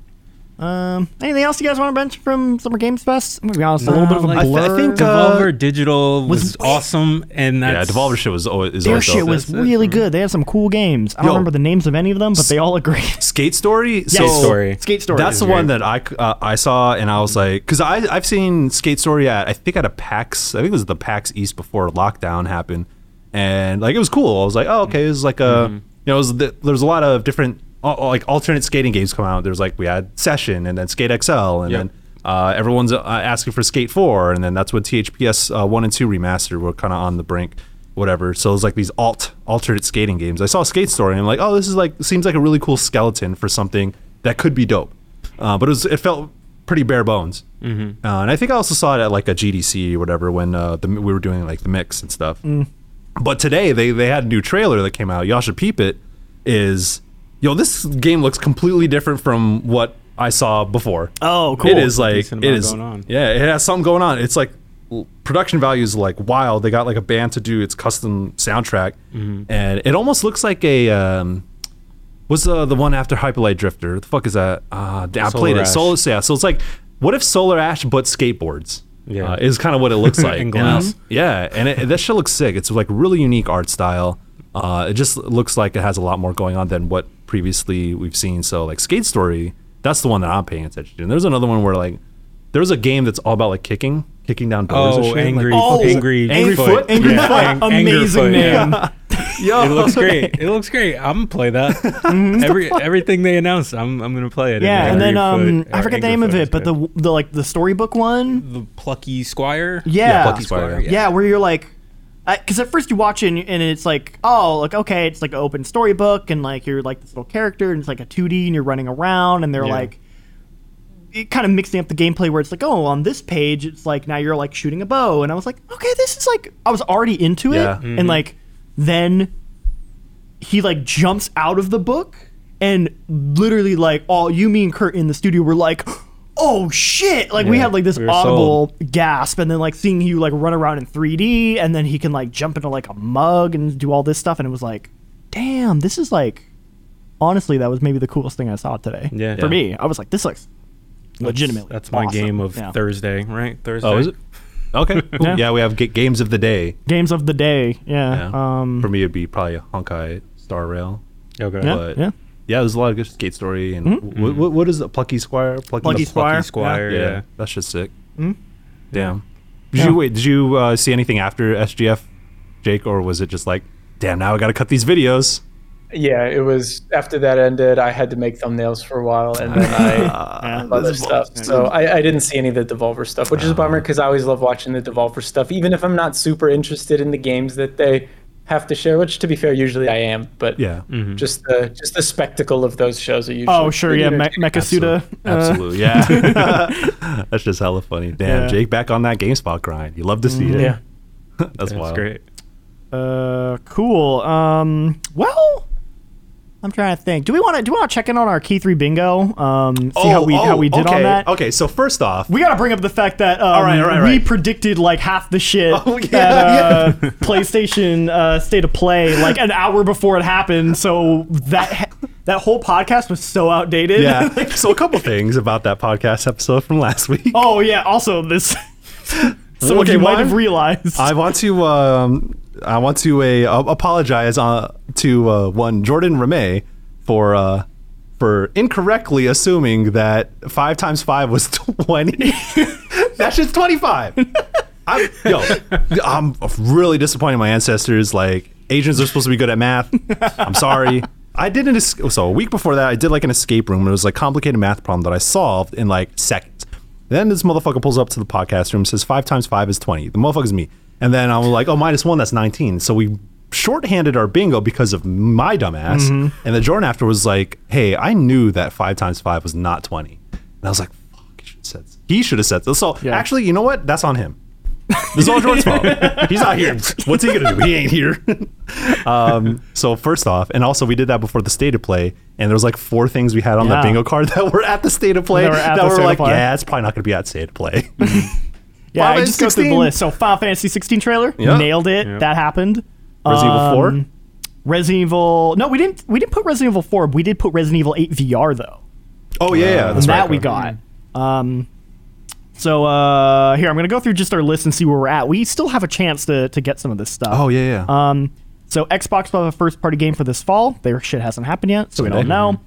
[SPEAKER 1] Um, anything else you guys want to mention from Summer Games Fest? I'm gonna be honest, a little bit of a
[SPEAKER 3] like- I th-
[SPEAKER 1] blur.
[SPEAKER 2] I think, uh,
[SPEAKER 3] Devolver Digital was,
[SPEAKER 1] was-
[SPEAKER 3] awesome, and
[SPEAKER 2] Yeah,
[SPEAKER 3] that's,
[SPEAKER 2] Devolver shit was always. Is
[SPEAKER 1] their
[SPEAKER 2] always
[SPEAKER 1] shit
[SPEAKER 2] dope.
[SPEAKER 1] was
[SPEAKER 3] That's it.
[SPEAKER 1] really good. They had some cool games. I don't
[SPEAKER 2] Yo.
[SPEAKER 1] remember the names of any of them, but they all are great.
[SPEAKER 2] Skate Story.
[SPEAKER 1] Yes.
[SPEAKER 2] So-
[SPEAKER 3] Story.
[SPEAKER 1] Skate Story.
[SPEAKER 2] That's
[SPEAKER 1] is
[SPEAKER 2] the
[SPEAKER 1] great.
[SPEAKER 2] one that I c- uh, I saw and I was like, because I I've seen Skate Story at I think at a PAX I think it was the PAX East before lockdown happened, and like it was cool. I was like, oh okay, it was like a you know it was the, there's a lot of different uh, like alternate skating games come out. There's like we had Session and then Skate XL and
[SPEAKER 3] Yep.
[SPEAKER 2] then. Uh, everyone's uh, asking for Skate 4, and then that's when THPS uh, 1 and 2 remastered were kind of on the brink, whatever. So it was like these alt alternate skating games. I saw Skate Story, and I'm like, oh, this is like seems like a really cool skeleton for something that could be dope. Uh, but it was it felt pretty bare bones.
[SPEAKER 3] Mm-hmm.
[SPEAKER 2] Uh, and I think I also saw it at like a GDC or whatever when uh, the, we were doing like the mix and stuff. But today they they had a new trailer that came out. Y'all should peep it. Is yo this game looks completely different from what I saw before.
[SPEAKER 1] Oh, cool.
[SPEAKER 2] It is like
[SPEAKER 3] Decent
[SPEAKER 2] it
[SPEAKER 3] amount
[SPEAKER 2] is
[SPEAKER 3] going on.
[SPEAKER 2] yeah it has something going on. It's like production value is like wild. They got like a band to do its custom soundtrack,
[SPEAKER 3] Mm-hmm.
[SPEAKER 2] and it almost looks like a. Um, What's the the one after Hyperlight Drifter? The fuck is that? Uh, I
[SPEAKER 3] Solar
[SPEAKER 2] played it.
[SPEAKER 3] Ash.
[SPEAKER 2] Solar, yeah. So it's like, what if Solar Ash but skateboards?
[SPEAKER 3] Yeah.
[SPEAKER 2] uh, is kind of what it
[SPEAKER 3] [LAUGHS]
[SPEAKER 2] looks like.
[SPEAKER 3] And glass.
[SPEAKER 2] uh, yeah, and it, that shit looks sick. It's like really unique art style. Uh, it just looks like it has a lot more going on than what previously we've seen. So like Skate Story, that's the one that I'm paying attention to. And there's another one where like there's a game that's all about like kicking, kicking down doors. and shit.
[SPEAKER 3] [LAUGHS] Oh,
[SPEAKER 2] like-
[SPEAKER 3] angry,
[SPEAKER 1] Oh,
[SPEAKER 3] angry,
[SPEAKER 2] Angry Foot?
[SPEAKER 1] Angry
[SPEAKER 3] Yeah,
[SPEAKER 1] Foot,
[SPEAKER 3] ang- Anger
[SPEAKER 1] amazing
[SPEAKER 3] Foot, yeah.
[SPEAKER 1] name.
[SPEAKER 3] [LAUGHS]
[SPEAKER 2] Yo,
[SPEAKER 1] [LAUGHS]
[SPEAKER 3] It looks great. It looks great. I'm gonna play that. Every everything they announce, I'm I'm gonna play it.
[SPEAKER 1] Yeah, and then
[SPEAKER 3] Angry
[SPEAKER 1] um,
[SPEAKER 3] Foot
[SPEAKER 1] I
[SPEAKER 3] or
[SPEAKER 1] forget the
[SPEAKER 3] Angry
[SPEAKER 1] name of
[SPEAKER 3] Foot is
[SPEAKER 1] it, but
[SPEAKER 3] good.
[SPEAKER 1] the the like the storybook one.
[SPEAKER 3] the plucky squire.
[SPEAKER 1] Yeah,
[SPEAKER 2] Plucky Squire,
[SPEAKER 1] yeah, where you're like, because at first you watch it and, and it's like, oh, like okay, it's like an open storybook, and like you're like this little character, and it's like a 2D, and you're running around, and they're
[SPEAKER 3] Yeah.
[SPEAKER 1] like, it kind of mixing up the gameplay where it's like, oh, on this page, it's like now you're like shooting a bow, and I was like, okay, this is like, I was already into
[SPEAKER 2] Yeah.
[SPEAKER 1] it, and like then he like jumps out of the book and literally like all you me and Kurt in the studio were like oh shit like we
[SPEAKER 3] Yeah,
[SPEAKER 1] had like this
[SPEAKER 3] we were
[SPEAKER 1] audible gasp and then like seeing you like run around in 3D and then he can like jump into like a mug and do all this stuff and it was like damn this is like honestly that was maybe the coolest thing I saw today
[SPEAKER 3] Yeah.
[SPEAKER 1] for
[SPEAKER 3] Yeah.
[SPEAKER 1] me I was like this looks legitimately
[SPEAKER 3] That's my
[SPEAKER 1] awesome.
[SPEAKER 3] game of
[SPEAKER 1] Yeah.
[SPEAKER 3] Thursday, right? Thursday.
[SPEAKER 2] Oh, is it? Okay. cool.
[SPEAKER 1] Yeah.
[SPEAKER 2] yeah. we have g- games of the day.
[SPEAKER 1] games of the day yeah,
[SPEAKER 2] Yeah.
[SPEAKER 1] um
[SPEAKER 2] For me, it'd be probably Honkai Star Rail.
[SPEAKER 3] Okay.
[SPEAKER 1] yeah,
[SPEAKER 2] But
[SPEAKER 1] yeah.
[SPEAKER 2] yeah, there's a lot of good skate story and wh- wh- what is it? Plucky Squire. Plucky,
[SPEAKER 1] Mm-hmm. Plucky
[SPEAKER 2] the
[SPEAKER 1] Squire,
[SPEAKER 3] Plucky
[SPEAKER 1] yeah. Mm-hmm.
[SPEAKER 3] squire.
[SPEAKER 2] Yeah,
[SPEAKER 3] Yeah.
[SPEAKER 2] that's just sick. Damn. Did
[SPEAKER 1] Yeah.
[SPEAKER 2] you wait? Did you uh, see anything after SGF, Jake, or was it just like, damn, now I got to cut these videos?
[SPEAKER 4] Yeah, it was after that ended. I had to make thumbnails for a while, and
[SPEAKER 3] [LAUGHS]
[SPEAKER 4] then I
[SPEAKER 1] Yeah.
[SPEAKER 4] some other stuff. So I, I didn't see any of the Devolver stuff, which is a bummer because I always love watching the Devolver stuff, even if I'm not super interested in the games that they have to share. Which, to be fair, usually I am. But
[SPEAKER 2] Yeah.
[SPEAKER 4] just the just the spectacle of those shows are usually.
[SPEAKER 1] Mm-hmm. oh sure
[SPEAKER 4] pretty
[SPEAKER 1] yeah Me-
[SPEAKER 4] entertaining.
[SPEAKER 1] Mechasuda uh, [LAUGHS]
[SPEAKER 2] Absolutely. Yeah. [LAUGHS] that's just hella funny. Damn,
[SPEAKER 1] Yeah. Mm-hmm.
[SPEAKER 2] Jake back on that GameSpot grind. You love to see it.
[SPEAKER 4] yeah.
[SPEAKER 2] that's,
[SPEAKER 3] That's
[SPEAKER 2] wild.
[SPEAKER 3] great.
[SPEAKER 1] Uh, cool. Um, well, I'm trying to think. Do we want to do we want to check in on our K three bingo? Um, see how we how
[SPEAKER 2] oh,
[SPEAKER 1] we did
[SPEAKER 2] okay,
[SPEAKER 1] on that.
[SPEAKER 2] Okay, so
[SPEAKER 1] [LAUGHS]
[SPEAKER 2] first off,
[SPEAKER 1] We gotta bring up the fact that um,
[SPEAKER 2] right, all right,
[SPEAKER 1] we
[SPEAKER 2] right.
[SPEAKER 1] predicted like half the shit
[SPEAKER 2] [LAUGHS] Oh, yeah, [LAUGHS]
[SPEAKER 1] at uh, PlayStation uh, State of Play like an hour before it happened. So that that whole podcast was so outdated. [LAUGHS]
[SPEAKER 2] yeah. so a couple things about that podcast episode from last week.
[SPEAKER 1] oh yeah. Also this. [LAUGHS] so
[SPEAKER 2] Okay, Uh,
[SPEAKER 1] you might
[SPEAKER 2] one,
[SPEAKER 1] have realized.
[SPEAKER 2] I want to um, I want to uh, uh, apologize uh, to uh, one Jordan Ramey for uh, for incorrectly assuming that five times five was [LAUGHS] twenty. that shit's twenty five. I'm, yo, [LAUGHS] I'm really disappointed in my ancestors. Like Asians are supposed to be good at math. I'm sorry. I did an es- so a week before that I did like an escape room. and It was like complicated math problem that I solved in like seconds. Then this motherfucker pulls up to the podcast room, says five times five is twenty. The motherfucker's me. And then I'm like, oh minus one, that's nineteen. So we shorthanded our bingo because of my dumbass. And then Jordan after was like, hey, I knew that five times five was not twenty. And I was like, fuck, he should have said he should have said this. So
[SPEAKER 1] Yeah.
[SPEAKER 2] actually, you know what? That's on him. This is all Jordan's fault.
[SPEAKER 1] [LAUGHS]
[SPEAKER 2] He's not here. What's he gonna do? He ain't here. [LAUGHS] um, so first off, and also we did that before the state of play, and there was like four things we had on
[SPEAKER 1] Yeah.
[SPEAKER 2] the bingo card that were at the state of play
[SPEAKER 1] That
[SPEAKER 2] that
[SPEAKER 1] were
[SPEAKER 2] were,
[SPEAKER 1] at the state of
[SPEAKER 2] like,
[SPEAKER 1] play.
[SPEAKER 2] yeah, it's probably not gonna be at state of play. [LAUGHS]
[SPEAKER 1] Yeah, I
[SPEAKER 2] Final
[SPEAKER 1] just
[SPEAKER 2] Fantasy
[SPEAKER 1] go through the
[SPEAKER 2] 16.
[SPEAKER 1] list. So Final Fantasy 16 trailer,
[SPEAKER 2] Yeah.
[SPEAKER 1] nailed it.
[SPEAKER 3] Yeah.
[SPEAKER 1] That happened. Um,
[SPEAKER 2] Resident Evil 4?
[SPEAKER 1] Resident Evil. No, we didn't. We didn't put Resident Evil 4. We did put Resident Evil 8 VR though.
[SPEAKER 2] oh yeah, yeah, that's
[SPEAKER 1] that
[SPEAKER 2] right.
[SPEAKER 1] we got. Um, so uh, here I'm gonna go through just our list and see where we're at. We still have a chance to to get some of this stuff.
[SPEAKER 2] Oh yeah, yeah.
[SPEAKER 1] Um, so Xbox will have a first party game for this fall. Their shit hasn't happened yet, so we don't
[SPEAKER 2] Someday.
[SPEAKER 1] know.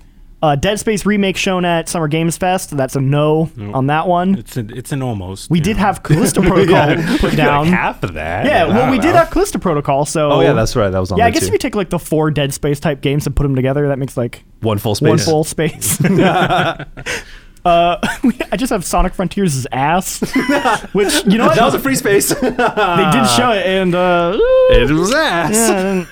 [SPEAKER 1] Uh, Dead Space remake shown at Summer Games Fest. That's a no on that one.
[SPEAKER 3] It's a, it's an almost.
[SPEAKER 1] we
[SPEAKER 3] you
[SPEAKER 1] did
[SPEAKER 3] know.
[SPEAKER 2] [LAUGHS]
[SPEAKER 1] have Callisto Protocol put down.
[SPEAKER 2] like half of that.
[SPEAKER 1] Yeah, well,
[SPEAKER 2] I
[SPEAKER 1] we
[SPEAKER 2] don't
[SPEAKER 1] did
[SPEAKER 2] know.
[SPEAKER 1] have Callisto Protocol, so.
[SPEAKER 2] [LAUGHS] Oh yeah, that's right. That was on.
[SPEAKER 1] Yeah, I
[SPEAKER 2] there,
[SPEAKER 1] guess
[SPEAKER 2] too.
[SPEAKER 1] if you take like the four Dead Space type games and put them together, that makes like
[SPEAKER 2] one full space.
[SPEAKER 1] one full space. [LAUGHS]
[SPEAKER 3] [LAUGHS]
[SPEAKER 1] uh, [LAUGHS] I just have Sonic Frontiers' as ass, [LAUGHS] which you know what?
[SPEAKER 2] [LAUGHS] That was a free space. [LAUGHS]
[SPEAKER 1] they did show it, and
[SPEAKER 3] [LAUGHS]
[SPEAKER 1] uh,
[SPEAKER 2] it was ass.
[SPEAKER 1] yeah,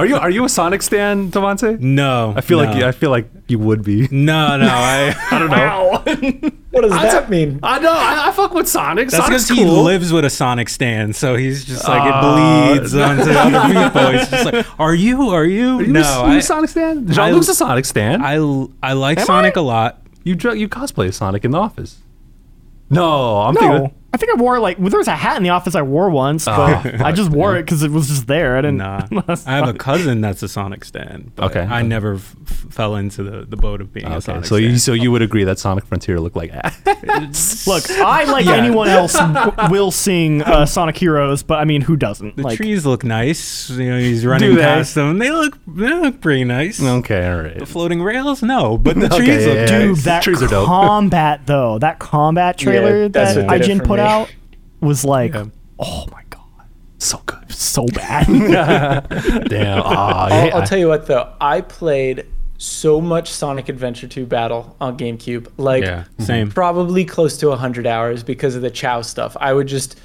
[SPEAKER 2] Are you are you a Sonic stan, Devontae?
[SPEAKER 3] No.
[SPEAKER 2] I feel
[SPEAKER 3] no. [LAUGHS]
[SPEAKER 2] like you, I feel like you would be.
[SPEAKER 3] No, no.
[SPEAKER 2] [LAUGHS]
[SPEAKER 3] I I don't know.
[SPEAKER 4] What does that mean?
[SPEAKER 2] I know. I, I fuck with Sonic.
[SPEAKER 3] [LAUGHS] That's
[SPEAKER 2] Sonic's
[SPEAKER 3] because
[SPEAKER 2] cool.
[SPEAKER 3] he lives with a Sonic stand, so he's just like
[SPEAKER 2] Ah. [LAUGHS]
[SPEAKER 3] it bleeds onto other people. He's just like, "Are you? Are you?
[SPEAKER 2] You
[SPEAKER 3] no,
[SPEAKER 2] a- you
[SPEAKER 3] I,
[SPEAKER 2] a Sonic stan? John Luke's a Sonic stan.
[SPEAKER 3] I l- I like
[SPEAKER 2] Am
[SPEAKER 3] Sonic
[SPEAKER 2] I?
[SPEAKER 3] a lot.
[SPEAKER 2] you dr- you cosplay as Sonic in the office. No, I'm
[SPEAKER 1] No.
[SPEAKER 2] thinking.
[SPEAKER 1] I think I wore like well, there was a hat in the office I wore once, but I just wore it because it was just there. I didn't.
[SPEAKER 3] Oh.
[SPEAKER 1] [LAUGHS]
[SPEAKER 3] Nah, I have a cousin that's a Sonic stan. But
[SPEAKER 2] Okay.
[SPEAKER 3] I never f- f- fell into the, the boat of being a
[SPEAKER 2] Okay,
[SPEAKER 3] Sonic
[SPEAKER 2] so you,
[SPEAKER 3] stan.
[SPEAKER 2] so you would agree that Sonic Frontier looked like ass.
[SPEAKER 1] Look, I
[SPEAKER 3] [LAUGHS]
[SPEAKER 1] like anyone else w- will sing uh, Sonic Heroes, but I mean, who doesn't?
[SPEAKER 3] the
[SPEAKER 1] like,
[SPEAKER 3] trees look nice. You know, he's running
[SPEAKER 2] they?
[SPEAKER 3] past them. They look they look pretty nice.
[SPEAKER 2] okay, all right.
[SPEAKER 3] The floating rails, no, but the
[SPEAKER 2] [LAUGHS] Okay,
[SPEAKER 3] trees look
[SPEAKER 2] yeah, yeah.
[SPEAKER 1] dude,
[SPEAKER 2] Nice.
[SPEAKER 1] that
[SPEAKER 2] Trees are dope.
[SPEAKER 1] combat though, that combat trailer
[SPEAKER 4] Yeah, that's
[SPEAKER 1] that
[SPEAKER 3] what
[SPEAKER 4] did it
[SPEAKER 1] IGN
[SPEAKER 4] for
[SPEAKER 1] put
[SPEAKER 4] me.
[SPEAKER 1] out was like,
[SPEAKER 3] Yeah.
[SPEAKER 1] oh my god,
[SPEAKER 2] So good.
[SPEAKER 1] so [LAUGHS]
[SPEAKER 4] [LAUGHS]
[SPEAKER 1] bad.
[SPEAKER 2] Damn. aw,
[SPEAKER 4] I'll,
[SPEAKER 2] yeah.
[SPEAKER 4] I'll tell you what though, I played so much Sonic Adventure 2 Battle on GameCube, like
[SPEAKER 3] Yeah, same.
[SPEAKER 2] Mm-hmm.
[SPEAKER 4] probably close to 100 hours because of the Chow stuff. I would just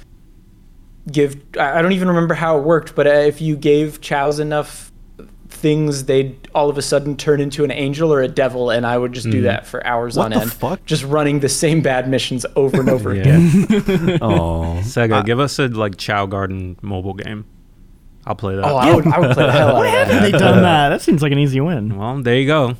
[SPEAKER 4] give I I don't even remember how it worked, but uh, if you gave Chows enough things, they'd all of a sudden turn into an angel or a devil and I would just
[SPEAKER 3] Mm.
[SPEAKER 4] do that for hours
[SPEAKER 2] What
[SPEAKER 4] on
[SPEAKER 2] the
[SPEAKER 4] end.
[SPEAKER 2] fuck?
[SPEAKER 4] Just running the same bad missions over and over
[SPEAKER 3] Yeah.
[SPEAKER 4] again.
[SPEAKER 2] Aw.
[SPEAKER 3] Sega, give us a like Chow Garden mobile game. I'll play that.
[SPEAKER 4] Oh, I would I would play the hell out of that.
[SPEAKER 1] they done that. That seems like an easy win.
[SPEAKER 3] well, there you go.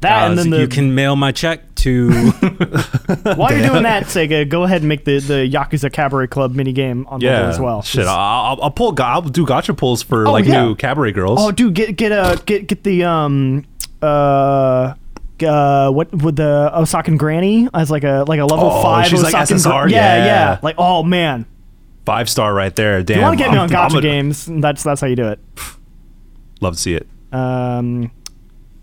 [SPEAKER 1] That and
[SPEAKER 3] Uh,
[SPEAKER 1] then the
[SPEAKER 3] you can mail my check to
[SPEAKER 1] [LAUGHS] While you're
[SPEAKER 2] [LAUGHS]
[SPEAKER 1] doing that, Sega, go ahead and make the, the Yakuza Cabaret Club minigame on
[SPEAKER 2] Yeah.
[SPEAKER 1] there as well.
[SPEAKER 2] Shit,
[SPEAKER 1] Just-
[SPEAKER 2] I'll, I'll- I'll pull. ga- I'll do gotcha pulls for like
[SPEAKER 1] yeah.
[SPEAKER 2] new cabaret girls.
[SPEAKER 1] Oh, dude, get get uh, get get the um uh. Uh, what with the Osakan Granny as like a like a level
[SPEAKER 2] Oh,
[SPEAKER 1] five
[SPEAKER 2] she's like
[SPEAKER 1] Osakan
[SPEAKER 2] SSR?
[SPEAKER 1] yeah,
[SPEAKER 2] Yeah.
[SPEAKER 1] yeah like oh man
[SPEAKER 2] Five star right there. Damn.
[SPEAKER 1] you want to get me
[SPEAKER 2] I'm-
[SPEAKER 1] on gotcha
[SPEAKER 2] I'm a-
[SPEAKER 1] games that's that's how you do it
[SPEAKER 2] Love to see it.
[SPEAKER 1] um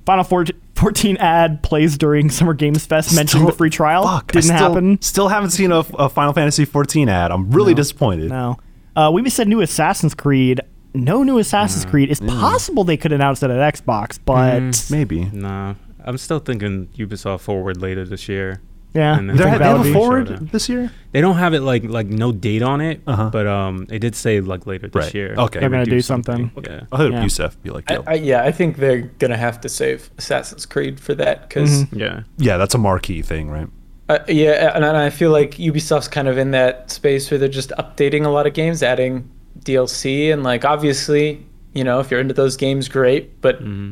[SPEAKER 1] Final Four- 14 ad plays during Summer Games Fest mentioning the
[SPEAKER 2] Still-
[SPEAKER 1] free trial
[SPEAKER 2] Fuck, I
[SPEAKER 1] didn't
[SPEAKER 2] still,
[SPEAKER 1] happen
[SPEAKER 2] Still haven't seen a, a Final Fantasy 14 ad. I'm really disappointed.
[SPEAKER 1] no uh, we said new Assassin's Creed no new
[SPEAKER 2] Mm.
[SPEAKER 1] Assassin's Creed it's possible they could announce it at Xbox but
[SPEAKER 2] Maybe
[SPEAKER 3] Nah, I'm still thinking Ubisoft Forward later this year.
[SPEAKER 1] yeah
[SPEAKER 3] And
[SPEAKER 1] I
[SPEAKER 3] then-
[SPEAKER 1] think
[SPEAKER 2] they
[SPEAKER 3] They're-
[SPEAKER 2] had they
[SPEAKER 1] that would
[SPEAKER 2] have
[SPEAKER 1] be-
[SPEAKER 2] a forward
[SPEAKER 3] Showdown.
[SPEAKER 2] this year.
[SPEAKER 3] They don't have it like like no date on it,
[SPEAKER 2] Uh-huh.
[SPEAKER 3] but um, they did say like later this
[SPEAKER 2] Right.
[SPEAKER 3] year.
[SPEAKER 2] Okay.
[SPEAKER 3] they
[SPEAKER 2] They're
[SPEAKER 3] would
[SPEAKER 1] gonna do something.
[SPEAKER 3] Yeah.
[SPEAKER 2] I'll hit
[SPEAKER 1] Yeah.
[SPEAKER 2] up Yusef. Be like,
[SPEAKER 4] I,
[SPEAKER 2] yo,
[SPEAKER 4] I, yeah, I think they're gonna have to save Assassin's Creed for that because
[SPEAKER 2] Mm-hmm.
[SPEAKER 3] Yeah.
[SPEAKER 2] yeah, that's a marquee thing, right?
[SPEAKER 4] uh, yeah, and, and I feel like Ubisoft's kind of in that space where they're just updating a lot of games, adding DLC, and like obviously, you know, if you're into those games, great. But
[SPEAKER 2] Mm-hmm.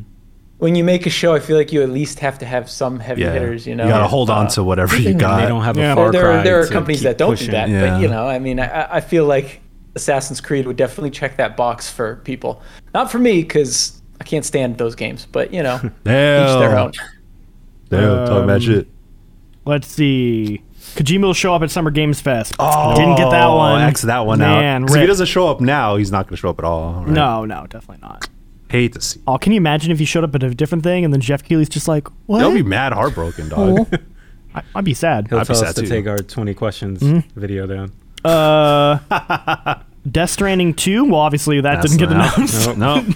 [SPEAKER 4] when you make a show, I feel like you at least have to have some heavy
[SPEAKER 2] Yeah,
[SPEAKER 4] hitters. You know,
[SPEAKER 2] gotta hold on
[SPEAKER 4] Uh,
[SPEAKER 2] to whatever you got.
[SPEAKER 3] They don't have
[SPEAKER 1] Yeah.
[SPEAKER 3] a Far
[SPEAKER 4] there,
[SPEAKER 3] Cry.
[SPEAKER 4] are, there are
[SPEAKER 3] to
[SPEAKER 4] companies
[SPEAKER 3] keep
[SPEAKER 4] that don't
[SPEAKER 3] pushing.
[SPEAKER 4] do that,
[SPEAKER 2] Yeah.
[SPEAKER 4] but you know, I mean, I, I feel like Assassin's Creed would definitely check that box for people. Not for me, because I can't stand those games. But
[SPEAKER 2] [LAUGHS]
[SPEAKER 4] you know, each their
[SPEAKER 2] Damn.
[SPEAKER 4] own.
[SPEAKER 2] Damn, talk
[SPEAKER 1] Um,
[SPEAKER 2] about shit.
[SPEAKER 1] Let's see. Kojima will show up at Summer Games Fest.
[SPEAKER 2] Oh,
[SPEAKER 1] Um, Didn't get that one.
[SPEAKER 2] X that one
[SPEAKER 1] Man,
[SPEAKER 2] out. 'Cause If he
[SPEAKER 1] rip.
[SPEAKER 2] doesn't show up now, he's not gonna show up at all. right?
[SPEAKER 1] No, no, definitely not.
[SPEAKER 2] hate to see.
[SPEAKER 1] Oh, can you imagine if he showed up at a different thing and then Jeff Keighley's just like, what?
[SPEAKER 2] They'll be mad, heartbroken,
[SPEAKER 1] Cool.
[SPEAKER 2] dog.
[SPEAKER 1] I, I'd be sad.
[SPEAKER 3] He'll
[SPEAKER 2] I'd be
[SPEAKER 3] tell
[SPEAKER 2] sad
[SPEAKER 3] us to
[SPEAKER 2] too.
[SPEAKER 3] take our 20 questions video down.
[SPEAKER 1] Uh, Death Stranding 2? Well, obviously that
[SPEAKER 2] That's
[SPEAKER 1] didn't get
[SPEAKER 2] not-
[SPEAKER 1] announced.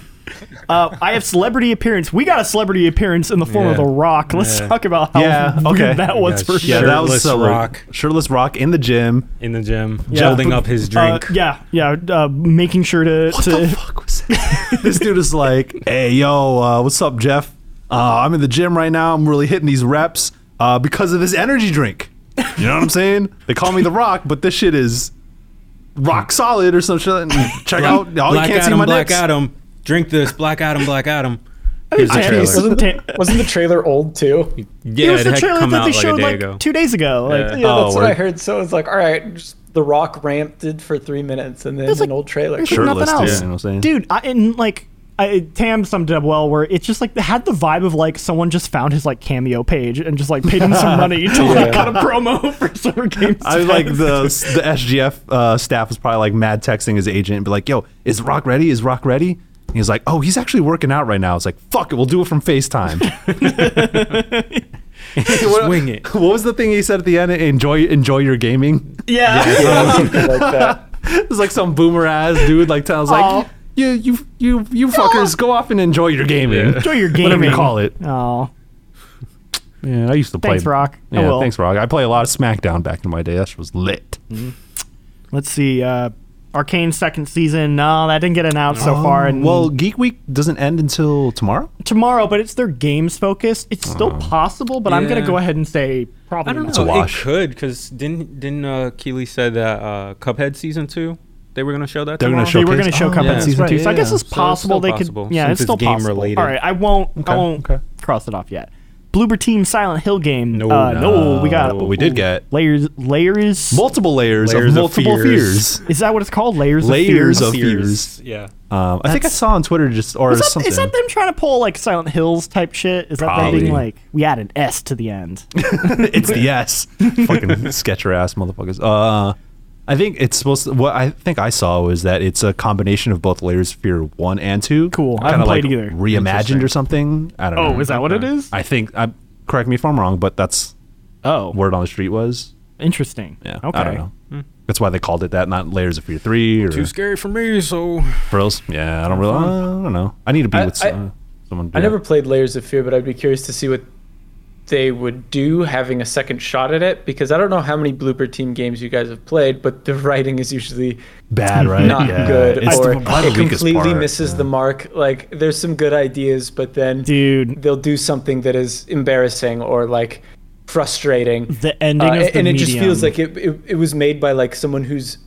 [SPEAKER 2] [LAUGHS] No,
[SPEAKER 1] Uh, I have celebrity appearance. We got a celebrity appearance in the form of
[SPEAKER 3] Yeah.
[SPEAKER 1] The Rock. Let's
[SPEAKER 3] Yeah.
[SPEAKER 1] talk about how
[SPEAKER 2] Yeah,
[SPEAKER 1] weird
[SPEAKER 2] okay.
[SPEAKER 1] that was for
[SPEAKER 3] Yes.
[SPEAKER 2] yeah, that was
[SPEAKER 3] Shirtless
[SPEAKER 2] so weird.
[SPEAKER 3] rock.
[SPEAKER 2] Shirtless rock in the gym.
[SPEAKER 3] In the gym, holding up his drink.
[SPEAKER 1] Uh, yeah, yeah, uh, making sure to...
[SPEAKER 2] What
[SPEAKER 1] to
[SPEAKER 2] the fuck was that? [LAUGHS] this dude is like, hey, yo, uh, what's up, Jeff? Uh, I'm in the gym right now. I'm really hitting these reps uh, because of this energy drink. You know what I'm saying? They call me The Rock, but this shit is rock solid or some shit. And Check out. Oh, you
[SPEAKER 3] Black
[SPEAKER 2] can't see
[SPEAKER 3] Adam,
[SPEAKER 2] my
[SPEAKER 3] Black
[SPEAKER 2] dicks.
[SPEAKER 3] Adam. Drink this, Black Adam, Black Adam. Here's the
[SPEAKER 1] Tam-
[SPEAKER 3] trailer.
[SPEAKER 1] wasn't
[SPEAKER 3] [LAUGHS]
[SPEAKER 1] Tam-
[SPEAKER 4] [LAUGHS] Wasn't the trailer old too?
[SPEAKER 1] It
[SPEAKER 3] Yeah,
[SPEAKER 1] was
[SPEAKER 3] it
[SPEAKER 1] the
[SPEAKER 3] had
[SPEAKER 1] trailer
[SPEAKER 3] come
[SPEAKER 1] that
[SPEAKER 3] out
[SPEAKER 1] they
[SPEAKER 3] like a
[SPEAKER 1] showed
[SPEAKER 3] day
[SPEAKER 1] like
[SPEAKER 3] ago.
[SPEAKER 1] two days ago. Like,
[SPEAKER 3] Yeah.
[SPEAKER 1] yeah,
[SPEAKER 4] Yeah,
[SPEAKER 2] Oh,
[SPEAKER 4] that's what I
[SPEAKER 2] word.
[SPEAKER 4] heard. So it's like, all right, just The Rock ramped it for three minutes, and then
[SPEAKER 3] Um,
[SPEAKER 1] It's
[SPEAKER 4] an
[SPEAKER 1] like-
[SPEAKER 4] old trailer.
[SPEAKER 1] there's
[SPEAKER 2] Shirtless,
[SPEAKER 1] nothing
[SPEAKER 2] too,
[SPEAKER 1] else.
[SPEAKER 2] you know what I'm saying?
[SPEAKER 1] Dude, I, and like I, Tam summed it up well, where it's just like it had the vibe of like someone just found his like cameo page and just like paid him some
[SPEAKER 2] [LAUGHS]
[SPEAKER 1] money to like cut a promo [LAUGHS] for Summer Games.
[SPEAKER 2] I was like, the, the SGF uh, staff was probably like mad texting his agent and be like, yo, is Rock ready? Is Rock ready? And he's like, oh, he's actually working out right now. It's like, fuck it, we'll do it from FaceTime.
[SPEAKER 3] [LAUGHS] Swing it.
[SPEAKER 2] what was the thing he said at the end? Enjoy, enjoy your gaming.
[SPEAKER 1] yeah,
[SPEAKER 4] Yeah, something [LAUGHS] like that.
[SPEAKER 2] It was like some boomer ass dude like tells like
[SPEAKER 1] Aw.
[SPEAKER 2] you you you you fuckers go off and enjoy your gaming.
[SPEAKER 3] Yeah.
[SPEAKER 1] enjoy your game.
[SPEAKER 2] Whatever you call it.
[SPEAKER 1] Oh,
[SPEAKER 2] Yeah, I used to play.
[SPEAKER 1] Thanks, Rock. I
[SPEAKER 2] Yeah,
[SPEAKER 1] will.
[SPEAKER 2] thanks, Rock. I play a lot of SmackDown back in my day. That shit was lit.
[SPEAKER 1] let's see. Uh, Arcane's second season. No, that didn't get announced so far. And
[SPEAKER 2] well, Geek Week doesn't end until tomorrow.
[SPEAKER 1] tomorrow, but it's their games focused. It's
[SPEAKER 2] Uh-huh.
[SPEAKER 1] still possible, but I'm gonna
[SPEAKER 3] Yeah.
[SPEAKER 1] go ahead and say probably.
[SPEAKER 3] I don't know.
[SPEAKER 1] not.
[SPEAKER 2] a wash.
[SPEAKER 3] It could because didn't didn't uh, Keeley said that uh, Cuphead season two they were gonna show that.
[SPEAKER 2] They were gonna
[SPEAKER 3] tomorrow?
[SPEAKER 2] show-
[SPEAKER 1] They were going to
[SPEAKER 2] Showcase?
[SPEAKER 1] show
[SPEAKER 2] Oh,
[SPEAKER 1] Cuphead
[SPEAKER 3] yeah.
[SPEAKER 1] season
[SPEAKER 2] Right,
[SPEAKER 1] two, so I
[SPEAKER 2] yeah,
[SPEAKER 1] guess
[SPEAKER 2] yeah.
[SPEAKER 1] it's
[SPEAKER 3] So it's
[SPEAKER 1] possible
[SPEAKER 3] still
[SPEAKER 1] they
[SPEAKER 3] possible,
[SPEAKER 1] could. Yeah,
[SPEAKER 3] since
[SPEAKER 1] it's
[SPEAKER 3] it's
[SPEAKER 1] still
[SPEAKER 3] game
[SPEAKER 1] possible.
[SPEAKER 3] related.
[SPEAKER 1] All right, I won't. I won't
[SPEAKER 2] okay.
[SPEAKER 1] cross it off yet. Bloober Team Silent Hill game.
[SPEAKER 3] No,
[SPEAKER 1] uh, no, we got
[SPEAKER 2] But we did get
[SPEAKER 1] layers. Layers.
[SPEAKER 2] multiple layers,
[SPEAKER 3] Layers
[SPEAKER 2] of
[SPEAKER 3] of
[SPEAKER 2] multiple fears.
[SPEAKER 3] fears.
[SPEAKER 1] is that what it's called? Layers.
[SPEAKER 2] Layers
[SPEAKER 1] of.
[SPEAKER 2] of- Fears.
[SPEAKER 3] Yeah.
[SPEAKER 2] Um, I think I
[SPEAKER 1] That's-
[SPEAKER 2] saw on Twitter just or
[SPEAKER 1] Fears. Is that,
[SPEAKER 2] something.
[SPEAKER 1] is that them trying to pull like Silent Hills type shit? Is that them
[SPEAKER 2] Probably.
[SPEAKER 1] being like we add an S to the end? [LAUGHS]
[SPEAKER 2] it's the S. Fucking sketcher ass motherfuckers. Uh, I think it's supposed. To, what I think I saw was that it's a combination of both layers of fear one and two.
[SPEAKER 1] Cool. I
[SPEAKER 2] Kinda
[SPEAKER 1] haven't played
[SPEAKER 2] like
[SPEAKER 1] either.
[SPEAKER 2] Reimagined or something. I don't know.
[SPEAKER 1] Oh, is that what it is?
[SPEAKER 2] I think. I correct me if I'm wrong, but that's
[SPEAKER 1] Oh,
[SPEAKER 2] word on the street was.
[SPEAKER 1] interesting.
[SPEAKER 2] Yeah.
[SPEAKER 1] Okay.
[SPEAKER 2] I don't know.
[SPEAKER 4] Hmm.
[SPEAKER 2] That's why they called it that, not Layers of Fear three or
[SPEAKER 3] Too scary for me, so
[SPEAKER 2] Frills. Yeah, I don't really. I don't know. I need to be
[SPEAKER 4] I-
[SPEAKER 2] with
[SPEAKER 4] I-
[SPEAKER 2] uh, someone.
[SPEAKER 4] I never played Layers of Fear, but I'd be curious to see what they would do having a second shot at it because I don't know how many blooper team games you guys have played, but the writing is usually
[SPEAKER 2] bad, right?
[SPEAKER 4] [LAUGHS] not
[SPEAKER 2] Yeah.
[SPEAKER 4] good
[SPEAKER 2] It's
[SPEAKER 4] or
[SPEAKER 2] the- probably
[SPEAKER 4] it
[SPEAKER 2] the weakest
[SPEAKER 4] completely
[SPEAKER 2] part.
[SPEAKER 4] misses the mark. Like there's some good ideas, but then
[SPEAKER 1] Dude,
[SPEAKER 4] they'll do something that is embarrassing or like frustrating.
[SPEAKER 1] the ending
[SPEAKER 4] Uh,
[SPEAKER 1] of the
[SPEAKER 4] and it just feels
[SPEAKER 1] Medium.
[SPEAKER 4] like it, it, it was made by like someone who's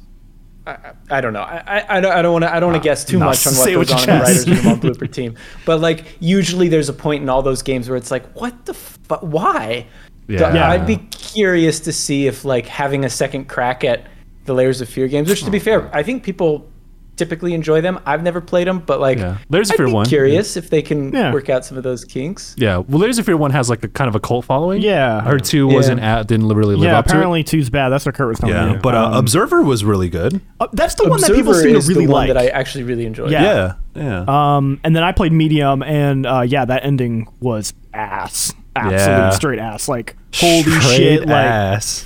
[SPEAKER 4] I, I- I don't know. I, I, I don't. I don't want to. I don't want to guess too
[SPEAKER 2] no,
[SPEAKER 4] much on what
[SPEAKER 2] Uh, say
[SPEAKER 4] goes
[SPEAKER 2] what
[SPEAKER 4] on
[SPEAKER 2] you
[SPEAKER 4] in the
[SPEAKER 2] guess.
[SPEAKER 4] writers room on Blooper Team. But like, usually there's a point in all those games where it's like, what the, fu- why?
[SPEAKER 2] Yeah.
[SPEAKER 4] But
[SPEAKER 2] Yeah.
[SPEAKER 4] I'd be curious to see if like having a second crack at the Layers of Fear games. Which, to be fair, I think people typically enjoy them. I've never played them, but like,
[SPEAKER 2] Yeah. Layers of
[SPEAKER 4] I'd
[SPEAKER 2] Fear
[SPEAKER 4] be
[SPEAKER 2] one.
[SPEAKER 4] Curious if they can
[SPEAKER 1] Yeah.
[SPEAKER 4] work out some of those kinks.
[SPEAKER 2] Yeah, well, Layers of Fear one has like a kind of a cult following.
[SPEAKER 1] Yeah.
[SPEAKER 2] or two
[SPEAKER 4] Yeah.
[SPEAKER 2] wasn't at, didn't really live
[SPEAKER 1] yeah,
[SPEAKER 2] up
[SPEAKER 1] apparently Um, two's bad. That's what Kurt was
[SPEAKER 2] to it.
[SPEAKER 1] telling
[SPEAKER 2] Yeah,
[SPEAKER 1] me.
[SPEAKER 2] but uh, Observer was really good.
[SPEAKER 1] Uh, that's the one that
[SPEAKER 4] Observer
[SPEAKER 1] people seem to
[SPEAKER 4] is
[SPEAKER 1] really
[SPEAKER 4] the one
[SPEAKER 1] like.
[SPEAKER 4] that I actually really enjoy.
[SPEAKER 1] Yeah.
[SPEAKER 2] Yeah, yeah,
[SPEAKER 1] Um, and then I played Medium, and uh, yeah, that ending was ass, absolute
[SPEAKER 2] Yeah.
[SPEAKER 1] straight ass. Like holy
[SPEAKER 2] Straight
[SPEAKER 1] shit! Like
[SPEAKER 2] ass.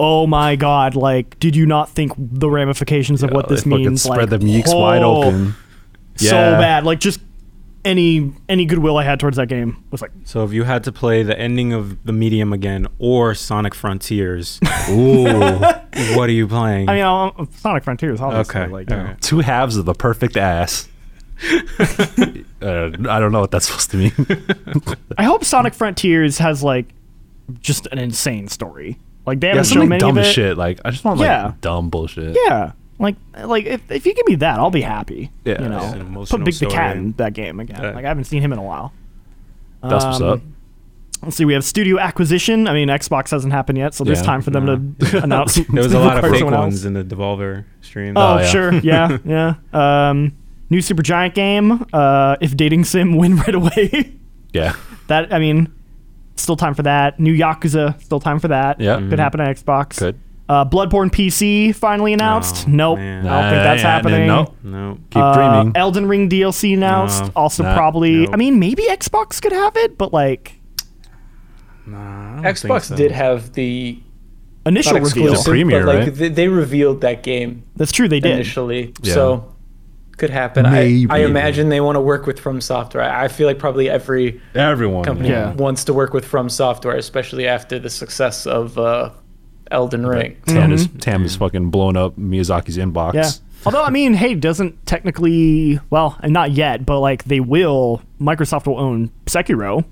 [SPEAKER 1] oh my god! Like did you not think the ramifications of what
[SPEAKER 2] They
[SPEAKER 1] this
[SPEAKER 2] fucking
[SPEAKER 1] means? like
[SPEAKER 2] spread the meeks wide
[SPEAKER 1] oh,
[SPEAKER 2] open.
[SPEAKER 1] so
[SPEAKER 2] Yeah.
[SPEAKER 1] bad. Like just any any goodwill I had towards that game was like
[SPEAKER 3] so if you had to play the ending of the medium again or Sonic [LAUGHS] Frontiers,
[SPEAKER 2] Ooh,
[SPEAKER 3] what are you playing?
[SPEAKER 1] I mean i Sonic Frontiers obviously.
[SPEAKER 3] okay.
[SPEAKER 1] Like,
[SPEAKER 3] all
[SPEAKER 1] you know.
[SPEAKER 3] right.
[SPEAKER 2] two halves of the
[SPEAKER 1] [LAUGHS]
[SPEAKER 2] perfect ass. uh, I don't know what that's supposed to [LAUGHS] mean.
[SPEAKER 1] I hope Sonic Frontiers has like just an insane story. Like they
[SPEAKER 2] yeah,
[SPEAKER 1] haven't shown
[SPEAKER 2] something
[SPEAKER 1] many
[SPEAKER 2] dumb
[SPEAKER 1] of it.
[SPEAKER 2] shit. Like I just want like
[SPEAKER 1] Yeah.
[SPEAKER 2] dumb bullshit.
[SPEAKER 1] Yeah. Like like if, if you give me that, I'll be happy.
[SPEAKER 2] Yeah.
[SPEAKER 1] You
[SPEAKER 2] It's an
[SPEAKER 1] know,
[SPEAKER 3] emotional
[SPEAKER 1] put Big the Cat
[SPEAKER 3] story.
[SPEAKER 1] in that game again.
[SPEAKER 3] Yeah.
[SPEAKER 1] Like I haven't seen him in a while.
[SPEAKER 2] that's what's
[SPEAKER 1] Um,
[SPEAKER 2] up.
[SPEAKER 1] Let's see. We have studio acquisition. I mean, Xbox hasn't happened yet, so there's
[SPEAKER 2] Yeah.
[SPEAKER 1] time for them to [LAUGHS] announce.
[SPEAKER 3] There was a lot of
[SPEAKER 1] acquire
[SPEAKER 3] fake
[SPEAKER 1] someone else.
[SPEAKER 3] ones in the Devolver stream.
[SPEAKER 1] Oh,
[SPEAKER 2] Oh, yeah.
[SPEAKER 1] sure. Yeah, yeah. Um, new Supergiant game. Uh, if dating sim, win [LAUGHS] right away.
[SPEAKER 2] Yeah,
[SPEAKER 1] that I mean, still time for that. New Yakuza, still time for that.
[SPEAKER 2] Yeah.
[SPEAKER 1] could happen on Xbox.
[SPEAKER 2] Could.
[SPEAKER 1] Uh, Bloodborne PC finally announced.
[SPEAKER 3] Oh,
[SPEAKER 1] nope,
[SPEAKER 3] man.
[SPEAKER 1] I don't think
[SPEAKER 2] Nah,
[SPEAKER 1] that's
[SPEAKER 2] yeah,
[SPEAKER 1] happening.
[SPEAKER 2] No,
[SPEAKER 3] no.
[SPEAKER 2] keep
[SPEAKER 1] Uh,
[SPEAKER 2] dreaming.
[SPEAKER 1] Elden Ring DLC announced.
[SPEAKER 3] No,
[SPEAKER 1] also,
[SPEAKER 2] not-
[SPEAKER 1] probably.
[SPEAKER 3] no.
[SPEAKER 1] I mean, maybe Xbox could have it, but like
[SPEAKER 3] Nah, I don't think
[SPEAKER 4] Xbox
[SPEAKER 3] so.
[SPEAKER 4] did have the
[SPEAKER 1] initial
[SPEAKER 4] not
[SPEAKER 1] reveal.
[SPEAKER 4] exclusive,
[SPEAKER 2] The premiere,
[SPEAKER 4] but like
[SPEAKER 2] right?
[SPEAKER 4] they, they revealed that game
[SPEAKER 1] That's true. They did.
[SPEAKER 4] initially,
[SPEAKER 2] Yeah.
[SPEAKER 4] so could happen. I, I
[SPEAKER 2] Maybe.
[SPEAKER 4] imagine they want to work with From Software. I I feel like probably every
[SPEAKER 2] Everyone.
[SPEAKER 4] company
[SPEAKER 1] Yeah.
[SPEAKER 4] wants to work with From Software, especially after the success of uh, Elden Ring.
[SPEAKER 2] Tam is Tam is fucking blown up Miyazaki's inbox.
[SPEAKER 1] Yeah. Although I mean, hey, doesn't technically well, not yet, but like they will. Microsoft will own Sekiro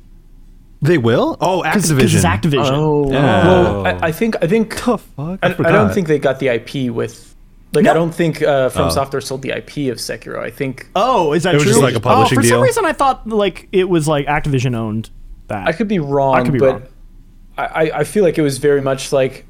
[SPEAKER 2] They will? Oh,
[SPEAKER 1] because
[SPEAKER 2] Activision.
[SPEAKER 1] it's Activision.
[SPEAKER 4] Oh.
[SPEAKER 2] Yeah.
[SPEAKER 4] well, I, I think I think
[SPEAKER 2] fuck?
[SPEAKER 4] I, I don't think they got the IP with. Like I don't think uh, From
[SPEAKER 2] Oh.
[SPEAKER 4] Software sold the IP of Sekiro. I think
[SPEAKER 1] Oh, is that
[SPEAKER 2] It was
[SPEAKER 1] true?
[SPEAKER 2] just like a publishing
[SPEAKER 1] oh, for some
[SPEAKER 2] deal.
[SPEAKER 1] reason, I thought like it was like Activision owned that.
[SPEAKER 4] I could be wrong,
[SPEAKER 1] could be
[SPEAKER 4] but
[SPEAKER 1] wrong.
[SPEAKER 4] I, I- I feel like it was very much like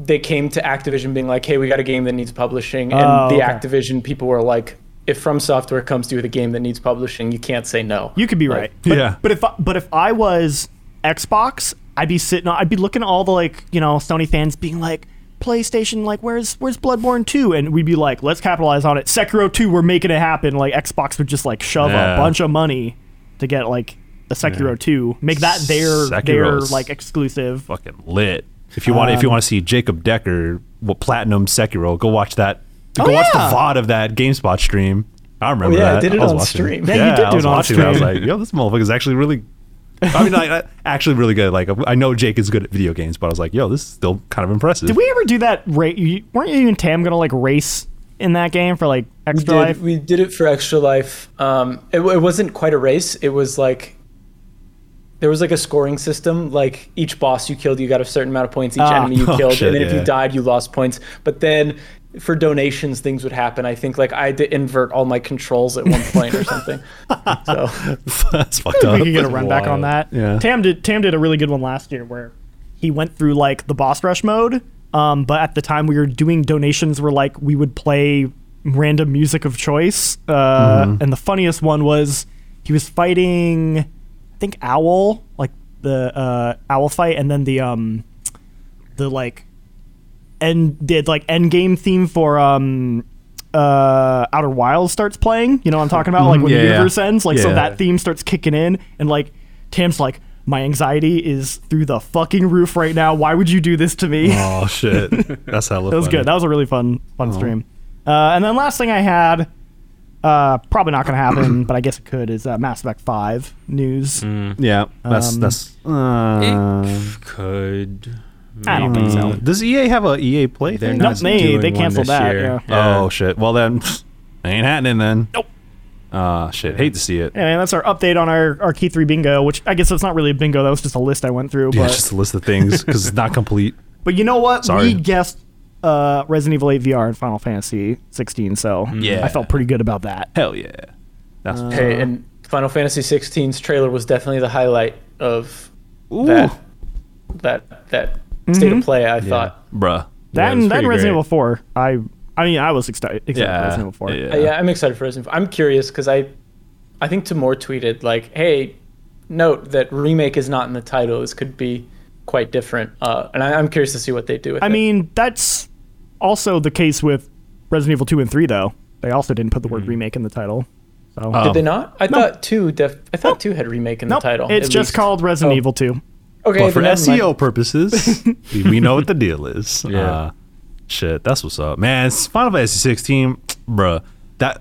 [SPEAKER 4] they came to Activision being like, "Hey, we got a game that needs publishing," and
[SPEAKER 1] Oh,
[SPEAKER 4] the
[SPEAKER 1] okay.
[SPEAKER 4] Activision people were like, "If From Software comes to you with a game that needs publishing, you can't say no."
[SPEAKER 1] you could be
[SPEAKER 4] Like,
[SPEAKER 1] right. But,
[SPEAKER 2] Yeah.
[SPEAKER 1] But if I, but if I was Xbox, I'd be sitting. I'd be looking at all the like you know Sony fans being like. PlayStation, like, where's where's Bloodborne 2? And we'd be like, let's capitalize on it. Sekiro 2, we're making it happen. Like, Xbox would just like shove
[SPEAKER 2] Yeah.
[SPEAKER 1] a bunch of money to get like a Sekiro 2, make that their their
[SPEAKER 2] Sekiro's-
[SPEAKER 1] like exclusive.
[SPEAKER 2] fucking lit. If you want, if
[SPEAKER 1] Um,
[SPEAKER 2] you want to see Jacob Decker, well, Platinum Sekiro, go watch that. Go
[SPEAKER 1] Oh,
[SPEAKER 2] watch the
[SPEAKER 1] yeah.
[SPEAKER 2] VOD of that GameSpot stream. I remember
[SPEAKER 4] Oh, yeah, I
[SPEAKER 2] that.
[SPEAKER 4] did it
[SPEAKER 2] was
[SPEAKER 4] on
[SPEAKER 2] watching.
[SPEAKER 4] stream.
[SPEAKER 1] Yeah,
[SPEAKER 2] Yeah,
[SPEAKER 1] you did
[SPEAKER 2] I
[SPEAKER 1] do
[SPEAKER 2] was
[SPEAKER 1] it on
[SPEAKER 2] watching I was
[SPEAKER 1] stream.
[SPEAKER 2] like, yo, this motherfucker's actually really. I mean, like, actually really good. Like, I know Jake is good at video games, but I was like, yo, this is still kind of impressive.
[SPEAKER 1] Did we ever do that? Ra- you- weren't you and Tam gonna like race in that game for like
[SPEAKER 4] We
[SPEAKER 1] extra
[SPEAKER 4] did,
[SPEAKER 1] life?
[SPEAKER 4] we did it for Extra Life. Um, it, it wasn't quite a race. It was like there was like a scoring system. Like each boss you killed, you got a certain amount of points. Each
[SPEAKER 1] Ah.
[SPEAKER 4] enemy you
[SPEAKER 2] [LAUGHS] Oh,
[SPEAKER 4] killed,
[SPEAKER 2] shit,
[SPEAKER 4] and then if
[SPEAKER 2] yeah.
[SPEAKER 4] you died, you lost points. But then for donations things would happen. I think like I had to invert all my controls at one point or
[SPEAKER 2] [LAUGHS]
[SPEAKER 4] something. So
[SPEAKER 2] [LAUGHS] That's fucked up.
[SPEAKER 1] we could get a run back on
[SPEAKER 3] wild.
[SPEAKER 1] that.
[SPEAKER 2] Yeah.
[SPEAKER 1] Tam did Tam did a really good one last year where he went through like the boss rush mode. Um, but at the time we were doing donations where like we would play random music of choice. Uh,
[SPEAKER 2] Mm-hmm.
[SPEAKER 1] and the funniest one was he was fighting I think Owl, like the uh, Owl fight and then the um the like end did like end game theme for um uh Outer Wilds starts playing. You know what I'm talking about? Like when the
[SPEAKER 2] Yeah, Mm-hmm. yeah.
[SPEAKER 1] universe ends. Like so
[SPEAKER 2] Yeah.
[SPEAKER 1] that theme starts kicking in and like Tam's like, My anxiety is through the fucking roof right now. Why would you do this to me? that
[SPEAKER 2] Oh shit, that's hella.
[SPEAKER 1] was
[SPEAKER 2] funny. Oh.
[SPEAKER 1] good. [LAUGHS] That was a really fun fun stream. Uh and then last thing I had uh, probably not gonna
[SPEAKER 2] [CLEARS THROAT]
[SPEAKER 1] happen, but I guess it could. Is uh, Mass Effect Five news?
[SPEAKER 2] yeah, that's
[SPEAKER 1] Um,
[SPEAKER 2] that's. Uh,
[SPEAKER 3] Could.
[SPEAKER 1] I don't think so.
[SPEAKER 2] uh, does EA have a EA play
[SPEAKER 3] They're
[SPEAKER 2] thing?
[SPEAKER 1] Nope,
[SPEAKER 3] not
[SPEAKER 1] they-
[SPEAKER 3] doing
[SPEAKER 1] they
[SPEAKER 3] one
[SPEAKER 1] canceled
[SPEAKER 3] this
[SPEAKER 1] that,
[SPEAKER 3] year.
[SPEAKER 1] yeah.
[SPEAKER 2] Oh shit. Well then, [LAUGHS] ain't happening then.
[SPEAKER 1] Nope.
[SPEAKER 2] Ah shit. Hate to see it.
[SPEAKER 1] Anyway, that's our update on our, our Key 3 bingo, which I guess that's not really a bingo. That was just a list I went through.
[SPEAKER 2] Yeah,
[SPEAKER 1] but
[SPEAKER 2] it's just a list of things because
[SPEAKER 1] [LAUGHS]
[SPEAKER 2] it's not complete.
[SPEAKER 1] But you know what?
[SPEAKER 2] Sorry.
[SPEAKER 1] We guessed uh, Resident Evil 8 VR and Final Fantasy 16, so
[SPEAKER 2] Yeah.
[SPEAKER 1] I felt pretty good about that.
[SPEAKER 2] Hell yeah. That's
[SPEAKER 1] Uh,
[SPEAKER 4] hey, and Final Fantasy 16's trailer was definitely the highlight of
[SPEAKER 2] Ooh, Mm-hmm.
[SPEAKER 4] that that that state of play. I thought.
[SPEAKER 2] bruh.
[SPEAKER 3] it
[SPEAKER 1] That and that
[SPEAKER 3] was
[SPEAKER 1] and
[SPEAKER 3] pretty
[SPEAKER 1] Resident
[SPEAKER 3] great.
[SPEAKER 1] Evil 4. I I mean, I was excited. excited for
[SPEAKER 2] Yeah.
[SPEAKER 1] Resident Evil 4.
[SPEAKER 4] Uh, yeah, I'm excited for Resident Evil. I'm curious because I, I think Tamor tweeted like, "Hey, note that remake is not in the title. This could be quite different." Uh, and I, I'm curious to see what they do with
[SPEAKER 1] I
[SPEAKER 4] it.
[SPEAKER 1] mean, that's also the case with Resident Evil 2 and 3, though. They also didn't put the word remake in the title. So
[SPEAKER 2] Uh,
[SPEAKER 4] did they not? I thought two. Def- I thought two had remake in
[SPEAKER 1] Nope,
[SPEAKER 4] the title.
[SPEAKER 1] it's
[SPEAKER 4] at
[SPEAKER 1] just
[SPEAKER 4] least.
[SPEAKER 1] called Resident
[SPEAKER 4] Oh.
[SPEAKER 1] Evil 2.
[SPEAKER 4] Okay,
[SPEAKER 2] But for
[SPEAKER 4] then never
[SPEAKER 1] E
[SPEAKER 4] mind.
[SPEAKER 2] SEO purposes, we- we know what the deal is.
[SPEAKER 3] Yeah.
[SPEAKER 2] Uh, shit, that's what's up, man. It's Final Fantasy 16, bruh. That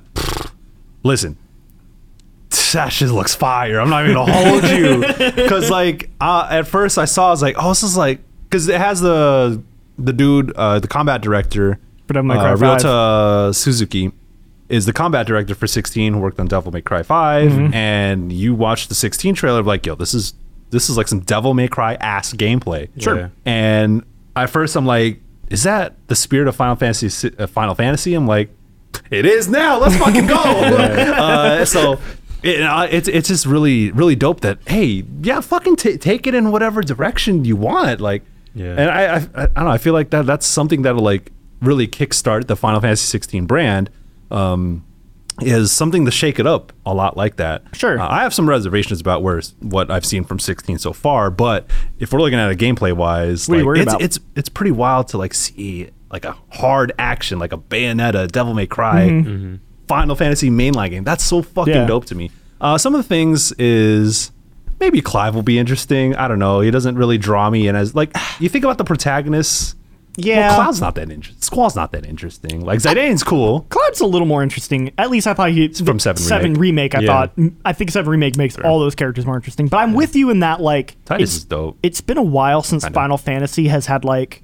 [SPEAKER 2] listen, that shit looks fire. I'm not even gonna hold you because like uh, at first I saw I was like, oh, this is like because it has the the dude uh, the combat director
[SPEAKER 1] For Devil May Cry
[SPEAKER 2] uh,
[SPEAKER 1] 5.
[SPEAKER 2] Ryota Suzuki is the combat director for 16 who worked on Devil May Cry 5 and you watched the 16 trailer like yo this is this is like some Devil May Cry ass gameplay
[SPEAKER 3] Sure. Yeah.
[SPEAKER 2] and at first I'm like is that the spirit of Final Fantasy si- uh, Final Fantasy I'm like it is now let's fucking go uh, so it, uh, it's it's just really really dope that hey yeah fucking ta take it in whatever direction you want like
[SPEAKER 3] Yeah.
[SPEAKER 2] and I, I I don't know. I feel like that that's something that'll like really kickstart the Final Fantasy 16 brand. Um, is something to shake it up a lot like that.
[SPEAKER 1] Sure.
[SPEAKER 2] Uh, I have some reservations about where what I've seen from 16 so far, but if we're looking at it gameplay wise,
[SPEAKER 1] What are you
[SPEAKER 2] like,
[SPEAKER 1] worried
[SPEAKER 2] it's,
[SPEAKER 1] about?
[SPEAKER 2] it's it's pretty wild to like see like a hard action like a Bayonetta, Devil May Cry, Final Fantasy mainline game. That's so fucking
[SPEAKER 1] Mm-hmm. Yeah.
[SPEAKER 2] dope to me. Uh, some of the things is maybe Clive will be interesting. I don't know. He doesn't really draw me in as like [SIGHS] you think about the protagonists.
[SPEAKER 1] Yeah.
[SPEAKER 2] well, Cloud's not that interesting. Squall's not that interesting. Like Zidane's cool.
[SPEAKER 1] Cloud's a little more interesting. At least I thought he
[SPEAKER 2] from Seven
[SPEAKER 1] Seven remake.
[SPEAKER 2] Remake.
[SPEAKER 1] I
[SPEAKER 2] Yeah.
[SPEAKER 1] thought I think Seven remake makes all those characters more interesting. But I'm with you in that like
[SPEAKER 2] Titus
[SPEAKER 1] it's-
[SPEAKER 2] is dope.
[SPEAKER 1] It's been a while since Final Fantasy has had like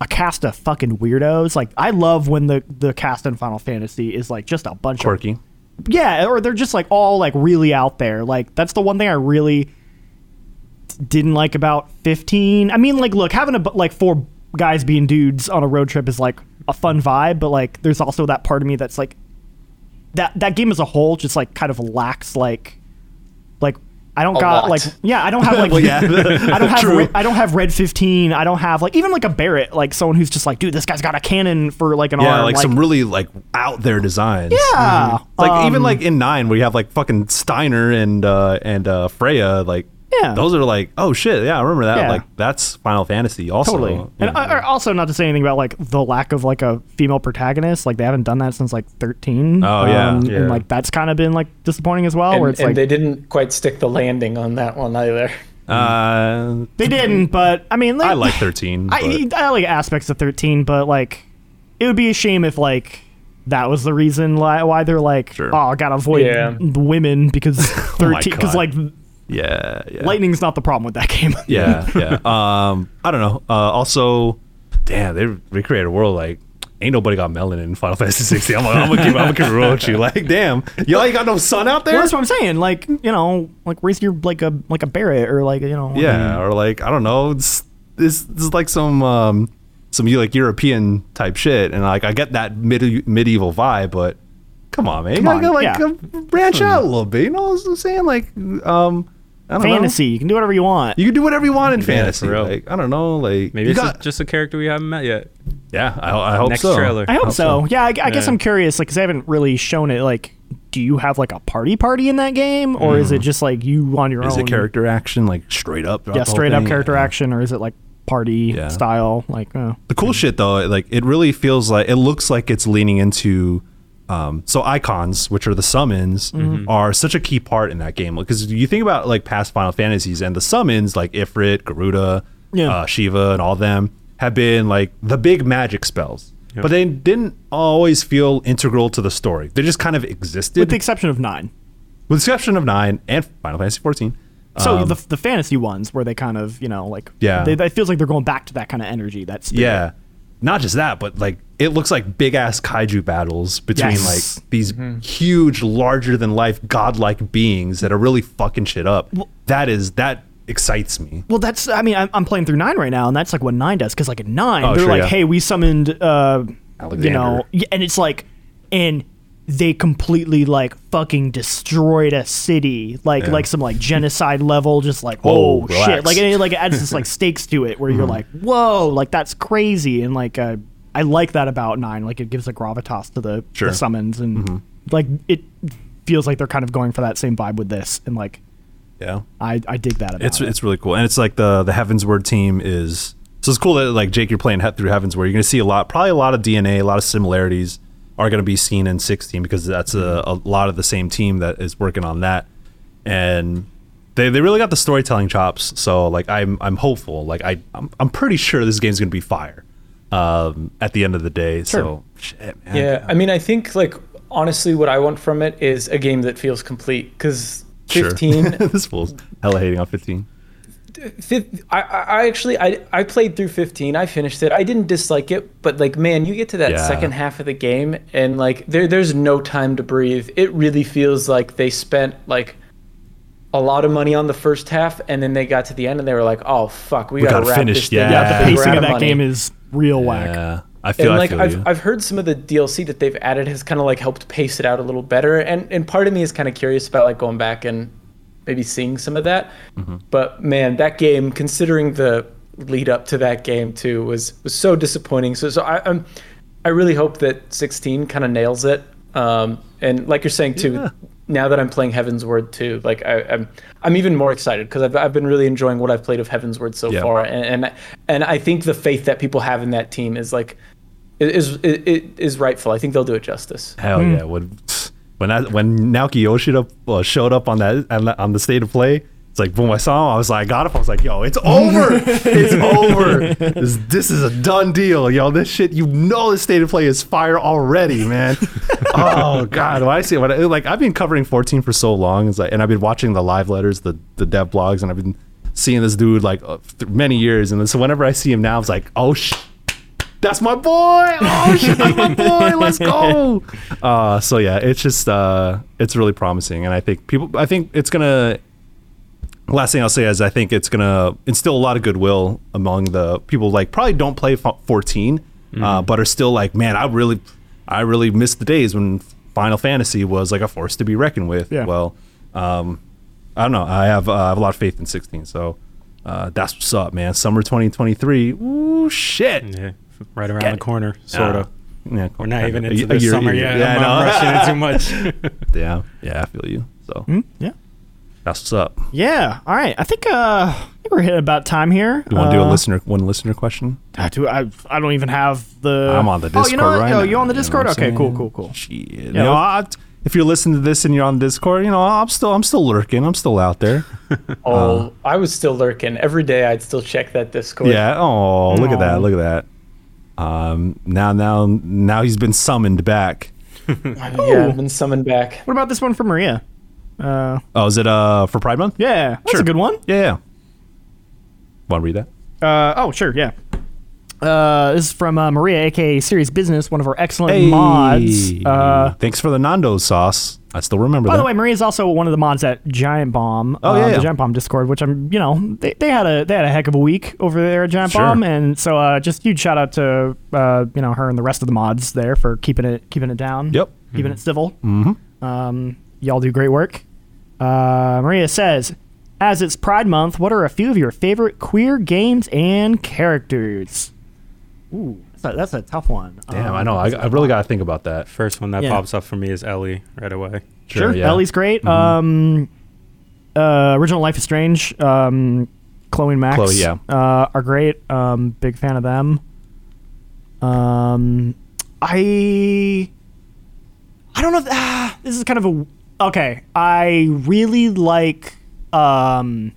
[SPEAKER 1] a cast of fucking weirdos. Like I love when the the cast in Final Fantasy is like just a bunch of
[SPEAKER 2] Quirky.
[SPEAKER 1] yeah, or they're just like all like really out there. Like that's the one thing I really d- didn't like about 15. I mean, like look, having a bu- like four guys being dudes on a road trip is like a fun vibe, but like there's also that part of me that's like that that game as a whole just like kind of lacks like like I don't
[SPEAKER 4] A
[SPEAKER 1] got
[SPEAKER 4] lot.
[SPEAKER 1] like yeah, I don't
[SPEAKER 2] [LAUGHS]
[SPEAKER 1] have like
[SPEAKER 2] Well, yeah.
[SPEAKER 1] [LAUGHS] I don't have
[SPEAKER 2] True.
[SPEAKER 1] re- I don't have red 15. I don't have like even like a Barrett, like someone who's just like dude, this guy's got a cannon for like an
[SPEAKER 2] Yeah,
[SPEAKER 1] arm
[SPEAKER 2] like, some really like out there designs. Mm-hmm.
[SPEAKER 1] yeah.
[SPEAKER 2] Like
[SPEAKER 1] Um,
[SPEAKER 2] even like in nine, where you have like fucking Steiner and uh and uh Freya, like
[SPEAKER 1] Yeah.
[SPEAKER 2] those are like oh shit, yeah, I remember that.
[SPEAKER 1] Yeah.
[SPEAKER 2] Like that's Final Fantasy also.
[SPEAKER 1] Totally. And uh, I, I- also not to say anything about like the lack of like a female protagonist. Like they haven't done that since like 13.
[SPEAKER 2] Oh, yeah.
[SPEAKER 3] Yeah.
[SPEAKER 1] And like that's kind of been like disappointing as well.
[SPEAKER 4] And,
[SPEAKER 1] where it's
[SPEAKER 4] and
[SPEAKER 1] like
[SPEAKER 4] they
[SPEAKER 1] they,
[SPEAKER 4] didn't quite stick the landing on that one either.
[SPEAKER 2] uh,
[SPEAKER 1] didn't, but I mean, [LAUGHS]
[SPEAKER 2] I like thirteen.
[SPEAKER 1] I,
[SPEAKER 2] but-
[SPEAKER 1] I like aspects of 13, but like it would be a shame if like that was the reason li- why they're like,
[SPEAKER 2] Sure. Oh
[SPEAKER 1] oh, I gotta avoid
[SPEAKER 4] Yeah.
[SPEAKER 1] the women because
[SPEAKER 2] [LAUGHS]
[SPEAKER 1] 13 because
[SPEAKER 2] God.
[SPEAKER 1] like
[SPEAKER 2] yeah, yeah.
[SPEAKER 1] lightning's not the problem with that game.
[SPEAKER 2] Yeah, yeah. Um, I don't know. Uh, also, damn, they recreated a world like ain't nobody got melanin in Final [LAUGHS] Fantasy 60. I'm, gonna- I'm gonna keep, I'm gonna keep it real with you. Like, damn, y'all ain't got no sun out there.
[SPEAKER 1] Well, [LAUGHS] that's what I'm saying. Like you know, like raise your like a like a Barrett or like you know.
[SPEAKER 2] yeah, or like I don't know. It's this is like some um, some like European type shit, and like I get that medi- medieval vibe, but come on, man, you
[SPEAKER 1] Come
[SPEAKER 2] gotta
[SPEAKER 1] on,
[SPEAKER 2] go, like
[SPEAKER 1] yeah. Hmm.
[SPEAKER 2] go branch out a little bit. You know what I'm saying? Like, um, I don't
[SPEAKER 1] Fantasy.
[SPEAKER 2] know.
[SPEAKER 1] You can do whatever you want.
[SPEAKER 2] You can do whatever you want in fantasy.
[SPEAKER 3] for real.
[SPEAKER 2] Like, I don't know, like
[SPEAKER 3] Maybe
[SPEAKER 2] you
[SPEAKER 3] it's
[SPEAKER 2] got-
[SPEAKER 3] a, just a character we haven't met yet.
[SPEAKER 2] yeah. I, I hope
[SPEAKER 3] Next
[SPEAKER 2] so.
[SPEAKER 3] trailer.
[SPEAKER 1] I hope, so. Yeah, I, I guess
[SPEAKER 3] Yeah.
[SPEAKER 1] I'm curious, like, because I haven't really shown it. Like, do you have like a party party in that game, or is it just like you on your
[SPEAKER 2] Mm. Is
[SPEAKER 1] own?
[SPEAKER 2] it character action like straight up?
[SPEAKER 1] Yeah, straight up character action, or is it like party
[SPEAKER 2] Yeah.
[SPEAKER 1] style? Like, oh.
[SPEAKER 2] The cool shit though, like it really feels like it looks like it's leaning into. Um, so icons, which are the summons, are such a key part in that game because you think about like past Final Fantasies and the summons, like Ifrit, Garuda,
[SPEAKER 1] Yeah.
[SPEAKER 2] uh, Shiva, and all them have been like the big magic spells, but they didn't always feel integral to the story. They just kind of existed,
[SPEAKER 1] with the exception of nine.
[SPEAKER 2] with the exception of nine and Final Fantasy fourteen.
[SPEAKER 1] So
[SPEAKER 2] Um,
[SPEAKER 1] the, the fantasy ones where they kind of you know like
[SPEAKER 2] Yeah.
[SPEAKER 1] they, it feels like they're going back to that kind of energy. That spirit.
[SPEAKER 2] Yeah. Not just that, but like it looks like big ass kaiju battles between
[SPEAKER 1] Yes.
[SPEAKER 2] like these huge, larger than life, godlike beings that are really fucking shit up. that is that excites me.
[SPEAKER 1] Well, that's I mean I'm, I'm playing through nine right now, and that's like what nine does because like at nine
[SPEAKER 2] Oh,
[SPEAKER 1] they're
[SPEAKER 2] sure,
[SPEAKER 1] like,
[SPEAKER 2] yeah.
[SPEAKER 1] hey, we summoned uh, you know,
[SPEAKER 2] Alexander.
[SPEAKER 1] y- and it's like, and they completely like fucking destroyed a city, like
[SPEAKER 2] Yeah.
[SPEAKER 1] like some like genocide level, just like
[SPEAKER 2] Whoa,
[SPEAKER 1] oh shit,
[SPEAKER 2] relax. Mm-hmm.
[SPEAKER 1] like and it like adds
[SPEAKER 2] [LAUGHS]
[SPEAKER 1] this like stakes to it where you're like whoa, like that's crazy, and like uh, I like that about nine, like it gives a gravitas to the,
[SPEAKER 2] Sure. Mm-hmm.
[SPEAKER 1] the summons, and like it feels like they're kind of going for that same vibe with this, and like
[SPEAKER 2] Yeah.
[SPEAKER 1] I I dig that about
[SPEAKER 2] It's
[SPEAKER 1] it.
[SPEAKER 2] it's really cool. And it's like the the Heavensward team is so it's cool that like Jake you're playing he- through Heavensward. You're gonna see a lot probably a lot of DNA, a lot of similarities are gonna be seen in sixteen because that's a,
[SPEAKER 4] Mm-hmm.
[SPEAKER 2] a lot of the same team that is working on that. And they, they really got the storytelling chops, so like I'm I'm hopeful. Like I I'm, I'm pretty sure this game's gonna be fire. Um at the end of the day. So shit man.
[SPEAKER 4] Yeah, I mean, I think like honestly, what I want from it is a game that feels complete because
[SPEAKER 2] Sure.
[SPEAKER 4] [LAUGHS] fifteen.
[SPEAKER 2] [LAUGHS] this fool's hella hating on fifteen.
[SPEAKER 4] fif- I, I I actually I, I played through 15 i finished it i didn't dislike it but like man you get to that
[SPEAKER 2] Yeah.
[SPEAKER 4] second half of the game and like there there's no time to breathe it really feels like they spent like a lot of money on the first half and then they got to the end and they were like oh fuck we, gotta,
[SPEAKER 2] gotta
[SPEAKER 4] wrap
[SPEAKER 2] finish,
[SPEAKER 4] this thing
[SPEAKER 2] yeah.
[SPEAKER 4] up.
[SPEAKER 1] yeah, the
[SPEAKER 2] Yeah.
[SPEAKER 4] We're
[SPEAKER 1] pacing
[SPEAKER 4] out
[SPEAKER 1] of that
[SPEAKER 4] money.
[SPEAKER 1] game is real whack.
[SPEAKER 2] Yeah. I feel
[SPEAKER 4] and
[SPEAKER 2] I
[SPEAKER 4] like
[SPEAKER 2] feel
[SPEAKER 4] I've,
[SPEAKER 2] you.
[SPEAKER 4] I've heard some of the DLC that they've added has kind of like helped pace it out a little better, and and part of me is kind of curious about like going back and maybe seeing some of that.
[SPEAKER 2] Mm-hmm.
[SPEAKER 4] But man, that game, considering the lead up to that game too, was was so disappointing. So so I, I'm I really hope that 16 kind of nails it. Um, and like you're saying too,
[SPEAKER 2] Yeah.
[SPEAKER 4] now that I'm playing Heaven's Word too, like I, I'm I'm even more excited because I've I've been really enjoying what I've played of Heaven's Word so
[SPEAKER 2] Yeah.
[SPEAKER 4] far, and, and and I think the faith that people have in that team is like is is, is rightful. I think they'll do it justice.
[SPEAKER 2] Hell yeah! When when I, when Naoki Yoshida uh, showed up on that on the- on the state of play, it's like boom! I saw him. I was like, I got him. I was like, yo, it's over! it's over! This, this is a done deal, yo. This shit, you know, the state of play is fire already, man. oh god, when I see when I, like I've been covering 14 for so long, it's like, and I've been watching the live letters, the the dev blogs, and I've been seeing this dude like uh, th- many years, and then, so whenever I see him now, it's like, oh shit. That's my boy. Oh shit, that's my boy. Let's go. [LAUGHS] Uh, so yeah, it's just uh, it's really promising, and I think people. I think it's gonna. Last thing I'll say is I think it's gonna instill a lot of goodwill among the people like probably don't play fo- 14, uh, but are still like, man, I really, I really miss the days when Final Fantasy was like a force to be reckoned with.
[SPEAKER 1] Yeah.
[SPEAKER 2] Well, um, I don't know. I have uh, I have a lot of faith in 16, so. Uh, that's what's up, man. Summer 2023. Ooh, shit.
[SPEAKER 3] Yeah, right around
[SPEAKER 2] Get
[SPEAKER 3] the
[SPEAKER 2] it.
[SPEAKER 3] corner, sort of.
[SPEAKER 2] Yeah,
[SPEAKER 3] We're not even
[SPEAKER 2] A-
[SPEAKER 3] into
[SPEAKER 2] a
[SPEAKER 3] the
[SPEAKER 2] year-
[SPEAKER 3] summer
[SPEAKER 2] year-
[SPEAKER 3] yet.
[SPEAKER 2] Yeah,
[SPEAKER 3] I'm,
[SPEAKER 2] I
[SPEAKER 3] I'm
[SPEAKER 2] know.
[SPEAKER 3] rushing it too much.
[SPEAKER 2] [LAUGHS] yeah, yeah, I feel you. So
[SPEAKER 1] Yeah.
[SPEAKER 2] that's what's up. You
[SPEAKER 1] Yeah. All right. I think uh, I think we're hitting about time here. You
[SPEAKER 2] want to do a listener, one listener question?
[SPEAKER 1] I, do, I, I don't even have the.
[SPEAKER 2] I'm on the Discord
[SPEAKER 1] Oh, you know what?
[SPEAKER 2] right
[SPEAKER 1] oh,
[SPEAKER 2] now.
[SPEAKER 1] you on the Discord?
[SPEAKER 2] what I'm
[SPEAKER 1] okay. Cool.
[SPEAKER 2] saying?
[SPEAKER 1] Cool. Cool.
[SPEAKER 2] Shit. You know,
[SPEAKER 1] let's-
[SPEAKER 2] I- if you're listening to this and you're on Discord, you know I'm still I'm still lurking. I'm still out [LAUGHS] there.
[SPEAKER 4] Oh, I was still lurking every day. I'd still check that Discord.
[SPEAKER 2] yeah. Oh, look at
[SPEAKER 1] Aw.
[SPEAKER 2] that. Look at that. Um. Now, now, now he's been summoned back.
[SPEAKER 4] yeah, I've been summoned back.
[SPEAKER 1] What about this one from Maria? Uh,
[SPEAKER 2] Oh, is it uh for Pride Month?
[SPEAKER 1] yeah, that's
[SPEAKER 2] Sure.
[SPEAKER 1] a good one.
[SPEAKER 2] Yeah. yeah. Want to read that?
[SPEAKER 1] Uh, oh, sure. Yeah. Uh, this is from uh, Maria, aka Serious Business, one of our excellent
[SPEAKER 2] Hey.
[SPEAKER 1] mods. Uh,
[SPEAKER 2] Thanks for the Nando's sauce. I still remember
[SPEAKER 1] By
[SPEAKER 2] that.
[SPEAKER 1] the way, Maria's also one of the mods at Giant Bomb.
[SPEAKER 2] Oh, yeah,
[SPEAKER 1] um,
[SPEAKER 2] yeah.
[SPEAKER 1] the Giant Bomb Discord, which I'm, you know, they, they had a they had a heck of a week over there at Giant
[SPEAKER 2] Sure.
[SPEAKER 1] Bomb, and so uh, just huge shout out to uh, you know her and the rest of the mods there for keeping it keeping it down.
[SPEAKER 2] Yep.
[SPEAKER 1] keeping it civil. Mm-hmm. Um, y'all do great work. Uh, Maria says, as it's Pride Month, what are a few of your favorite queer games and characters? Ooh, that's a, that's a tough one.
[SPEAKER 2] Damn,
[SPEAKER 1] Um,
[SPEAKER 2] I know. I, I really got to think about that.
[SPEAKER 3] [LAUGHS] First one that
[SPEAKER 1] Yeah.
[SPEAKER 3] pops up for me is Ellie right away.
[SPEAKER 1] Sure.
[SPEAKER 2] yeah. Mm-hmm.
[SPEAKER 1] Ellie's great. Um, uh, original Life is Strange. Um, Chloe and Max
[SPEAKER 2] Chloe, yeah.
[SPEAKER 1] uh, are great. Um, big fan of them. Um, I I don't know. If, ah, this is kind of a okay. I really like. Um,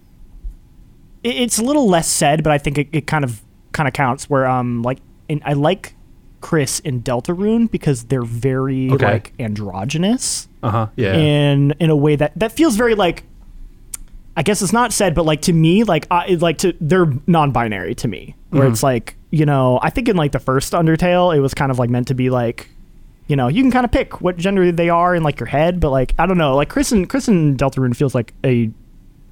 [SPEAKER 1] it- it's a little less said, but I think it, it kind of kind of counts. Where um, like, and I like Chris and Deltarune because they're very
[SPEAKER 2] Okay.
[SPEAKER 1] like androgynous
[SPEAKER 2] Uh huh. Yeah.
[SPEAKER 1] in in a way that that feels very like I guess it's not said, but like to me, like I it- like to they're non-binary to me, where
[SPEAKER 2] Mm-hmm.
[SPEAKER 1] it's like you know I think in like the first Undertale, it was kind of like meant to be like you know you can kind of pick what gender they are in like your head, but like I don't know, like Chris and Chris and Deltarune feels like a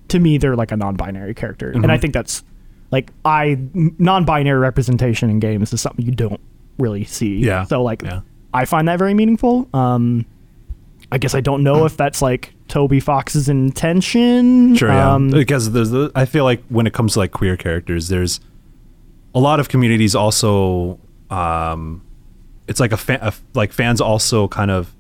[SPEAKER 1] to me they're like a non-binary character,
[SPEAKER 2] Mm-hmm.
[SPEAKER 1] and I think that's like I m- non-binary representation in games is something you don't really see.
[SPEAKER 2] Yeah.
[SPEAKER 1] So like
[SPEAKER 2] Yeah.
[SPEAKER 1] I find that very meaningful. Um, I guess I don't
[SPEAKER 2] Hmm.
[SPEAKER 1] know if that's like Toby Fox's intention.
[SPEAKER 2] Sure, yeah.
[SPEAKER 1] Um,
[SPEAKER 2] because there's, the- I feel like when it comes to like queer characters, there's a lot of communities also. Um, it's like a, fa- a f- like fans also kind of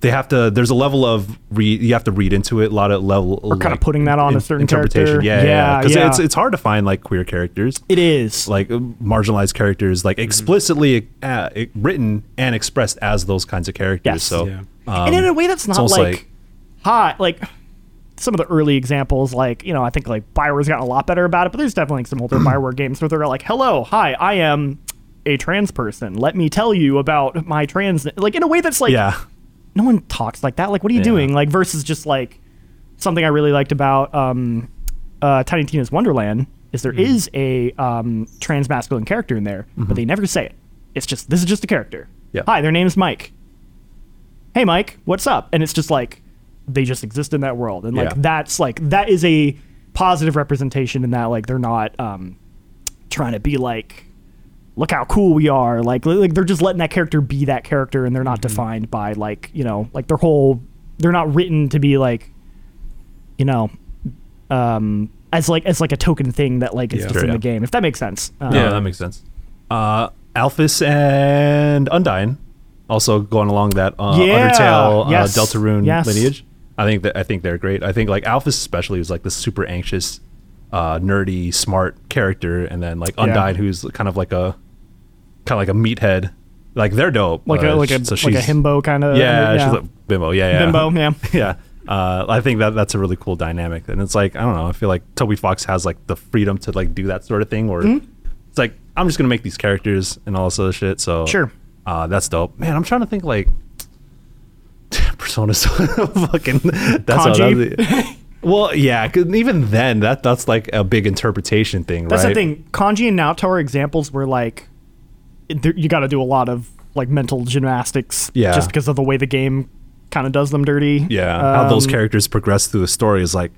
[SPEAKER 2] they have to. There's a level of read you have to read into it. A lot of level or
[SPEAKER 1] kinda putting that on a certain
[SPEAKER 2] interpretation.
[SPEAKER 1] character.
[SPEAKER 2] Yeah, yeah.
[SPEAKER 1] Yeah,
[SPEAKER 2] Because
[SPEAKER 1] yeah.
[SPEAKER 2] it's it's hard to find like queer characters.
[SPEAKER 1] it is.
[SPEAKER 2] like uh, marginalized characters like
[SPEAKER 1] Mm-hmm.
[SPEAKER 2] explicitly uh, e- written and expressed as those kinds of characters
[SPEAKER 1] Yes.
[SPEAKER 2] so
[SPEAKER 3] Yeah.
[SPEAKER 2] um,
[SPEAKER 1] and in a way that's not
[SPEAKER 2] almost
[SPEAKER 1] like,
[SPEAKER 2] like-
[SPEAKER 1] hot. Like some of the early examples, like you know, I think like Bioware's gotten a lot better about it, but there's definitely some
[SPEAKER 2] [CLEARS THROAT]
[SPEAKER 1] older Bioware games where they're like, "Hello, hi, I am a trans person. Let me tell you about my trans." Like in a way that's like
[SPEAKER 2] yeah
[SPEAKER 1] no one talks like that. Like, what are you
[SPEAKER 2] Yeah.
[SPEAKER 1] doing? Like, versus just like something I really liked about um, uh, Tiny Tina's Wonderland is
[SPEAKER 2] Mm-hmm.
[SPEAKER 1] there is a um, trans masculine character in there, but they never say it. It's just this is just a character.
[SPEAKER 2] Yeah.
[SPEAKER 1] Hi, their name's Mike. Hey, Mike, what's up? And it's just like they just exist in that world, and like
[SPEAKER 2] Yeah.
[SPEAKER 1] that's like that is a positive representation in that like they're not um, trying to be like look how cool we are like li- like they're just letting that character be that character and they're
[SPEAKER 2] Mm-hmm.
[SPEAKER 1] not defined by like you know like their whole they're not written to be like you know um as like as like a token thing that like is
[SPEAKER 2] Yeah.
[SPEAKER 1] just
[SPEAKER 2] Sure,
[SPEAKER 1] in
[SPEAKER 2] yeah.
[SPEAKER 1] the game if that makes sense um,
[SPEAKER 2] yeah Oh, that makes sense uh alphys and undyne also going along that uh,
[SPEAKER 1] Yeah,
[SPEAKER 2] undertale
[SPEAKER 1] yes,
[SPEAKER 2] uh, deltarune
[SPEAKER 1] yes.
[SPEAKER 2] lineage i think that i think they're great i think like alphys especially was like this super anxious uh, nerdy smart character and then like
[SPEAKER 1] Yeah.
[SPEAKER 2] undyne who's kind of like a kind of like a meathead like they're dope
[SPEAKER 1] like a
[SPEAKER 2] uh,
[SPEAKER 1] like a
[SPEAKER 2] so
[SPEAKER 1] like a
[SPEAKER 2] she's-
[SPEAKER 1] himbo kind of
[SPEAKER 2] yeah, she's like bimbo. Yeah, yeah.
[SPEAKER 1] bimbo
[SPEAKER 2] [LAUGHS]
[SPEAKER 1] yeah
[SPEAKER 2] yeah. Uh, I think that that's a really cool dynamic, and it's like I don't know. I feel like Toby Fox has like the freedom to like do that sort of thing, or
[SPEAKER 1] Hmm?
[SPEAKER 2] it's like I'm just gonna make these characters and all this other shit. So
[SPEAKER 1] Sure.
[SPEAKER 2] uh, that's dope, man. I'm trying to think like [LAUGHS] Persona. So [LAUGHS] fucking that's all-
[SPEAKER 1] Kanji.
[SPEAKER 2] that's- [LAUGHS] well, yeah. 'cause even then, that that's like a big interpretation thing,
[SPEAKER 1] that's
[SPEAKER 2] right?
[SPEAKER 1] the thing kanji and naoto are examples where like it- there- you got to do a lot of like mental gymnastics
[SPEAKER 2] Yeah.
[SPEAKER 1] just because of the way the game kind of does them dirty
[SPEAKER 2] Yeah, how those
[SPEAKER 1] Um,
[SPEAKER 2] characters progress through the story is like,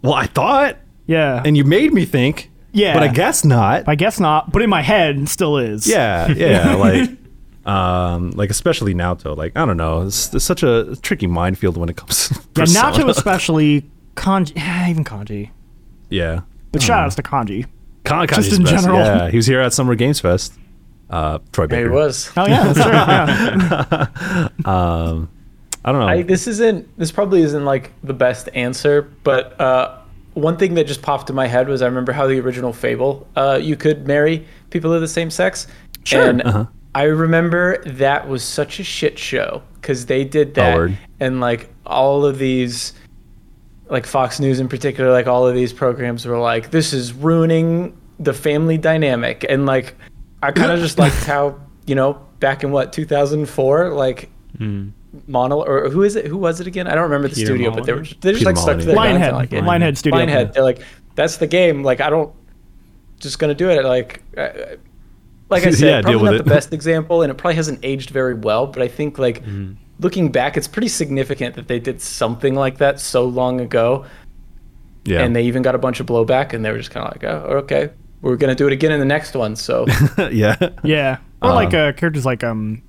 [SPEAKER 2] well, I thought,
[SPEAKER 1] yeah
[SPEAKER 2] and you made me think,
[SPEAKER 1] Yeah.
[SPEAKER 2] but I guess not.
[SPEAKER 1] I guess not, but in my head it still is.
[SPEAKER 2] [LAUGHS] Yeah, yeah, like um like especially Naoto. Like I don't know, it's, it's such a tricky minefield when it comes. [LAUGHS] To
[SPEAKER 1] Yeah,
[SPEAKER 2] Persona.
[SPEAKER 1] Naoto especially Kanji, [SIGHS] even Kanji.
[SPEAKER 2] yeah.
[SPEAKER 1] But shout outs to Kanji.
[SPEAKER 2] Con-
[SPEAKER 1] Just
[SPEAKER 2] Kanji's
[SPEAKER 1] in
[SPEAKER 2] best.
[SPEAKER 1] general.
[SPEAKER 2] Yeah, he was here at Summer Games Fest. Uh, Troy Baker.
[SPEAKER 4] It was.
[SPEAKER 1] Oh [LAUGHS] yeah, that's true. yeah.
[SPEAKER 2] I don't know.
[SPEAKER 4] I, this isn't. This probably isn't like the best answer, but uh, one thing that just popped in my head was I remember how the original Fable, uh, you could marry people of the same sex,
[SPEAKER 1] Sure.
[SPEAKER 4] and I remember that was such a shit show because they did that,
[SPEAKER 2] word.
[SPEAKER 4] and like all of these. Like Fox News in particular, like all of these programs were like, this is ruining the family dynamic. And like, I kind of just liked how, you know, back in what, 2004, like
[SPEAKER 2] Hmm.
[SPEAKER 4] Monol or who is it? Who was it again? I don't remember the
[SPEAKER 3] Peter
[SPEAKER 4] studio, but they were
[SPEAKER 3] Molyneux?
[SPEAKER 4] they just
[SPEAKER 2] Peter
[SPEAKER 4] like stuck to their
[SPEAKER 2] Molyneux.
[SPEAKER 4] guns
[SPEAKER 1] Lionhead.
[SPEAKER 4] and, like, it-
[SPEAKER 1] Lionhead Studio.
[SPEAKER 4] Lionhead. They're like, that's the game. Like I don't uh, just gonna do it. Like, uh, like I
[SPEAKER 2] [LAUGHS]
[SPEAKER 4] said,
[SPEAKER 2] Yeah, deal
[SPEAKER 4] probably
[SPEAKER 2] with
[SPEAKER 4] not
[SPEAKER 2] it. Hmm.
[SPEAKER 4] the best example, and it probably hasn't aged very well. But I think like looking back, it's pretty significant that they did something like that so long ago,
[SPEAKER 2] Yeah.
[SPEAKER 4] and they even got a bunch of blowback, and they were just kind of like, oh, okay, we're gonna do it again in the next one. So
[SPEAKER 2] [LAUGHS] yeah.
[SPEAKER 1] Yeah, or like uh, characters like um,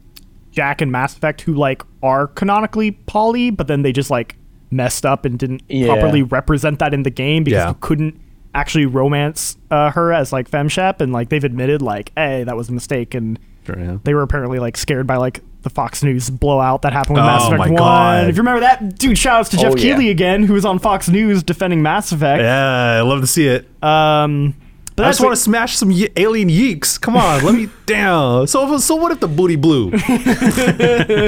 [SPEAKER 1] Jack and Mass Effect who like are canonically poly, but then they just like messed up and didn't
[SPEAKER 4] Yeah.
[SPEAKER 1] properly represent that in the game because
[SPEAKER 2] Yeah.
[SPEAKER 1] you couldn't actually romance uh, her as like femshep, and like they've admitted like, hey, that was a mistake, and
[SPEAKER 2] Sure, yeah.
[SPEAKER 1] they were apparently like scared by like the Fox News blowout that happened with Mass
[SPEAKER 2] Oh
[SPEAKER 1] Effect
[SPEAKER 2] my
[SPEAKER 1] One.
[SPEAKER 2] God.
[SPEAKER 1] If you remember that, dude, shout outs to Jeff
[SPEAKER 4] Oh, yeah.
[SPEAKER 1] Keighley again, who was on Fox News defending Mass Effect.
[SPEAKER 2] Yeah, I love to see it.
[SPEAKER 1] Um, but
[SPEAKER 2] I
[SPEAKER 1] that's
[SPEAKER 2] just want to smash some ye- alien yeeks. Come on, let [LAUGHS] me down. So, so what if the booty [LAUGHS] blew?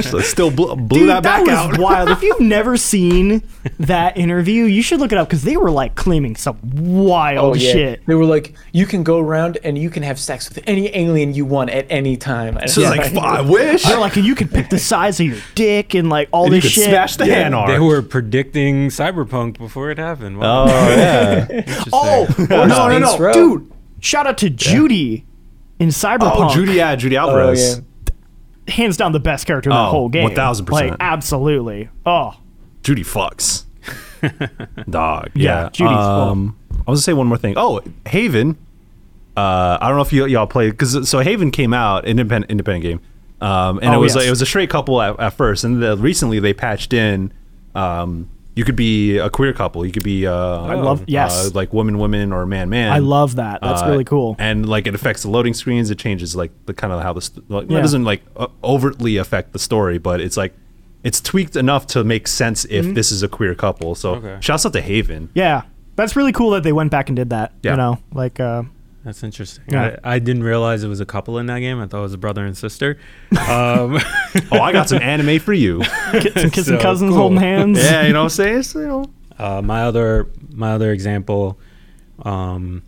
[SPEAKER 2] So still blew, blew
[SPEAKER 1] Dude,
[SPEAKER 2] that back
[SPEAKER 1] was
[SPEAKER 2] out. [LAUGHS]
[SPEAKER 1] wild. If you've never seen that interview, you should look it up because they were like claiming some wild
[SPEAKER 4] oh, yeah.
[SPEAKER 1] shit.
[SPEAKER 4] they were like, you can go around and you can have sex with any alien you want at any time. And
[SPEAKER 2] So
[SPEAKER 4] it's
[SPEAKER 2] it's like, "Fuck, I wish.
[SPEAKER 1] They're like, and you can pick the size of your dick and like all
[SPEAKER 2] And you
[SPEAKER 1] this
[SPEAKER 2] could
[SPEAKER 1] shit.
[SPEAKER 2] smash the hand arm.
[SPEAKER 3] They were predicting Cyberpunk before it happened. Wow.
[SPEAKER 2] oh
[SPEAKER 3] [LAUGHS]
[SPEAKER 2] yeah.
[SPEAKER 3] Interesting.
[SPEAKER 1] oh, no, no, no,
[SPEAKER 4] Saints Row.
[SPEAKER 1] dude! Shout out to Judy in Cyberpunk.
[SPEAKER 2] oh, Judy, yeah, Judy Alvarez.
[SPEAKER 4] yeah.
[SPEAKER 1] hands down the best character in the
[SPEAKER 2] Oh,
[SPEAKER 1] whole game.
[SPEAKER 2] 1000%.
[SPEAKER 1] Like, absolutely. Oh,
[SPEAKER 2] Judy
[SPEAKER 1] [LAUGHS]
[SPEAKER 2] fucks. Dog. Yeah.
[SPEAKER 1] Yeah, Judy's full.
[SPEAKER 2] um, I was gonna say one more thing. Oh, Haven. Uh, I don't know if you, y'all played because so Haven came out independent independent game, um, and it
[SPEAKER 1] Oh,
[SPEAKER 2] was
[SPEAKER 1] yes.
[SPEAKER 2] it was a straight couple at, at first, and the, recently they patched in. Um, you could be a queer couple. You could be. Uh, I
[SPEAKER 1] love- yes.
[SPEAKER 2] like woman woman or man man.
[SPEAKER 1] I love that. That's
[SPEAKER 2] Uh,
[SPEAKER 1] really cool.
[SPEAKER 2] And like it affects the loading screens. It changes like the kind of how the st- like, it
[SPEAKER 1] Yeah.
[SPEAKER 2] doesn't like o- overtly affect the story, but it's like it's tweaked enough to make sense if
[SPEAKER 1] Mm-hmm.
[SPEAKER 2] this is a queer couple. So
[SPEAKER 3] Okay.
[SPEAKER 2] shouts out to Haven.
[SPEAKER 1] Yeah, that's really cool that they went back and did that.
[SPEAKER 2] Yeah.
[SPEAKER 1] You know, like, uh,
[SPEAKER 3] That's interesting.
[SPEAKER 1] Yeah.
[SPEAKER 3] I, I didn't realize it was a couple in that game. I thought it was a brother and sister.
[SPEAKER 2] [LAUGHS]
[SPEAKER 3] Um,
[SPEAKER 2] Oh, I got
[SPEAKER 1] [LAUGHS]
[SPEAKER 2] some anime for you.
[SPEAKER 3] [LAUGHS]
[SPEAKER 1] kissing kissing
[SPEAKER 3] So
[SPEAKER 1] cousins,
[SPEAKER 3] cool.
[SPEAKER 1] holding hands.
[SPEAKER 2] yeah, you know what I'm saying? It's, you know,
[SPEAKER 3] uh, my other my other example um,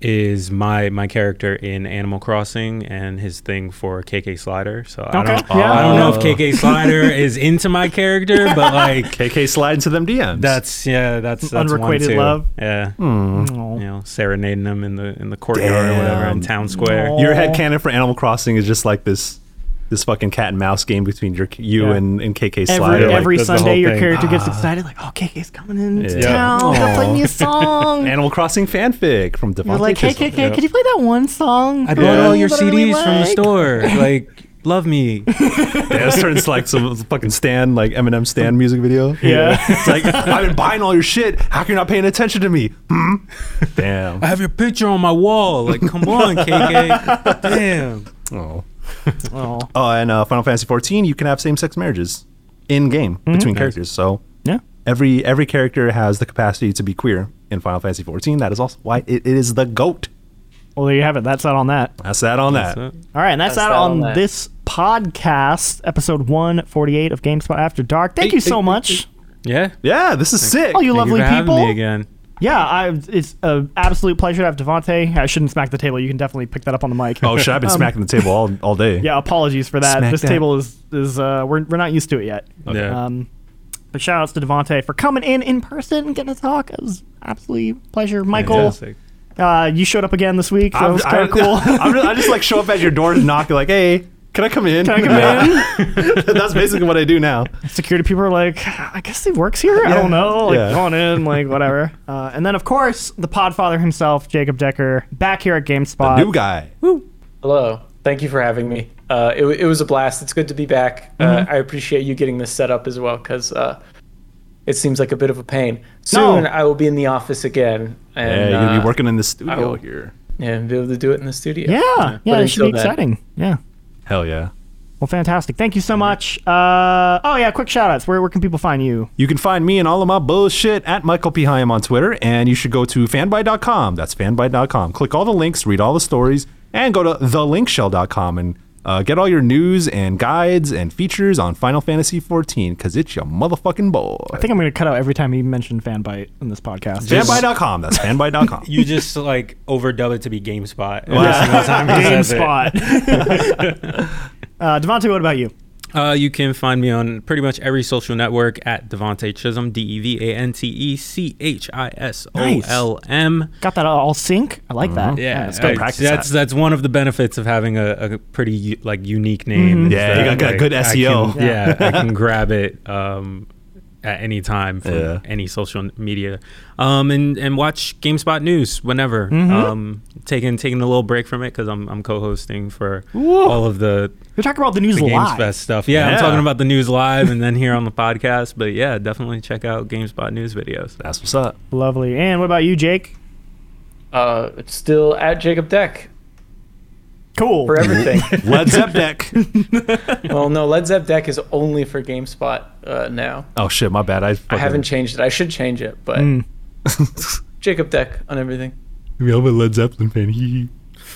[SPEAKER 3] is my my character in Animal Crossing and his thing for KK Slider. So I
[SPEAKER 1] Okay.
[SPEAKER 3] don't
[SPEAKER 1] Yeah.
[SPEAKER 3] I don't know
[SPEAKER 2] Oh.
[SPEAKER 3] if
[SPEAKER 1] [LAUGHS]
[SPEAKER 3] KK Slider is into my character, but like
[SPEAKER 2] KK slide into them DMs.
[SPEAKER 3] that's yeah that's, that's one
[SPEAKER 1] Unrequited
[SPEAKER 3] too.
[SPEAKER 1] love. Hmm.
[SPEAKER 3] Yeah,
[SPEAKER 1] Aw.
[SPEAKER 3] you know, serenading him in the in the courtyard or whatever
[SPEAKER 2] Damn.
[SPEAKER 3] in town square.
[SPEAKER 1] Aw.
[SPEAKER 2] your head headcanon for Animal Crossing is just like this this fucking cat and mouse game between your you
[SPEAKER 1] Yeah.
[SPEAKER 2] and, and KK
[SPEAKER 1] Every,
[SPEAKER 2] slide. like, Ah.
[SPEAKER 1] every
[SPEAKER 3] that's the
[SPEAKER 1] Sunday,
[SPEAKER 3] whole
[SPEAKER 1] your
[SPEAKER 3] thing.
[SPEAKER 1] character gets excited, like, "Oh, KK's coming into
[SPEAKER 2] Yeah.
[SPEAKER 1] town.
[SPEAKER 2] Aw.
[SPEAKER 1] Gotta play me a song."
[SPEAKER 2] [LAUGHS]
[SPEAKER 1] and
[SPEAKER 2] Animal Crossing fanfic from Devontae.
[SPEAKER 1] you're like, "Hey,
[SPEAKER 2] Kisner.
[SPEAKER 1] KK, could you play that one song?"
[SPEAKER 3] I
[SPEAKER 1] for
[SPEAKER 3] bought
[SPEAKER 1] me
[SPEAKER 3] all your
[SPEAKER 1] that I really
[SPEAKER 3] CDs from the
[SPEAKER 1] like?"
[SPEAKER 3] [LAUGHS] store. Like, love me.
[SPEAKER 2] Yeah, this turns like some fucking Stan, like Eminem
[SPEAKER 1] [LAUGHS]
[SPEAKER 2] Stan music video.
[SPEAKER 1] Yeah.
[SPEAKER 2] It's like, I've been buying all your shit. How come you're not paying attention to me? Hmm? Damn. [LAUGHS]
[SPEAKER 3] I have your picture on my wall. Like, come on, KK. [LAUGHS] Damn.
[SPEAKER 2] Oh.
[SPEAKER 1] Oh.
[SPEAKER 2] Oh, and uh, Final Fantasy 14, you can have same sex marriages in game between characters. So
[SPEAKER 1] [LAUGHS] Yeah.
[SPEAKER 2] every every character has the capacity to be queer in Final Fantasy 14. That is also why it, it is the GOAT.
[SPEAKER 1] Well, there you have it. That's out on that.
[SPEAKER 2] That's that on that.
[SPEAKER 3] So-
[SPEAKER 1] All right, and that's, out
[SPEAKER 4] that
[SPEAKER 1] on
[SPEAKER 4] on that.
[SPEAKER 1] this podcast, episode 148 of GameSpot After Dark. Thank you so much,
[SPEAKER 3] yeah.
[SPEAKER 2] Yeah, this is sick.
[SPEAKER 1] all Oh, you
[SPEAKER 3] Thank you
[SPEAKER 1] lovely
[SPEAKER 3] for having
[SPEAKER 1] people.
[SPEAKER 3] me again.
[SPEAKER 1] Yeah, I, it's an absolute pleasure to have Devonte. I shouldn't smack the table. You can definitely pick that up on the mic.
[SPEAKER 2] oh, shit. I've been smacking the table all, all
[SPEAKER 1] [LAUGHS]
[SPEAKER 2] day.
[SPEAKER 1] Um, Yeah, apologies for that.
[SPEAKER 2] Smack
[SPEAKER 1] this
[SPEAKER 2] that.
[SPEAKER 1] table is is uh, we're we're not used to it yet.
[SPEAKER 3] Yeah.
[SPEAKER 1] Um, but shout outs to Devonte for coming in in person and getting to talk. It was absolutely a pleasure, Michael.
[SPEAKER 3] Fantastic.
[SPEAKER 1] Uh, you showed up again this week, so it was kind of cool. [LAUGHS]
[SPEAKER 2] [LAUGHS] I'm just, I just like show up at your door and knock, like, hey, can I come in?
[SPEAKER 1] Can I come
[SPEAKER 2] [LAUGHS] That's basically what I do now.
[SPEAKER 1] Security people are like, I guess he works here. I
[SPEAKER 2] Yeah.
[SPEAKER 1] don't know. Like,
[SPEAKER 2] Yeah.
[SPEAKER 1] go on in, like
[SPEAKER 3] [LAUGHS]
[SPEAKER 1] whatever. Uh, and then of course the Podfather himself, Jacob Decker, back here at GameSpot.
[SPEAKER 2] New guy.
[SPEAKER 4] Hello. Thank you for having me. Uh, it, wa- it was a blast. It's good to be back.
[SPEAKER 2] Mm-hmm.
[SPEAKER 4] Uh, I appreciate you getting this set up as well because uh, it seems like a bit of a pain. Soon I will be in the office again. And,
[SPEAKER 2] Yeah, you're gonna
[SPEAKER 4] uh,
[SPEAKER 2] be working in the studio
[SPEAKER 4] will-
[SPEAKER 2] here.
[SPEAKER 4] Yeah, and be able to do it in the studio.
[SPEAKER 1] Yeah, yeah,
[SPEAKER 4] But
[SPEAKER 1] that should be
[SPEAKER 4] until then-
[SPEAKER 1] exciting. Yeah.
[SPEAKER 2] Hell yeah.
[SPEAKER 1] Well, fantastic. Thank you so much. Uh, oh yeah, quick shout outs. Where where can people find you?
[SPEAKER 2] You can find me and all of my bullshit at Michael P. Hyam on Twitter, and you should go to fanbyte.com. That's fanbyte.com. Click all the links, read all the stories, and go to thelinkshell.com and uh, get all your news and guides and features on Final Fantasy 14 because it's your motherfucking boy.
[SPEAKER 1] I think I'm going to cut out every time he mentioned Fanbyte in this podcast.
[SPEAKER 2] [LAUGHS] Fanbyte.com. That's fanbyte.com.
[SPEAKER 3] You just like overdub it to be GameSpot. [LAUGHS]
[SPEAKER 1] GameSpot. uh, Devontae, what about you?
[SPEAKER 3] Uh, you can find me on pretty much every social network at Devonte Chisholm, D E V A N T E C H I S O L M.
[SPEAKER 1] Got that all sync? I like that.
[SPEAKER 3] Uh-huh. Yeah,
[SPEAKER 1] let's go
[SPEAKER 3] I-
[SPEAKER 1] practice
[SPEAKER 3] That's
[SPEAKER 1] that.
[SPEAKER 3] that's one of the benefits of having a, a pretty u- like unique name.
[SPEAKER 1] Mm-hmm.
[SPEAKER 3] is
[SPEAKER 2] Yeah, you
[SPEAKER 3] that,
[SPEAKER 2] got- got
[SPEAKER 3] like,
[SPEAKER 2] good
[SPEAKER 3] I can-
[SPEAKER 1] E
[SPEAKER 2] SEO.
[SPEAKER 3] [LAUGHS] yeah, I can grab it um, at any time from
[SPEAKER 2] Yeah.
[SPEAKER 3] any social media, um, and and watch GameSpot news whenever.
[SPEAKER 1] Mm-hmm.
[SPEAKER 3] Um, taking taking a little break from it because I'm I'm co-hosting for
[SPEAKER 1] Woo.
[SPEAKER 3] all of the
[SPEAKER 1] You're talking about the news
[SPEAKER 3] the
[SPEAKER 1] live.
[SPEAKER 3] GameSpot stuff. Yeah,
[SPEAKER 2] Yeah.
[SPEAKER 3] I'm talking about the news live and then here on the podcast. But yeah, definitely check out GameSpot news videos.
[SPEAKER 2] That's what's up.
[SPEAKER 1] Lovely. And what about you, Jake?
[SPEAKER 4] Uh, it's still at Jacob Deck
[SPEAKER 1] Cool.
[SPEAKER 4] for
[SPEAKER 2] [LAUGHS]
[SPEAKER 4] everything.
[SPEAKER 2] Led Zepp deck.
[SPEAKER 4] well, no, Led Zepp Deck is only for GameSpot uh, now.
[SPEAKER 2] Oh shit, my bad. I,
[SPEAKER 4] I
[SPEAKER 2] fucking-
[SPEAKER 4] haven't changed it. I should change it, but
[SPEAKER 1] Mm.
[SPEAKER 4] Jacob Deck on everything.
[SPEAKER 2] Yeah, I'm a Led Zeppelin fan. [LAUGHS] Hee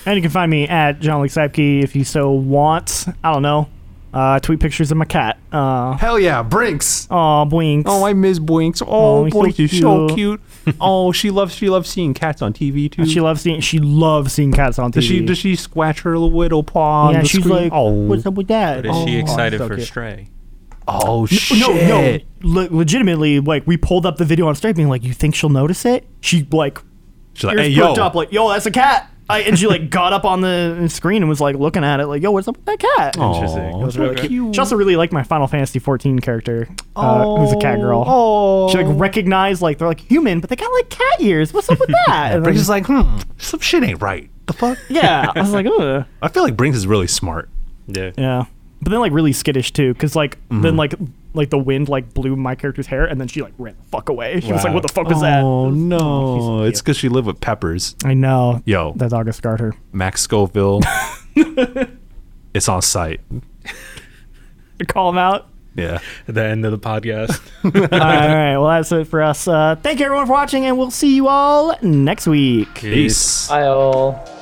[SPEAKER 1] And you can find me at John Lee Saipke if you so want. I don't know. Uh, tweet pictures of my cat. Uh,
[SPEAKER 2] Hell yeah, Brinks.
[SPEAKER 1] oh, Blinks.
[SPEAKER 2] Oh, I miss Blinks.
[SPEAKER 1] Oh,
[SPEAKER 2] Oh,
[SPEAKER 1] he's so
[SPEAKER 2] Blinks is so cute. oh, she loves she loves seeing cats on TV too.
[SPEAKER 1] she loves seeing. She loves seeing cats on TV.
[SPEAKER 2] does she does she scratch her little paw on
[SPEAKER 1] yeah,
[SPEAKER 2] the
[SPEAKER 1] she's
[SPEAKER 2] screen?
[SPEAKER 1] like,
[SPEAKER 2] oh,
[SPEAKER 1] what's up with that?
[SPEAKER 3] But is she
[SPEAKER 1] Oh,
[SPEAKER 3] excited
[SPEAKER 1] so
[SPEAKER 3] for
[SPEAKER 1] cute.
[SPEAKER 3] Stray?
[SPEAKER 2] oh shit.
[SPEAKER 1] No, no. Le- legitimately, like we pulled up the video on Stripe, being like, "You think she'll notice it?" She like,
[SPEAKER 2] She's like,
[SPEAKER 1] ears
[SPEAKER 2] hey yo.
[SPEAKER 1] perked up, like, "Yo, that's a cat." I, and she
[SPEAKER 2] [LAUGHS]
[SPEAKER 1] like got up on the screen and was like looking at it, like, "Yo, what's up with that cat?"
[SPEAKER 2] Aw,
[SPEAKER 3] Interesting. It was
[SPEAKER 2] so
[SPEAKER 1] really cute.
[SPEAKER 2] cute.
[SPEAKER 1] She also really liked my Final Fantasy 14 character, uh, who's a cat girl.
[SPEAKER 2] Oh,
[SPEAKER 1] She like recognized like they're like human, but they got like cat ears. What's up with
[SPEAKER 2] [LAUGHS]
[SPEAKER 1] that? And
[SPEAKER 2] Brinks
[SPEAKER 1] then-
[SPEAKER 2] is like, hmm, some shit ain't right. The fuck?
[SPEAKER 1] yeah, I was
[SPEAKER 2] [LAUGHS]
[SPEAKER 1] like, Ugh.
[SPEAKER 2] I feel like Brinks is really smart.
[SPEAKER 3] Yeah.
[SPEAKER 1] yeah. But then like really skittish too, because like then like like the wind like blew my character's hair, and then she like ran the fuck away. [LAUGHS] She was like,
[SPEAKER 3] Wow.
[SPEAKER 1] "What the fuck was that?"
[SPEAKER 2] Oh no, it's because she lived with Peppers.
[SPEAKER 1] I know.
[SPEAKER 2] Yo.
[SPEAKER 1] that dog has scarred her.
[SPEAKER 2] Max
[SPEAKER 1] [LAUGHS]
[SPEAKER 2] Scoville. it's on site.
[SPEAKER 1] To call him [LAUGHS] out.
[SPEAKER 2] Yeah.
[SPEAKER 3] At the end of
[SPEAKER 1] [LAUGHS]
[SPEAKER 3] the podcast.
[SPEAKER 1] all right. Well, that's it for us. Uh, thank you everyone for watching, and we'll see you all next week.
[SPEAKER 2] Peace.
[SPEAKER 4] Bye all.